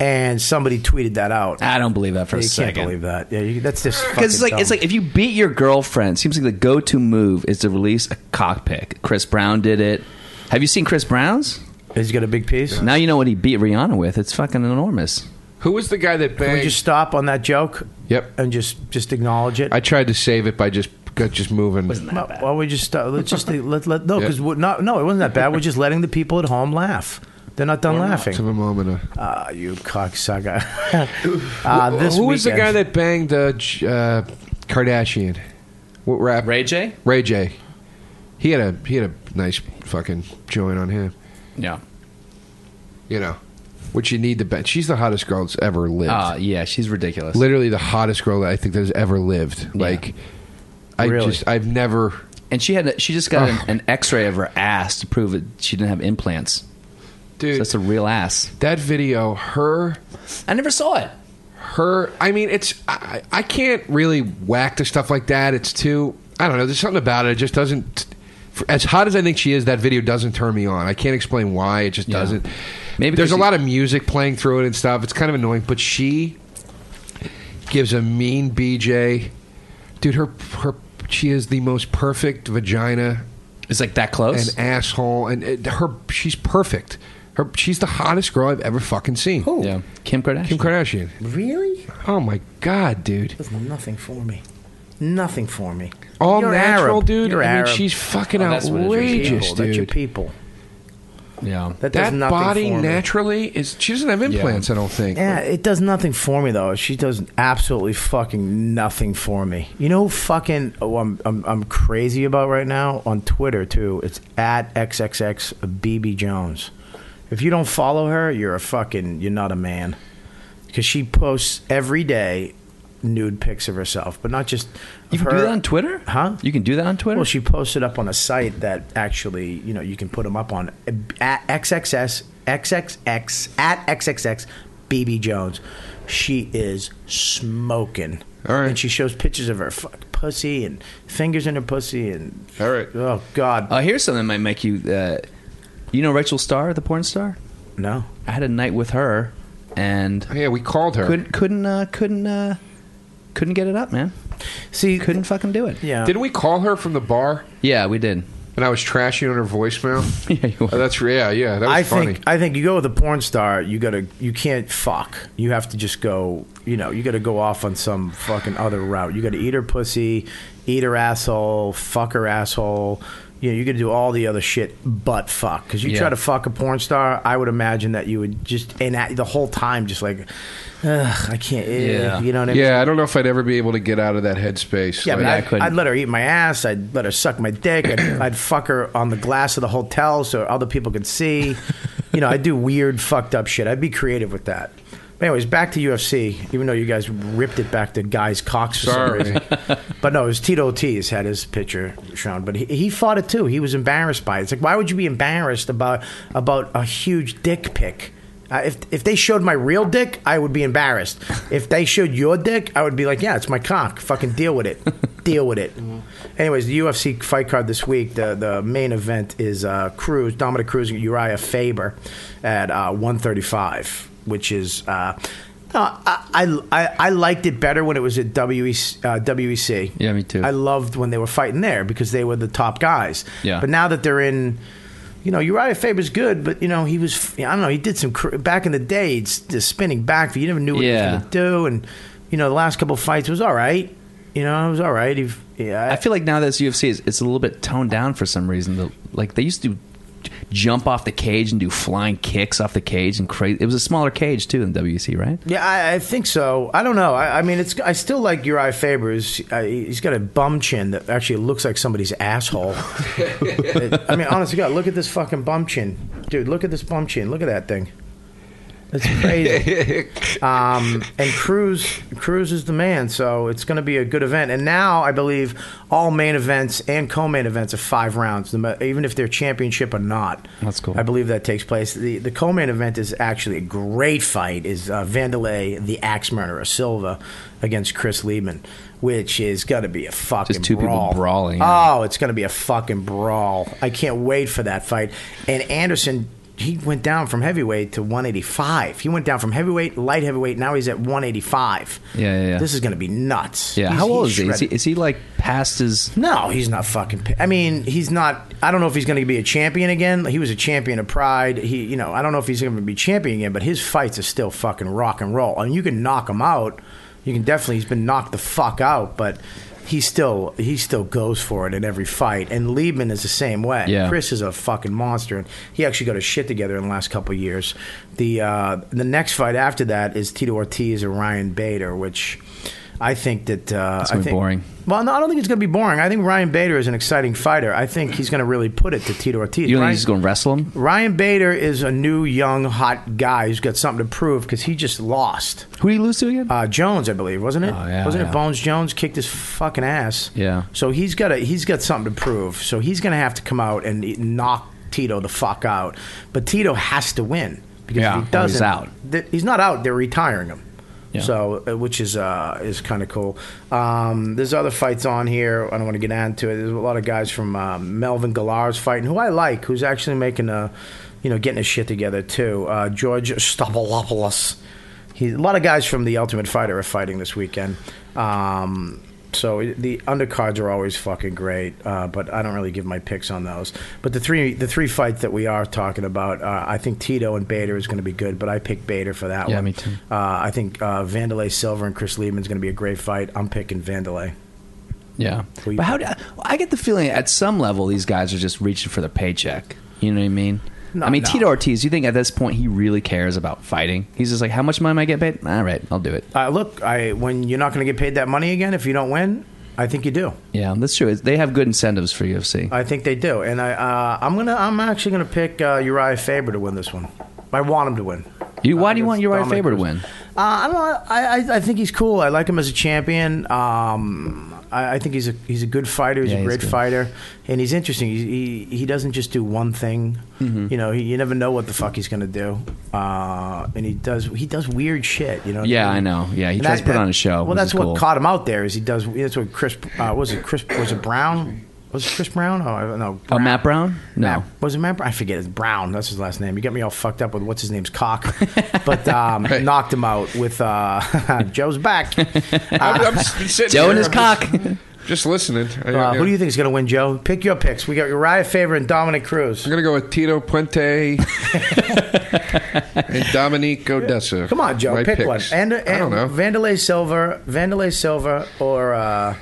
Speaker 1: and somebody tweeted that out.
Speaker 5: I don't believe that Ah, for
Speaker 1: you
Speaker 5: a
Speaker 1: can't
Speaker 5: second.
Speaker 1: believe that. Yeah, you, that's just
Speaker 5: Because it's like it's like if you beat your girlfriend, seems like the go-to move is to release a cockpick. Chris Brown did it. Have you seen Chris Brown's?
Speaker 1: He's got a big piece.
Speaker 5: Now you know what he beat Rihanna with. It's fucking enormous.
Speaker 4: who was the guy that
Speaker 1: Can
Speaker 4: banged?
Speaker 1: we just stop on that joke?
Speaker 4: Yep.
Speaker 1: And just just acknowledge it.
Speaker 4: I tried to save it by just got just moving.
Speaker 1: Well, why don't we just stop? Let's just let, let no
Speaker 4: Yeah.
Speaker 1: because not no it wasn't that bad. We're just letting the people at home laugh. They're not done
Speaker 4: Let's have
Speaker 1: laughing.
Speaker 4: a moment. Of,
Speaker 1: Ah, you cocksucker. uh, this
Speaker 4: who was the guy
Speaker 1: weekend-
Speaker 4: that banged uh, J- uh, Kardashian? What rap?
Speaker 5: Ray J.
Speaker 4: Ray J. He had a he had a nice fucking joint on him.
Speaker 5: Yeah.
Speaker 4: You know. which you need to bet. She's the hottest girl that's ever lived.
Speaker 5: Ah, yeah, she's ridiculous.
Speaker 4: Literally the hottest girl that I think that has ever lived. Like, I
Speaker 1: Really?
Speaker 4: just, I've never.
Speaker 5: and she had a, she just got an,
Speaker 4: Ugh.
Speaker 5: an X-ray of her ass to prove that she didn't have implants. So
Speaker 4: Dude,
Speaker 5: that's a real ass.
Speaker 4: that video, her
Speaker 5: I never saw it.
Speaker 4: her i mean it's I, I can't really whack to stuff like that it's too i don't know there's something about it it just doesn't for, as hot as i think she is that video doesn't turn me on i can't explain why it just
Speaker 5: Yeah.
Speaker 4: doesn't
Speaker 5: Maybe
Speaker 4: maybe there's a
Speaker 5: because-
Speaker 4: lot of music playing through it and stuff it's kind of annoying but she gives a mean bj dude her her she is the most perfect vagina
Speaker 5: It's like that close.
Speaker 4: and asshole and it, her she's perfect her, she's the hottest girl i've ever fucking seen
Speaker 5: yeah, Kim Kardashian.
Speaker 4: kim kardashian
Speaker 1: Really?
Speaker 4: oh my god dude
Speaker 1: There's nothing for me. Nothing for me.
Speaker 4: All
Speaker 1: You're
Speaker 4: natural,
Speaker 1: Arab.
Speaker 4: dude.
Speaker 1: You're
Speaker 4: I mean,
Speaker 1: Arab.
Speaker 4: she's fucking
Speaker 5: Oh, that's what it is.
Speaker 4: outrageous,
Speaker 1: people. That's your
Speaker 4: dude.
Speaker 1: people.
Speaker 5: yeah,
Speaker 1: That, does
Speaker 4: That
Speaker 1: nothing
Speaker 4: body
Speaker 1: for me.
Speaker 4: naturally is. She doesn't have implants, I don't think.
Speaker 1: Yeah, it does nothing for me though. She does absolutely fucking nothing for me. You know, who fucking. Oh, I'm I'm, I'm crazy about right now on Twitter too. It's at xxx bb jones. If you don't follow her, you're a fucking. You're not a man. Because she posts every day nude pics of herself, but not just. of
Speaker 5: you can
Speaker 1: her.
Speaker 5: do that on Twitter,
Speaker 1: Huh?
Speaker 5: You can do that on Twitter.
Speaker 1: Well, she posted up on a site that actually, you know, you can put them up on at XXS XXX at XXX BB Jones. She is smoking.
Speaker 4: All right.
Speaker 1: And she shows pictures of her fuck pussy and fingers in her pussy and.
Speaker 4: All right.
Speaker 1: Oh God,
Speaker 5: uh, here's something that might make you. Uh, you know Rachel Starr, the porn star.
Speaker 1: no.
Speaker 5: I had a night with her, and
Speaker 4: Yeah, we called her.
Speaker 5: couldn't couldn't uh, couldn't uh, couldn't get it up, man.
Speaker 1: See,
Speaker 5: Couldn't fucking do it.
Speaker 1: yeah.
Speaker 4: Didn't we call her from the bar?
Speaker 5: Yeah, we did.
Speaker 4: And I was trashing on her voicemail.
Speaker 5: Yeah, you were.
Speaker 4: Oh, that's yeah, yeah. That was
Speaker 1: I
Speaker 4: funny.
Speaker 1: think I think you go with a porn star. You gotta you can't fuck. You have to just go. You know you gotta go off on some fucking other route. You gotta eat her pussy, eat her asshole, fuck her asshole. You know you gotta do all the other shit but fuck. Because you
Speaker 5: Yeah.
Speaker 1: try to fuck a porn star, I would imagine that you would just and at, the whole time just like, ugh, I can't.
Speaker 5: Yeah.
Speaker 1: Yeah. You know what I mean?
Speaker 4: yeah, I don't know if I'd ever be able to get out of that headspace.
Speaker 1: Yeah,
Speaker 4: Like,
Speaker 1: but
Speaker 5: Yeah, I
Speaker 1: I'd,
Speaker 5: couldn't.
Speaker 1: I'd let her eat my ass. I'd let her suck my dick. I'd, I'd fuck her on the glass of the hotel so other people could see. you know, I'd do weird, fucked up shit. I'd be creative with that. But anyways, back to UFC. Even though you guys ripped it back to guys' cocks for
Speaker 4: Sorry.
Speaker 1: some reason, but no, it was Tito Ortiz had his picture shown. But he, he fought it too. He was embarrassed by it. It's like, why would you be embarrassed about about a huge dick pic? Uh, if if they showed my real dick, I would be embarrassed. If they showed your dick, I would be like, yeah, it's my cock. Fucking deal with it. deal with it. Anyways, the UFC fight card this week. The the main event is uh, Cruz, Dominic Cruz, and Uriah Faber at uh, one thirty five, which is. Uh, no, I, I I- I liked it better when it was at WEC, uh, WEC.
Speaker 5: Yeah, me too.
Speaker 1: I loved when they were fighting there because they were the top guys.
Speaker 5: Yeah.
Speaker 1: But now that they're in, you know, Uriah Faber's good, but you know he was I don't know he did some cr- back in the day it's the spinning back. You never knew what
Speaker 5: Yeah.
Speaker 1: he was going to do, and you know the last couple of fights was all right. You know it was all right. He, yeah,
Speaker 5: I feel like now this UFC is it's a little bit toned down for some reason. The- Like they used to jump off the cage and do flying kicks off the cage and crazy. It was a smaller cage too than WC, right?
Speaker 1: Yeah, I, I think so. I don't know. I, I mean, it's. I still like Uriah Faber's. Uh, he's got a bum chin that actually looks like somebody's asshole. I mean, honestly, God, look at this fucking bum chin, dude. Look at this bum chin. Look at that thing. That's crazy. um, and Cruz, Cruz is the man. So it's going to be a good event. And now I believe all main events and co-main events are five rounds, no ma- even if they're championship or not.
Speaker 5: That's cool.
Speaker 1: I believe that takes place. The the co-main event is actually a great fight. Is uh, Vandalay, the axe murderer Silva, against Chris Liebman, which is going to be a fucking
Speaker 5: Just two people
Speaker 1: brawl.
Speaker 5: brawling.
Speaker 1: Oh, it's going to be a fucking brawl. I can't wait for that fight. And Anderson. He went down from heavyweight to 185. He went down from heavyweight, light heavyweight. Now he's at 185.
Speaker 5: Yeah, yeah, yeah.
Speaker 1: This is going to be nuts.
Speaker 5: Yeah.
Speaker 1: He's-
Speaker 5: How old
Speaker 1: he's
Speaker 5: is he? is he?
Speaker 1: shredded.
Speaker 5: Is he like past his?
Speaker 1: No, he's not fucking. pi- I mean, he's not. I don't know if he's going to be a champion again. He was a champion of Pride. He, you know, I don't know if he's going to be champion again. But his fights are still fucking rock and roll. I mean, you can knock him out. You can definitely. He's been knocked the fuck out, but he still he still goes for it in every fight. And Liebman is the same way.
Speaker 5: Yeah.
Speaker 1: Chris is a fucking monster, and he actually got his shit together in the last couple of years. The uh, the next fight after that is Tito Ortiz or Ryan Bader, which I think that uh,
Speaker 5: It's
Speaker 1: I
Speaker 5: gonna be
Speaker 1: think,
Speaker 5: boring.
Speaker 1: Well, no, I don't think it's going to be boring. I think Ryan Bader is an exciting fighter. I think he's going to really put it to Tito Ortiz.
Speaker 5: You don't
Speaker 1: Ryan-
Speaker 5: think he's going to wrestle him?
Speaker 1: Ryan Bader is a new, young, hot guy who's got something to prove because he just lost.
Speaker 5: Who do you lose to again?
Speaker 1: Uh, Jones, I believe, wasn't it?
Speaker 5: Oh, yeah,
Speaker 1: wasn't
Speaker 5: yeah.
Speaker 1: it Bones Jones kicked his fucking ass?
Speaker 5: Yeah.
Speaker 1: So he's got a he's got something to prove. So he's going to have to come out and knock Tito the fuck out. But Tito has to win because
Speaker 5: Yeah,
Speaker 1: if he
Speaker 5: or he's
Speaker 1: doesn't,
Speaker 5: out.
Speaker 1: th- he's not out. They're retiring him.
Speaker 5: Yeah.
Speaker 1: So, uh, which is uh, is kind of cool. Um, there's other fights on here. I don't want to get into it. There's a lot of guys from um, Melvin Gallars fighting, who I like, who's actually making a, you know, getting his shit together too. Uh, George Stopolopoulos. He, a lot of guys from the Ultimate Fighter are fighting this weekend. Um, so it- the undercards are always fucking great, uh, but I don't really give my picks on those. But the three the three fights that we are talking about, uh, I think Tito and Bader is going to be good, but I picked Bader for that
Speaker 5: Yeah,
Speaker 1: one.
Speaker 5: me too.
Speaker 1: Uh, I think uh, Vandalay Silver and Chris Liebman is going to be a great fight. I'm picking Vandalay.
Speaker 5: Yeah,
Speaker 1: Well, you-
Speaker 5: but how do I get the feeling at some level these guys are just reaching for the paycheck. You know what I mean?
Speaker 1: No,
Speaker 5: I mean
Speaker 1: no.
Speaker 5: Tito Ortiz. You think at this point he really cares about fighting? He's just like, how much money am I get paid? All right, I'll do it.
Speaker 1: Uh, look, I when you're not going to get paid that money again if you don't win, I think you do.
Speaker 5: Yeah, that's true. They have good incentives for UFC.
Speaker 1: I think they do, and I uh, I'm gonna I'm actually gonna pick uh, Uriah Faber to win this one. I want him to win.
Speaker 5: you, why do you
Speaker 1: against
Speaker 5: want Uriah
Speaker 1: Dominic
Speaker 5: Faber to
Speaker 1: Cruz.
Speaker 5: win?
Speaker 1: Uh, I don't know. I, I I think he's cool. I like him as a champion. Um, I, I think he's a he's a good fighter. He's
Speaker 5: Yeah,
Speaker 1: a
Speaker 5: he's
Speaker 1: great
Speaker 5: good.
Speaker 1: fighter, and he's interesting. He's, he he doesn't just do one thing.
Speaker 5: Mm-hmm.
Speaker 1: You know, he, you never know what the fuck he's gonna do. Uh, and he does he does weird shit. You know. what
Speaker 5: Yeah,
Speaker 1: mean?
Speaker 5: I know. Yeah, he
Speaker 1: And
Speaker 5: tries
Speaker 1: that-
Speaker 5: to put on
Speaker 1: that-
Speaker 5: a show.
Speaker 1: Well,
Speaker 5: which
Speaker 1: that's
Speaker 5: is
Speaker 1: what
Speaker 5: cool.
Speaker 1: caught him out there. Is he does? That's what Chris uh, was it? Chris was it Brown? Was it Chris Brown? Oh, I don't know.
Speaker 5: Oh, Matt Brown? No.
Speaker 1: Matt- was it Matt? Brown? I forget. It's Brown. That's his last name. You got me all fucked up with what's his name's cock, but um, knocked him out with uh, Joe's back. Uh,
Speaker 4: I'm, I'm s- sitting
Speaker 5: Joe
Speaker 4: here,
Speaker 5: and his
Speaker 4: I'm
Speaker 5: cock.
Speaker 4: Just, just listening. I-
Speaker 1: Uh,
Speaker 4: I-
Speaker 1: Who do you think is going to win, Joe? Pick your picks. We got Uriah Faber and Dominic Cruz.
Speaker 4: I'm gonna go with Tito Puente and Dominique Odessa.
Speaker 1: Come on, Joe.
Speaker 4: My
Speaker 1: pick
Speaker 4: picks.
Speaker 1: one. And,
Speaker 4: I
Speaker 1: and
Speaker 4: don't know.
Speaker 1: Vandalay Silver, Vandalay Silver, or uh,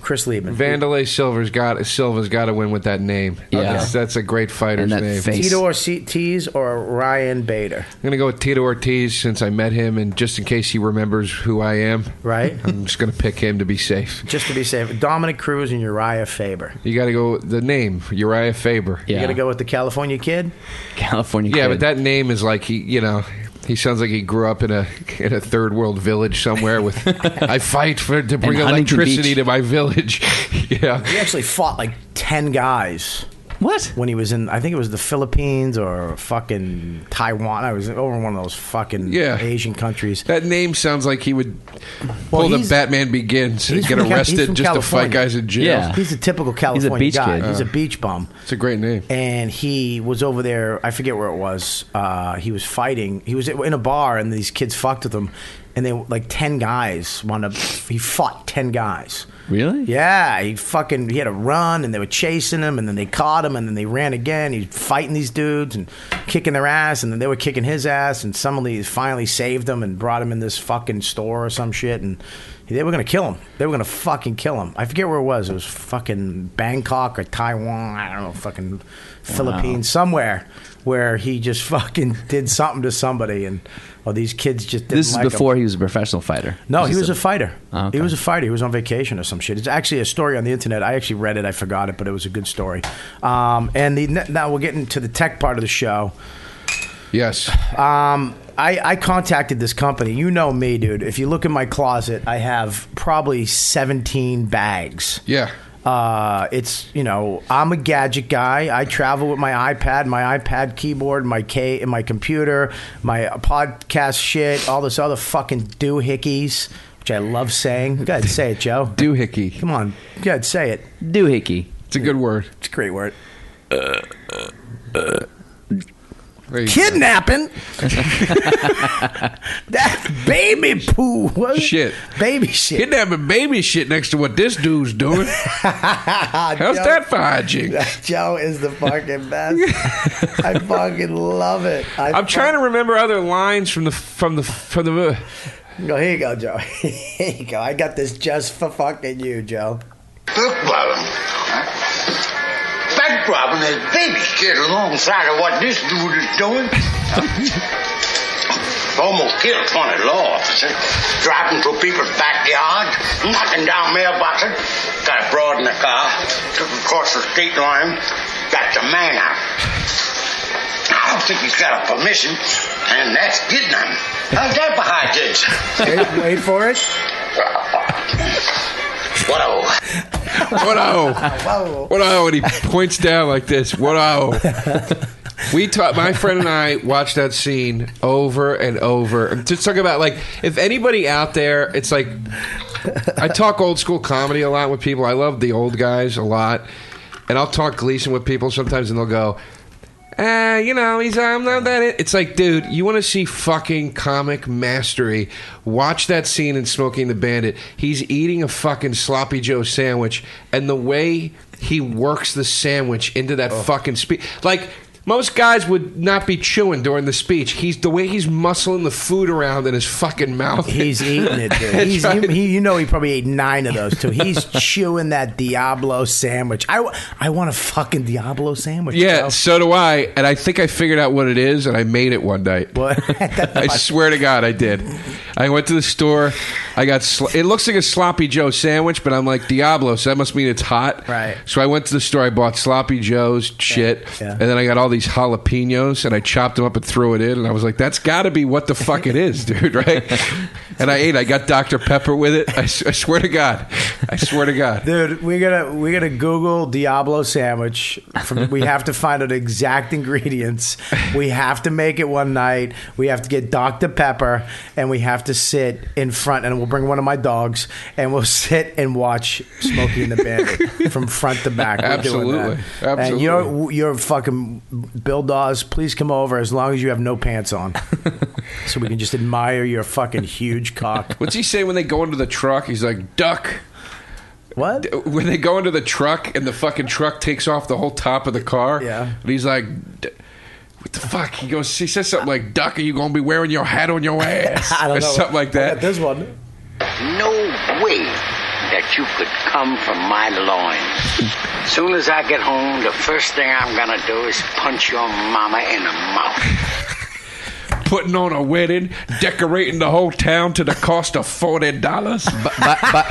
Speaker 1: Chris Liebman.
Speaker 4: Vandalay Silver's got Silva's got to win with that name.
Speaker 5: Yeah.
Speaker 4: That's, that's a great fighter's
Speaker 5: And that
Speaker 4: name.
Speaker 5: face.
Speaker 1: Tito Ortiz or Ryan Bader,
Speaker 4: I'm gonna go with Tito Ortiz since I met him, and just in case he remembers who I am,
Speaker 1: right?
Speaker 4: I'm just gonna pick him to be safe.
Speaker 1: Just to be safe, Dominic Cruz and Uriah Faber.
Speaker 4: You got to go the name Uriah Faber.
Speaker 5: Yeah.
Speaker 1: You got to go with the California kid.
Speaker 5: California.
Speaker 4: Yeah,
Speaker 5: kid.
Speaker 4: but that name is like he, you know, he sounds like he grew up in a in a third world village somewhere with I fight for to bring
Speaker 5: Huntington
Speaker 4: electricity
Speaker 5: Beach.
Speaker 4: to my village. yeah.
Speaker 1: He actually fought like ten guys.
Speaker 5: what?
Speaker 1: when he was in I think it was the Philippines or fucking Taiwan. I was over in one of those fucking
Speaker 4: Yeah.
Speaker 1: Asian countries.
Speaker 4: That name sounds like he would pull the
Speaker 1: he's-
Speaker 4: Batman Begins and
Speaker 1: he's
Speaker 4: get
Speaker 1: from Cal- he's
Speaker 4: arrested
Speaker 1: from
Speaker 4: just to fight
Speaker 1: California.
Speaker 4: guys in jail.
Speaker 5: Yeah.
Speaker 1: He's a typical California
Speaker 5: beach
Speaker 1: guy.
Speaker 5: kid.
Speaker 1: He's a beach bum.
Speaker 4: It's a great name.
Speaker 1: And he was over there. I forget where it was. Uh, he was fighting. He was in a bar, and these kids fucked with him. And they like ten guys. Wound up. He fought ten guys.
Speaker 5: Really?
Speaker 1: Yeah, he fucking he had a run, and they were chasing him, and then they caught him, and then they ran again. He's fighting these dudes and kicking their ass, and then they were kicking his ass, and somebody finally saved him and brought him in this fucking store or some shit, and they were gonna kill him. They were gonna fucking kill him. I forget where it was. It was fucking Bangkok or Taiwan. I don't know, fucking Philippines, somewhere where he just fucking did something to somebody, and well, these kids just didn't
Speaker 5: This is
Speaker 1: like him.
Speaker 5: before he was a professional fighter.
Speaker 1: No,
Speaker 5: This
Speaker 1: he was
Speaker 5: is
Speaker 1: a, fighter.
Speaker 5: Oh, okay.
Speaker 1: He was a fighter. He was on vacation or some shit. It's actually a story on the internet. I actually read it. I forgot it, but it was a good story. Um, and the, now we're getting to the tech part of the show.
Speaker 4: Yes.
Speaker 1: I, I contacted this company. You know me, dude. If you look in my closet, I have probably 17 bags.
Speaker 4: Yeah.
Speaker 1: Uh, it's you know I'm a gadget guy. I travel with my iPad, my iPad keyboard, my K, and my computer, my podcast shit, all this other fucking doohickeys, which I love saying. Go ahead, say it, Joe.
Speaker 4: Doohickey.
Speaker 1: Come on, go ahead, say it.
Speaker 5: a doohickey.
Speaker 4: It's a good word.
Speaker 1: It's a great word.
Speaker 4: There you go.
Speaker 1: Kidnapping. That's baby poo. What?
Speaker 4: Shit.
Speaker 1: Baby shit.
Speaker 4: Kidnapping baby shit next to what this dude's doing. How's
Speaker 1: Ah, Joe-
Speaker 4: that for hygiene?
Speaker 1: Joe is the fucking best. I fucking love it. I
Speaker 4: I'm trying to remember other lines from the from the from the.
Speaker 1: Go, here you go, Joe. here you go. I got this just for fucking you, Joe.
Speaker 8: The problem. Big problem is baby shit alongside of what this dude is doing. almost killed 20 law officers. Driving through people's backyards, knocking down mailboxes. Got a broad in the car, took him across the state line, got the man out. I don't think he's got a permission, and that's getting him. How's that behind this?
Speaker 1: Wait, wait for it.
Speaker 8: What a
Speaker 4: What oh? What oh? And he points down like this. What oh? We taught my friend and I watched that scene over and over. Just talk about like if anybody out there, it's like I talk old school comedy a lot with people. I love the old guys a lot, and I'll talk Gleason with people sometimes, and they'll go. Uh, you know, he's I'm not that. in-" It's like, dude, you want to see fucking comic mastery? Watch that scene in Smoking the Bandit. He's eating a fucking sloppy Joe sandwich, and the way he works the sandwich into that fucking speech, like. Most guys would not be chewing during the speech. He's the way he's muscling the food around in his fucking mouth.
Speaker 1: He's eating it, dude.
Speaker 4: That's
Speaker 1: He's,
Speaker 4: right.
Speaker 1: he, he- you know, he probably ate nine of those too. He's chewing that Diablo sandwich. I, w- I want a fucking Diablo sandwich.
Speaker 4: Yeah,
Speaker 1: bro.
Speaker 4: so do I. And I think I figured out what it is, and I made it one night.
Speaker 1: What?
Speaker 4: I swear to God, I did. I went to the store. I got sl- it looks like a sloppy Joe sandwich, but I'm like Diablo, so that must mean it's hot.
Speaker 1: Right.
Speaker 4: So I went to the store. I bought sloppy Joes shit,
Speaker 1: yeah.
Speaker 4: and then I got all these jalapenos, and I chopped them up and threw it in. And I was like, "That's got to be what the fuck it is, dude!" Right? and I ate. I got Dr Pepper with it. I, s- I swear to God. I swear to God.
Speaker 1: Dude, we're gonna we're gonna Google Diablo sandwich. From, we have to find out exact ingredients. We have to make it one night. We have to get Dr Pepper, and we have to sit in front. And we'll bring one of my dogs, and we'll sit and watch Smokey and the Bandit from front to back. We're doing
Speaker 4: Absolutely.
Speaker 1: that. And
Speaker 4: Absolutely.
Speaker 1: you're you're fucking Bill Dawes. Please come over as long as you have no pants on, so we can just admire your fucking huge cock.
Speaker 4: What's he say when they go into the truck? He's like, "Duck."
Speaker 1: What?
Speaker 4: when they go into the truck and the fucking truck takes off the whole top of the car.
Speaker 1: Yeah.
Speaker 4: And he's like, "D- what the fuck? He goes, he says something like, Duck, are you going to be wearing your hat on your ass?
Speaker 1: I don't
Speaker 4: or
Speaker 1: know.
Speaker 4: something like
Speaker 1: I
Speaker 4: that.
Speaker 1: got this one.
Speaker 8: no way that you could come from my loins. Soon as I get home, the first thing I'm gonna do is punch your mama in the mouth.
Speaker 4: Putting on a wedding, decorating the whole town to the cost of $40.
Speaker 5: But, but,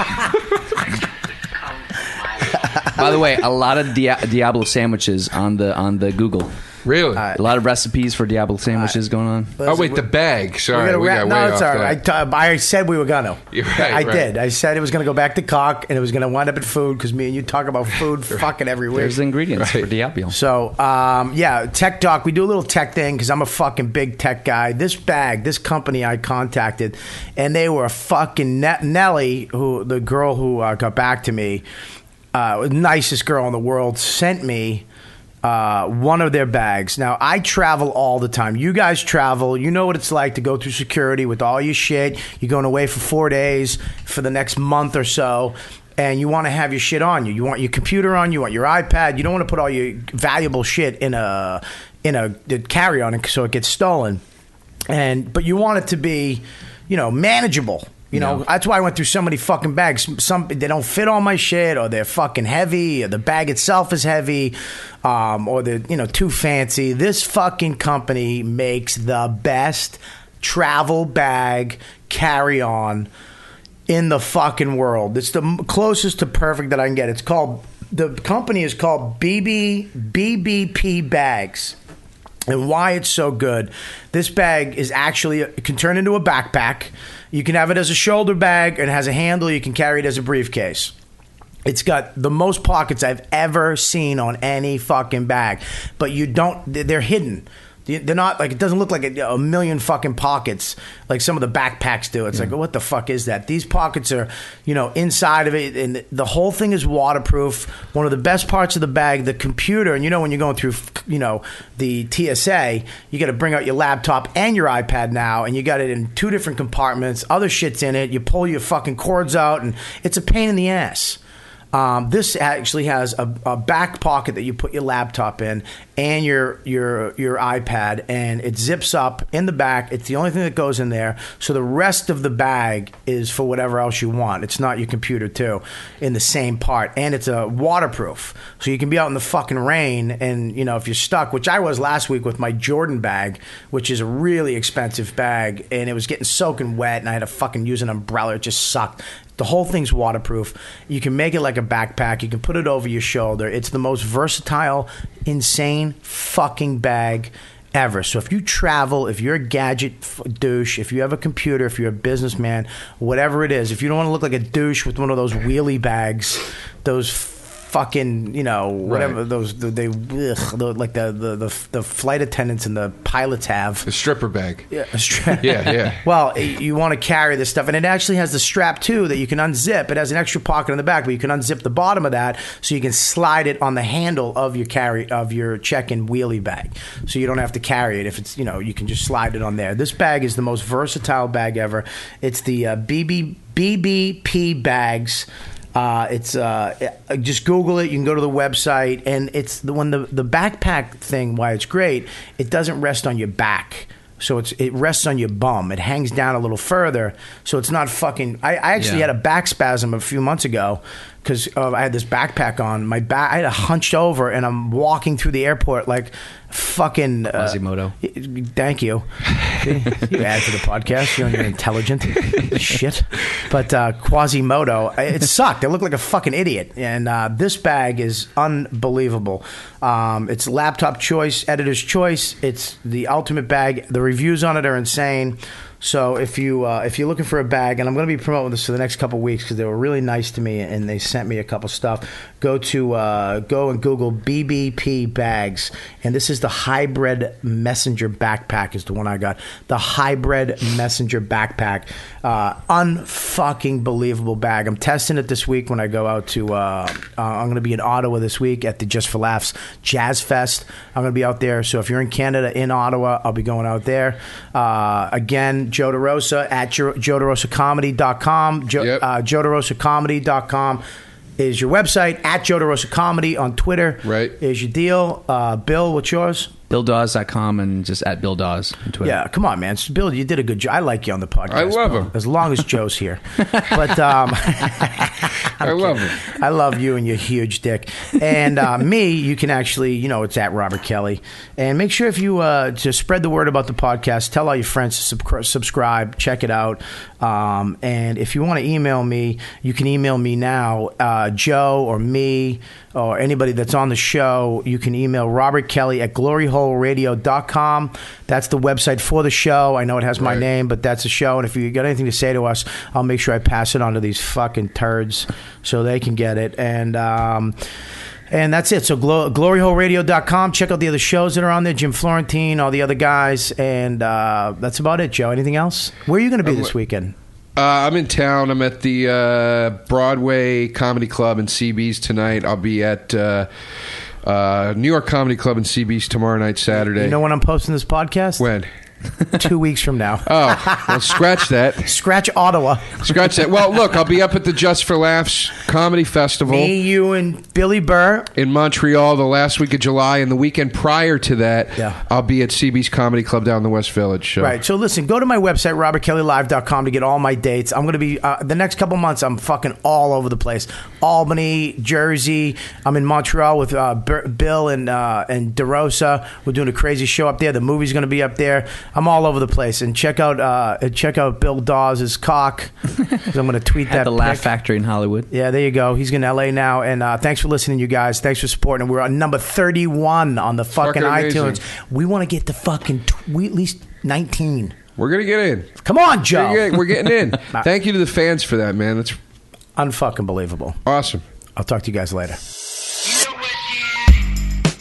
Speaker 5: by the way, a lot of Dia- Diablo sandwiches on the on the Google.
Speaker 4: really?
Speaker 5: A lot of recipes for Diablo sandwiches going on.
Speaker 4: oh, wait, the bag.
Speaker 1: We're
Speaker 4: Sorry.
Speaker 1: gonna
Speaker 4: We
Speaker 1: wrap- no,
Speaker 4: got way
Speaker 1: it's
Speaker 4: off
Speaker 1: all right.
Speaker 4: that.
Speaker 1: I, t- I said we were gonna.
Speaker 4: You're right,
Speaker 1: I
Speaker 4: right.
Speaker 1: did. I said it was gonna go back to cock, and it was gonna wind up at food because me and you talk about food fucking everywhere.
Speaker 5: There's the ingredients for
Speaker 4: Right.
Speaker 5: Diablo.
Speaker 1: So, um, yeah, tech talk. We do a little tech thing because I'm a fucking big tech guy. This bag, this company I contacted, and they were fucking ne- Nelly, who the girl who uh, got back to me, uh, nicest girl in the world, sent me. Uh, one of their bags. Now I travel all the time. You guys travel. You know what it's like to go through security with all your shit. You're going away for four days for the next month or so and you want to have your shit on you. You want your computer on. You want your iPad. You don't want to put all your valuable shit in a in a carry on, so it gets stolen. And but you want it to be, you know, manageable. You know, that's why I went through so many fucking bags. Some they don't fit all my shit, or they're fucking heavy, or the bag itself is heavy, um, or they're you know too fancy. This fucking company makes the best travel bag carry on in the fucking world. It's the m- closest to perfect that I can get. It's called the company is called BB BBP Bags. And why it's so good. This bag is actually it can turn into a backpack. You can have it as a shoulder bag and it has a handle. You can carry it as a briefcase. It's got the most pockets I've ever seen on any fucking bag, but you don't. they- They're hidden. They- They're not like it doesn't look like a, a million fucking pockets like some of the backpacks do. It's like what the fuck is that? These pockets are you know inside of it, and the whole thing is waterproof. One of the best parts of the bag, the computer, and you know when you're going through you know the TSA, you got to bring out your laptop and your iPad now, and you got it in two different compartments. Other shits in it. You pull your fucking cords out, and it's a pain in the ass. Um, this actually has a, a back pocket that you put your laptop in and your your your iPad, and it zips up in the back. It's the only thing that goes in there. So the rest of the bag is for whatever else you want. It's not your computer too, in the same part, and it's a waterproof, so you can be out in the fucking rain. And you know if you're stuck, which I was last week with my Jordan bag, which is a really expensive bag, and it was getting soaking wet, and I had to fucking use an umbrella. It just sucked. The whole thing's waterproof. You can make it like a backpack. You can put it over your shoulder. It's the most versatile, insane fucking bag ever. So if you travel, if you're a gadget f- douche, if you have a computer, if you're a businessman, whatever it is, if you don't want to look like a douche with one of those wheelie bags, those fucking you know whatever
Speaker 4: Right.
Speaker 1: those the, they ugh, the, like the, the the the flight attendants and the pilots have
Speaker 4: The stripper bag. Yeah,
Speaker 1: a stra-
Speaker 4: yeah.
Speaker 1: well, you want to carry this stuff, and it actually has the strap too that you can unzip. It has an extra pocket in the back, but you can unzip the bottom of that so you can slide it on the handle of your carry of your check-in wheelie bag, so you don't have to carry it if it's you know you can just slide it on there. This bag is the most versatile bag ever. It's the uh, BB BBP bags. Uh, it's uh, uh, just Google it. You can go to the website, and it's the when the the backpack thing. Why it's great, it doesn't rest on your back. So it's it rests on your bum. It hangs down a little further, so it's not fucking. I, I actually
Speaker 5: Yeah.
Speaker 1: had a back spasm a few months ago because uh, I had this backpack on. My back, I had a hunched over, and I'm walking through the airport like fucking uh,
Speaker 5: Quasimodo.
Speaker 1: Thank you. you add to the podcast. You know, you're intelligent. Shit. But uh, Quasimodo, it sucked. I looked like a fucking idiot. And uh, this bag is unbelievable. Um, it's laptop choice, editor's choice. It's the ultimate bag. The reviews on it are insane. So if you uh, if you're looking for a bag, and I'm going to be promoting this for the next couple weeks because they were really nice to me and they sent me a couple stuff. Go to uh, go and Google BBP bags, and this is the hybrid messenger backpack is the one I got. The hybrid messenger backpack, uh, unfucking believable bag. I'm testing it this week when I go out to. Uh, uh, I'm going to be in Ottawa this week at the Just for Laughs Jazz Fest. I'm going to be out there. So if you're in Canada, in Ottawa, I'll be going out there. Uh, again, Joe DeRosa at jo- joederosacomedy.com. Jo-
Speaker 4: Yep.
Speaker 1: uh, joederosacomedy.com is your website. At Joe DeRosa Comedy on Twitter
Speaker 4: Right.
Speaker 1: is your deal. Uh, Bill, what's yours?
Speaker 5: BillDawes.com and just at Bill Dawes on Twitter.
Speaker 1: Yeah, come on, man. Bill, you did a good job. I like you on the podcast.
Speaker 4: I love
Speaker 1: Bill,
Speaker 4: him.
Speaker 1: As long as Joe's here. but um,
Speaker 4: I love it.
Speaker 1: I love you and your huge dick. And uh, me, you can actually, you know, it's at Robert Kelly. And make sure if you uh, to spread the word about the podcast, tell all your friends to sub- subscribe, check it out. Um, and if you want to email me, you can email me now, uh, Joe or me or anybody that's on the show. You can email Robert Kelly at gloryholeradio.com. That's the website for the show. I know it has my
Speaker 4: Right.
Speaker 1: name, but that's the show. And if you got anything to say to us, I'll make sure I pass it on to these fucking turds so they can get it. And um, and that's it. So glo- gloryholeradio.com. Check out the other shows that are on there. Jim Florentine, all the other guys, and uh, that's about it. Joe, anything else? Where are you going to be this weekend?
Speaker 4: Uh, I'm in town. I'm at the uh, Broadway Comedy Club in CB's tonight. I'll be at uh, uh, New York Comedy Club in CB's tomorrow night, Saturday.
Speaker 1: You know when I'm posting this podcast?
Speaker 4: when?
Speaker 1: Two weeks from now.
Speaker 4: Oh, well, scratch that.
Speaker 1: Scratch Ottawa.
Speaker 4: Scratch that. Well, look, I'll be up at the Just for Laughs Comedy Festival
Speaker 1: Me, you, and Billy Burr.
Speaker 4: in Montreal the last week of July, and the weekend prior to that,
Speaker 1: Yeah.
Speaker 4: I'll be at CB's Comedy Club down in the West Village. So.
Speaker 1: Right. So listen, go to my website robertkellylive.com to get all my dates. I'm going to be uh, the next couple months. I'm fucking all over the place: Albany, Jersey. I'm in Montreal with uh, Bir- Bill and uh, and Derosa. We're doing a crazy show up there. The movie's going to be up there. I'm all over the place. And check out uh, check out Bill Dawes's cock. 'cause I'm going to tweet
Speaker 5: At
Speaker 1: that.
Speaker 5: the Laugh
Speaker 1: pic.
Speaker 5: Factory in Hollywood.
Speaker 1: Yeah, there you go. He's going to LA now. And uh, thanks for listening, you guys. Thanks for supporting. We're on number 31 on the fucking,
Speaker 4: Fucking amazing.
Speaker 1: iTunes. We want to get to fucking tw- at least 19.
Speaker 4: We're going to get in.
Speaker 1: Come on, Joe.
Speaker 4: We're getting- We're getting in. Thank you to the fans for that, man. That's
Speaker 1: Unfucking believable.
Speaker 4: awesome.
Speaker 1: I'll talk to you guys later.
Speaker 3: You know what, dude?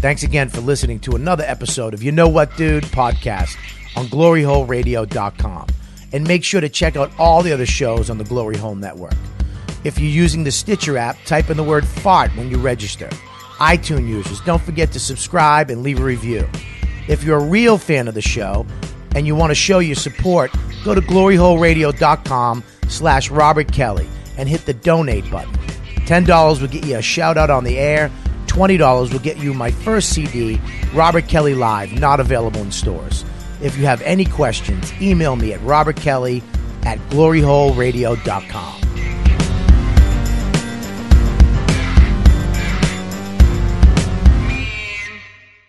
Speaker 1: Thanks again for listening to another episode of You Know What Dude podcast on gloryholeradio.com. And make sure to check out all the other shows on the Glory Hole Network. If you're using the Stitcher app, type in the word fart when you register. iTunes users, don't forget to subscribe and leave a review. If you're a real fan of the show and you want to show your support, go to gloryholeradio.com slash Robert Kelly and hit the donate button. $10 will get you a shout out on the air. $20 will get you my first CD, Robert Kelly Live, not available in stores. If you have any questions, email me at robertkelly at gloryholeradio.com.